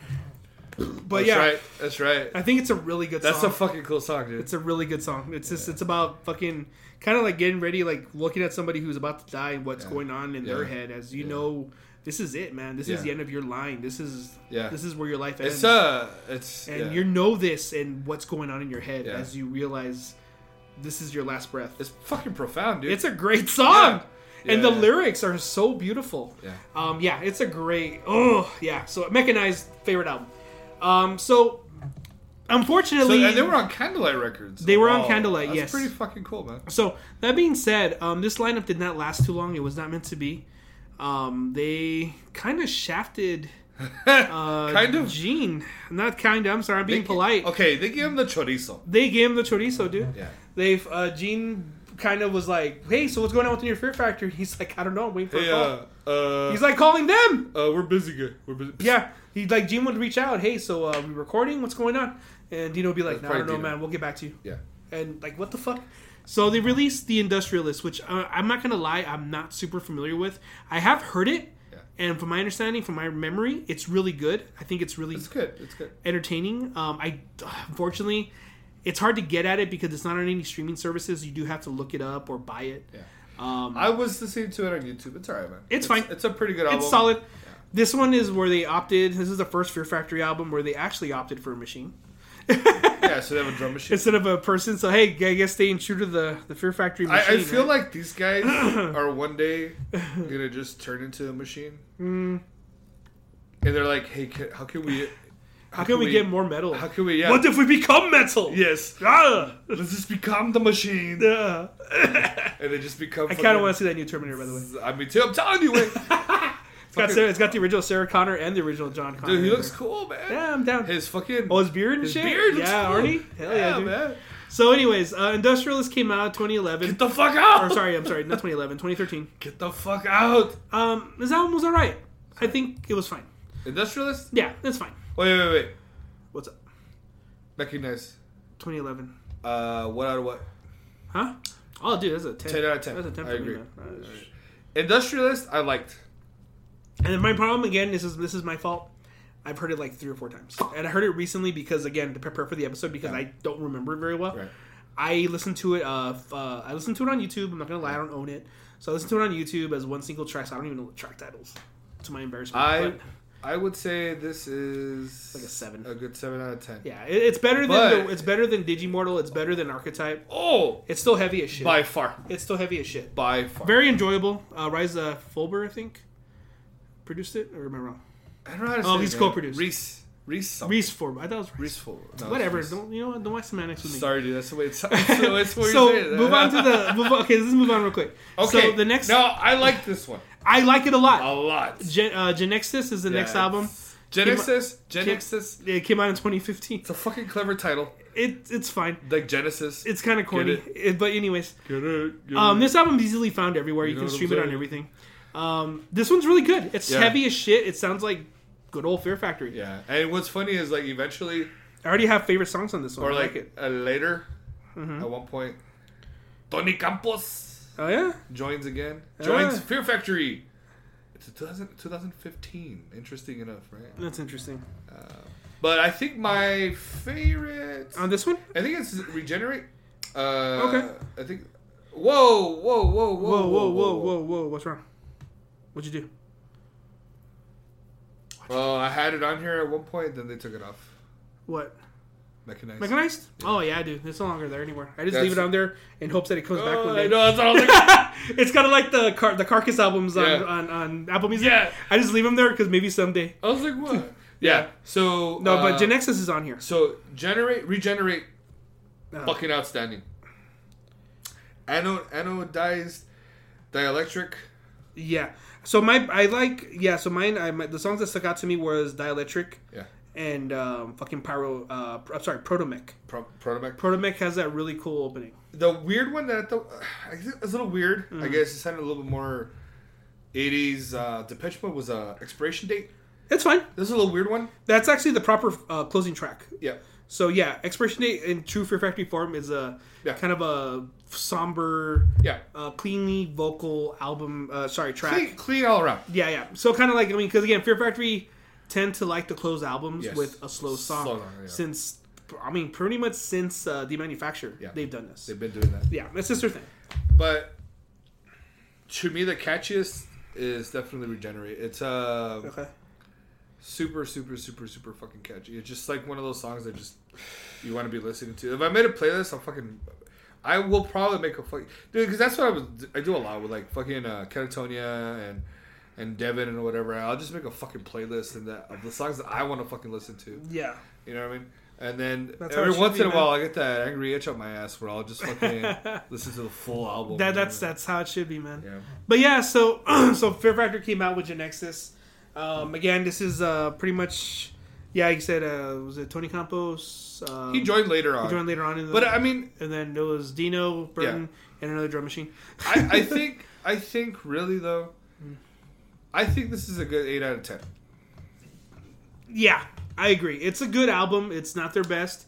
But That's yeah, right. That's right. I think it's a really good That's song. a fucking cool song, dude. it's a really good song. It's just it's about fucking kind of like getting ready, like looking at somebody who's about to die and what's going on in their Yeah. head. As you know, this is it, man. This is Yeah. the end of your line. This is Yeah. This is where your life ends It's uh, it's and yeah. you know this and what's going on in your head Yeah. as you realize this is your last breath. it's fucking profound, dude. It's a great song, Yeah. and the Yeah. lyrics are so beautiful. Yeah. um, yeah, it's a great. Oh, yeah. So mechanized favorite album. Um, so so, unfortunately, and they were on Candlelight Records. They were on Wow, Candlelight, That's yes. pretty fucking cool, man. So that being said, um, this lineup did not last too long. It was not meant to be. Um, they kind of shafted [laughs] uh, [laughs] kind of. Gene. Not kind of. I'm sorry. I'm being polite. Okay, they gave him the chorizo. They gave him the chorizo, dude. Yeah. They've uh, Gene kind of was like, "Hey, so what's going on with the new Fear Factor?" He's like, "I don't know. I'm waiting for Hey, a call." uh, uh, He's like calling them. uh, we're busy, good. We're busy. Yeah, he like Gene would reach out. Hey, so uh, we recording? What's going on? And Dino would be That's like, "No, I don't know, probably Dino. man. We'll get back to you." Yeah. And like, what the fuck? So they released The Industrialist, which uh, I'm not gonna lie, I'm not super familiar with. I have heard it, Yeah. and from my understanding, from my memory, it's really good. I think it's really It's good. It's good. entertaining. Um, I unfortunately, it's hard to get at it because it's not on any streaming services. You do have to look it up or buy it. Yeah. Um, I was listening to it on YouTube. It's alright, man. It's fine. It's a pretty good album. it's solid. This one is where they opted. This is the first Fear Factory album where they actually opted for a machine [laughs] [laughs] Yeah, so they have a drum machine. instead of a person. So hey, I guess they intruded the the Fear Factory machine. I, I feel right? like these [coughs] guys are one day gonna just turn into a machine, Mm. and they're like, "Hey, can, how can we? how can we, get more metal? How can we? Yeah, What if we become metal? yes. Ah! Let's just become the machine, [laughs] Yeah. and they just become. I kind of want to see that new Terminator, by the way. [laughs] I mean, too, I'm telling you, wait. It's got, Sarah, it's got the original Sarah Connor and the original John Connor. dude, he in looks there. cool, man. Yeah, I'm down. His fucking oh, his beard and his shit. beard looks yeah, cool. Arnie. Hell yeah, dude. man. So, anyways, uh, Industrialist came out 2011. Get the fuck out! or sorry, I'm sorry, not 2011, 2013. Get the fuck out! Um, this album was alright. I think it was fine. Industrialist? Yeah, that's fine. Wait, wait, wait. What's up? Recognize. 2011. Uh, what out of what? Huh? Oh, dude, that's a 10. 10 out of 10. That's a 10 I for agree. me, man. Uh, Industrialist, I liked. And my problem again, this is this is my fault. I've heard it like three or four times, and I heard it recently because again to prepare for the episode because I don't remember it very well. Right. I listened to it. Uh, f- uh, I listened to it on YouTube. I'm not gonna lie, I don't own it, so I listened to it on YouTube as one single track. So I don't even know the track titles. To my embarrassment, I but I would say this is Like a seven. a good seven out of ten. yeah, it, it's better than But- the, it's better than Digimortal. It's better than Archetype. Oh, It's still heavy as shit. by far, It's still heavy as shit. by far. Very enjoyable. Uh, Riza Fulber, I think, produced it, or am I wrong? I don't know how to Oh, say he's his name. co-produced. Reese, Reese, something. Reese Fulber. I thought it was Reese. Reese Fuller. No, it's Whatever. Reese. Don't you know? what? Don't watch semantics with me. [laughs] Sorry, dude. That's the way it sounds. That's the way it's [laughs] what you're so saying. move on to the move on, okay. Let's move on real quick. Okay. So the next, No, I like this one I like it a a lot. lot. Gen, uh, Genexus is [laughs] the next Yeah, album. Genesis. Came- Genesis. It came out in 2015. It's a fucking clever title. It it's fine. Like Genesis. It's kind of corny, Get It- but anyways, Get it, get um, it. this album is easily found everywhere. You, know can what I'm stream it on saying? everything. Um, this one's really good. It's Yeah. heavy as shit. It sounds like good old Fear Factory. Yeah, and what's funny is like eventually, I already have favorite songs on this one. or I like, like it. Mm-hmm. uh, later, at one point, Tony Campos Oh yeah. joins again. Joins Ah. Fear Factory. It's 2000, 2015. Interesting enough, right? That's interesting. But I think my favorite. On this one? I think it's Regenerate. Uh, Okay. I think. Whoa, whoa, whoa, whoa, Whoa, whoa, whoa, whoa, whoa. What's wrong? What'd you do? Well, I had it on here at one point, then they took it off. What? Mechanized. Mechanized? Oh yeah, dude. It's no longer there anymore. I just That's- leave it on there in hopes that it comes back Oh, one I day. [laughs] know, that's what I was like. it's kind of like the car- the Carcass albums on, Yeah. on, on Apple Music. Yeah. I just leave them there because maybe someday. I was like, [laughs] what? Yeah. So No, but uh, Genexus is on here. So generate, regenerate, Uh, fucking outstanding. Anode, anodized, dielectric. Yeah. So my I like yeah. So mine I my, the songs that stuck out to me was Dielectric Yeah. and um, fucking Pyro. Uh, pr- I'm sorry, Protomech. Pro- protomac. Protomech has that really cool opening. The weird one that the, [sighs] I guess it's a little weird. I Mm. guess it sounded a little bit more. 80s uh, Depeche Mode was a expiration date. It's fine. This is a little weird one. That's actually the proper uh, closing track. Yeah. So yeah, Expiration Date in true Fear Factory form is a Yeah. kind of a somber, Yeah. uh, cleanly vocal album. Uh, sorry, track. Clean, clean all around. Yeah, yeah. So kind of like I mean, because again, Fear Factory tend to like to close albums Yes. with a slow song Slow song, yeah. since I mean, pretty much since uh, the manufacturer, Yeah. they've done this. They've been doing that. yeah, that's just their thing. But to me, the catchiest is definitely Regenerate. It's uh, Okay. super, super, super, super fucking catchy. It's just like one of those songs that just you want to be listening to. If I made a playlist, I'm fucking. I will probably make a fucking dude because that's what I was. I do a lot with like fucking uh, Catatonia and and Devin and whatever. I'll just make a fucking playlist and that of the songs that I want to fucking listen to. Yeah. You know what I mean? And then That's how it every should once be, in a man. while, I get that angry itch up my ass where I'll just fucking [laughs] listen to the full album. That, that's that's how it should be, man. Yeah. But yeah, so [clears throat] Um, so Fear Factory came out with Genexus. Um, again, this is uh, pretty much Yeah, he said uh, was it Tony Campos? Um, He joined later he on. joined later on, in the, but I mean, and then there was Dino Burton and another drum machine. I, [laughs] I think I think really though, I think this is a good eight out of ten. Yeah, I agree. It's a good album. It's not their best.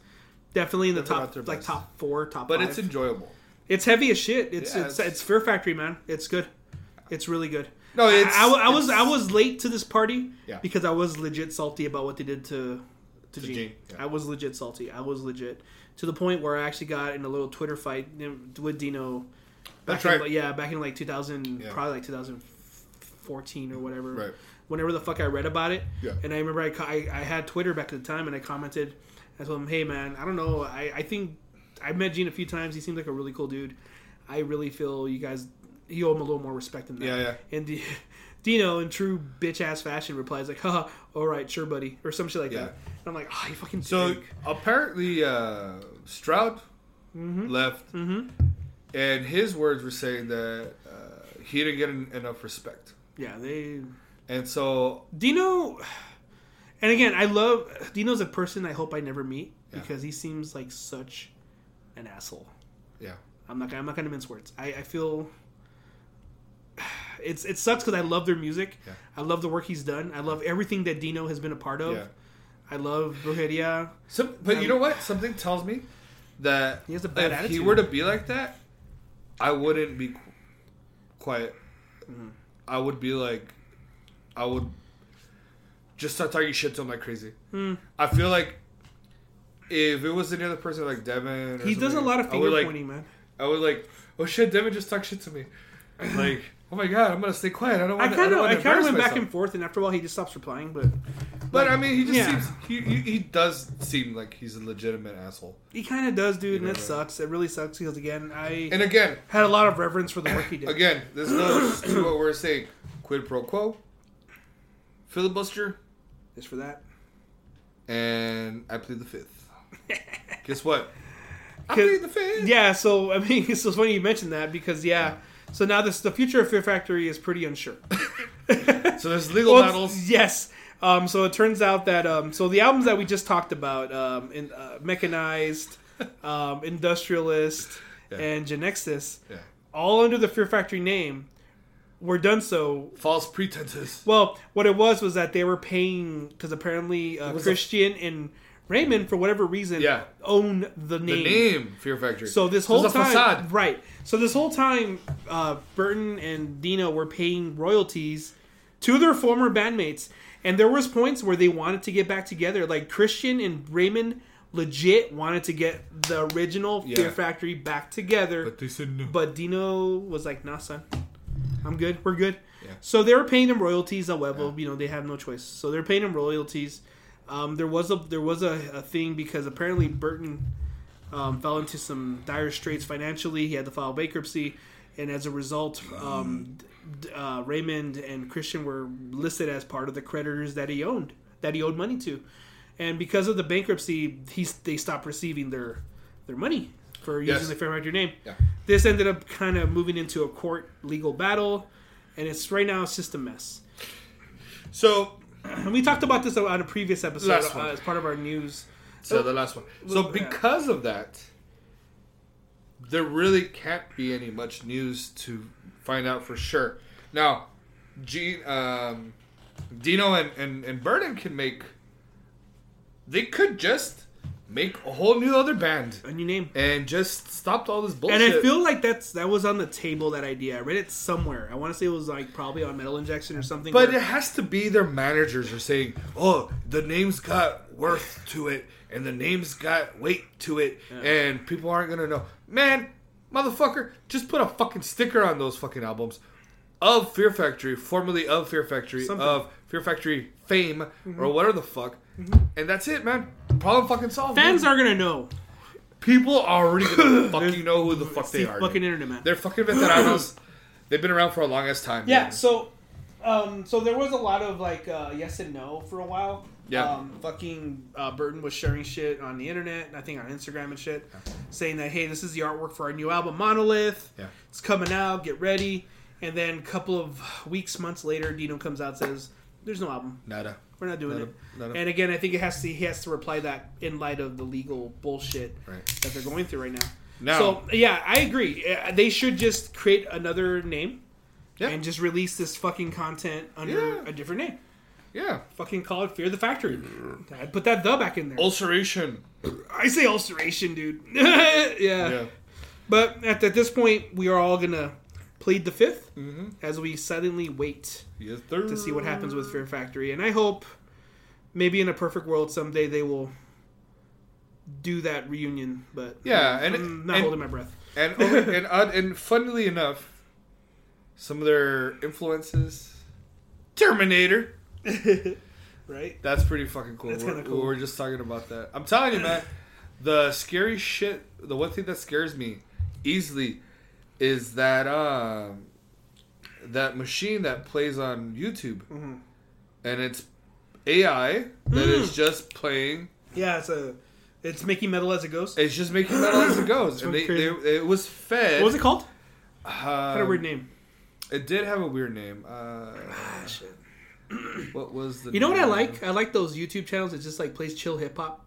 Definitely in the Definitely top not their like best. top four, top But five. it's enjoyable. it's heavy as shit. It's Yeah, it's, it's- it's Fear Factory, man. It's good. It's really good. No, I- it's- I, I was it's- I was late to this party Yeah. because I was legit salty about what they did to to, Gene. Gene, yeah. I was legit salty. I was legit to the point where I actually got in a little Twitter fight with Dino. Back That's in, right. like, Yeah, back in like 2000, Yeah. probably like 2014 or whatever. Right. Whenever the fuck I read about it, Yeah. and I remember I, co- I I had Twitter back at the time, and I commented. I told him, "Hey man, I don't know. I I think I met Gene a few times. He seemed like a really cool dude. I really feel you guys you owe him a little more respect than that." Yeah, yeah. And D- [laughs] Dino, in true bitch ass fashion, replies like, "Haha, all right, sure, buddy," or some shit like Yeah. that. And I'm like, "Ah, you fucking So dick." apparently, uh, Stroud Mm-hmm. left, and his words were saying that uh, he didn't get en- enough respect, Yeah, they and so Dino. And again, I love Dino's a person I hope I never meet because he seems like such an asshole. yeah, I'm not. I'm not gonna mince words. I, I feel [sighs] it's it sucks because I love their music. Yeah. I love the work he's done. I love everything that Dino has been a part of. yeah. I love Brujeria. Some, but Um, you know what? Something tells me that He has a bad if he attitude. were to be like that, I wouldn't be qu- quiet. Mm-hmm. I would be like, I would just start talking shit to him like crazy. Hmm. I feel like if it was any other person like Devin, or He does a somebody, lot of I would, finger like, pointing, man. I would like, oh shit, Devin just talked shit to [laughs] me. Like, oh my god, I'm gonna stay quiet. I don't. I Wanna, kind of, don't I wanna kind of embarrass went back myself." and forth, and after a while, he just stops replying. But But I mean, he just Yeah. seems he, he he does seem like he's a legitimate asshole. he kind of does, dude, and know it that. sucks. It really sucks because again, I And again, had a lot of reverence for the work he did. Again, this goes to what we're saying: quid pro quo, filibuster, Just for that, and I plead the [laughs] fifth. Guess what? I plead the fifth. yeah. So I mean, [laughs] it's so funny you mentioned that because yeah. So now this the future of Fear Factory is pretty unsure. So there's legal Well, battles. Yes. Um, so it turns out that um, so the albums that we just talked about, um, in, uh, [laughs] mechanized, um, industrialist, Yeah. and Genexus, Yeah. all under the Fear Factory name, were done so. False pretenses. Well, what it was was that they were paying because apparently uh, was a- Christian and Raymond, for whatever reason, Yeah. own The the name. name Fear Factory. So this whole it's a time, facade. right? So this whole time, uh, Burton and Dino were paying royalties to their former bandmates, and there was points where they wanted to get back together. Like Christian and Raymond legit wanted to get the original Fear Yeah. Factory back together, But but, they said [laughs] no. Dino was like, "Nah, son, I'm good. We're good." Yeah. So they were paying them royalties. However, you know they have no choice. So they're paying them royalties. Um, there was a there was a, a thing because apparently Burton um, fell into some dire straits financially. He had to file bankruptcy, and as a result, Mm. um, d- uh, Raymond and Christian were listed as part of the creditors that he owned, that he owed money to, and because of the bankruptcy, he's, they stopped receiving their their money for using Yes. the Fair Factor name. Yeah. This ended up kind of moving into a court legal battle, and it's right now it's just a mess. [clears throat] So And we talked about this on a previous episode Last uh, one. as part of our news. so the last one. So Oh. yeah. because of that, there really can't be any much news to find out for sure. Now, Gene, um, Dino, and and and Burden can make. They could just make a whole new other band A new name. and just stop all this bullshit. And I feel like that's that was on the table. That idea, I read it somewhere. I want to say it was like probably on Metal Injection or something. But where- it has to be their managers are saying, "Oh, the name's got worth to it, and the name's got weight to it, and people aren't gonna know." Man, motherfucker, just put a fucking sticker on those fucking albums of Fear Factory, formerly of Fear Factory, Something. Mm-hmm. of Fear Factory fame, or whatever the fuck, and that's it, man. Problem fucking solved. fans dude. are gonna know. people are already [coughs] gonna fucking know who the fuck the they are. fucking dude. internet, man. They're fucking [coughs] veteranos. They've been around for a long ass time. Yeah. man. So, um, so there was a lot of like uh, yes and no for a while. Yeah. Um, fucking uh, Burton was sharing shit on the internet, I think on Instagram and shit, saying that hey, this is the artwork for our new album Monolith. Yeah. It's coming out. Get ready. And then a couple of weeks, months later, Dino comes out and says, "There's no album. nada. We're We're not doing Not a- it. not a- and again, I think it has to he has to reply that in light of the legal bullshit Right. that they're going through right now. Now- so yeah, I agree. Uh, They should just create another name Yeah. and just release this fucking content under Yeah. a different name. Yeah. Fucking call it Fear the Factory. I'd put that the back in Oh. there. Ulceration. I say ulceration, dude. [laughs] yeah. Yeah. But at, at this point, we are all gonna plead the 5th Mm-hmm. as we silently wait Yes, sir. to see what happens with Fear Factory. And I hope maybe in a perfect world someday they will do that reunion. But Yeah, and- I'm Mm, not and- holding my breath. And oh, and odd and funnily enough, some of their influences, Terminator. [laughs] right? That's pretty fucking cool. That's We're- kinda cool. We're just talking about that. I'm telling you, man. The scary shit. The one thing that scares me easily is that um that machine that plays on YouTube, Mm-hmm. and it's AI that is Mm. just playing. Yeah, it's a it's Mickey Metal as a ghost. It's just making metal as [coughs] it goes, and they, they crazy. it was fed. what was it called? Um, Had a weird name. It did have a weird name. Uh, What was the? You know what I name? like? I like those YouTube channels that just like plays chill hip hop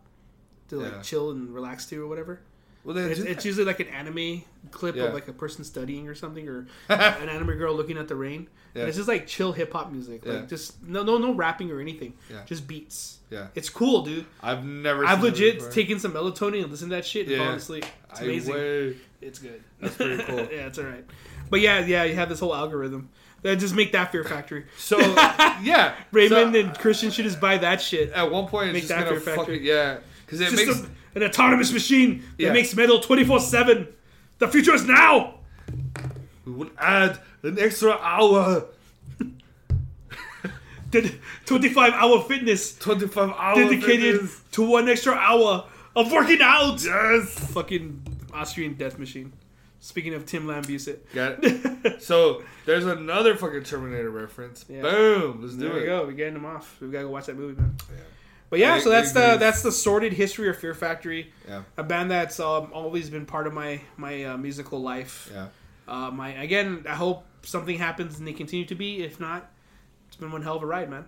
to like Yeah. chill and relax to or whatever. Well, they It's, did it's that. usually like an anime clip Yeah. of like a person studying or something, [laughs] or an anime girl looking at the rain. Yeah. And it's just like chill hip hop music, like Yeah. just no, no, no rapping or anything. Yeah. Just beats. yeah. It's cool, dude. I've never. I've seen it legit before. taken some melatonin and listened to that shit and Yeah. fallen asleep. It's I amazing. way- It's good. That's [laughs] pretty cool. yeah, it's all right. But yeah, yeah, you have this whole algorithm. That just make that Fear Factory. So yeah, [laughs] Raymond So, and Christian should just buy that shit. at one point Make it's that just gonna Fear Factory. fucking yeah, because it It's makes just a- an autonomous machine that Yeah. makes metal 24 7. The future is now! we would add an extra hour, Did 25 hour fitness twenty five hours dedicated to one extra hour of working out! Yes, Fucking Austrian death machine. Speaking of Tim Lambuset. got it. So there's another fucking Terminator reference. Boom, let's do [laughs] There we it. go. We're getting them off. We've got to go watch that movie, man. Yeah. But yeah, I- so I that's the agree. that's the sordid history of Fear Factory, Yeah, a band that's um, always been part of my my uh, musical life. yeah, Uh, my again, I hope something happens and they continue to be. If not, it's been one hell of a ride, man.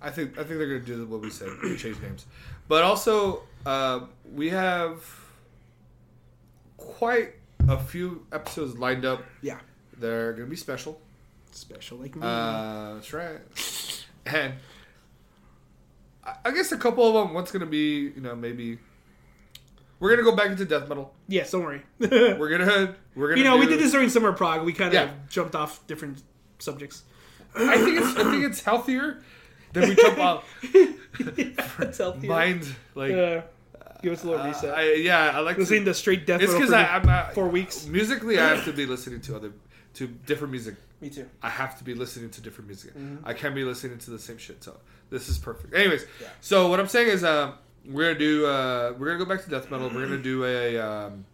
I think I think they're gonna do what we said, change names, but also uh, we have quite a few episodes lined up. Yeah, They're gonna be special. special like me. Uh, that's right. And I, I guess a couple of them. What's gonna be? You know, maybe we're gonna go back into death metal. yes, don't worry. [laughs] We're gonna we're gonna. you know, we do- did this during summer of Prague. We kind of Yeah. jumped off different subjects. [laughs] I think it's I think it's healthier than we jump [laughs] off That's healthy. mind. Like yeah. Give us a little uh, reset. I, yeah, I like. Listening To, to straight death it's metal because for I'm uh, four weeks. musically. I have to be listening to other to different music. Me too. I have to be listening to different music. I can't be listening to the same shit. So this is perfect. Anyways, Yeah. so what I'm saying is, um, we're gonna do. Uh, we're gonna go back to death metal. We're gonna do a. Um,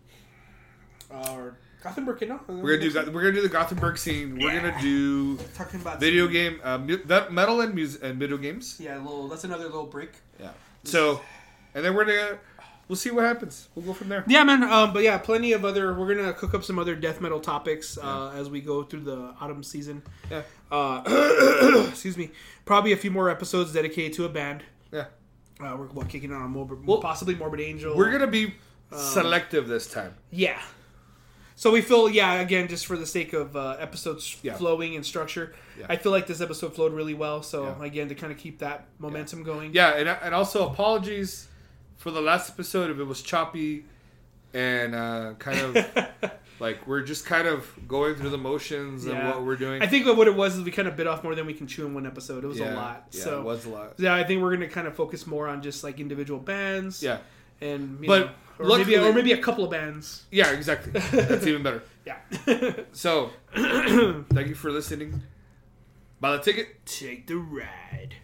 Or Uh, Gothenburg, no? we're gonna do. Go- We're gonna do the Gothenburg scene. We're gonna do talking about video game, uh, mu- that- metal and music and video games. Yeah, little. That's another little break. Yeah. So, and then we're gonna. We'll see what happens. We'll go from there. Yeah, man. Um, but yeah, plenty of other. We're gonna cook up some other death metal topics uh, as we go through the autumn season. Yeah. Uh, [coughs] excuse me. Probably a few more episodes dedicated to a band. Yeah. Uh, we're what, kicking on Morbid, Well, possibly Morbid Angel. We're gonna be selective this time. yeah. So we feel yeah again just for the sake of uh, episodes Yeah. flowing and structure. Yeah. I feel like this episode flowed really well. So Yeah. again to kind of keep that momentum going. Yeah, and and also apologies for the last episode if it was choppy and uh, kind [laughs] of like we're just kind of going through the motions and Yeah. what we're doing. I think what it was is we kind of bit off more than we can chew in one episode. It was yeah, a lot. Yeah, so it was a lot. Yeah, I think we're gonna kind of focus more on just like individual bands. Yeah, and you But know, or maybe luckily- or maybe a couple of bands. yeah, exactly. That's even better. [laughs] Yeah, [coughs] So, thank you for listening. Buy the ticket. take the ride.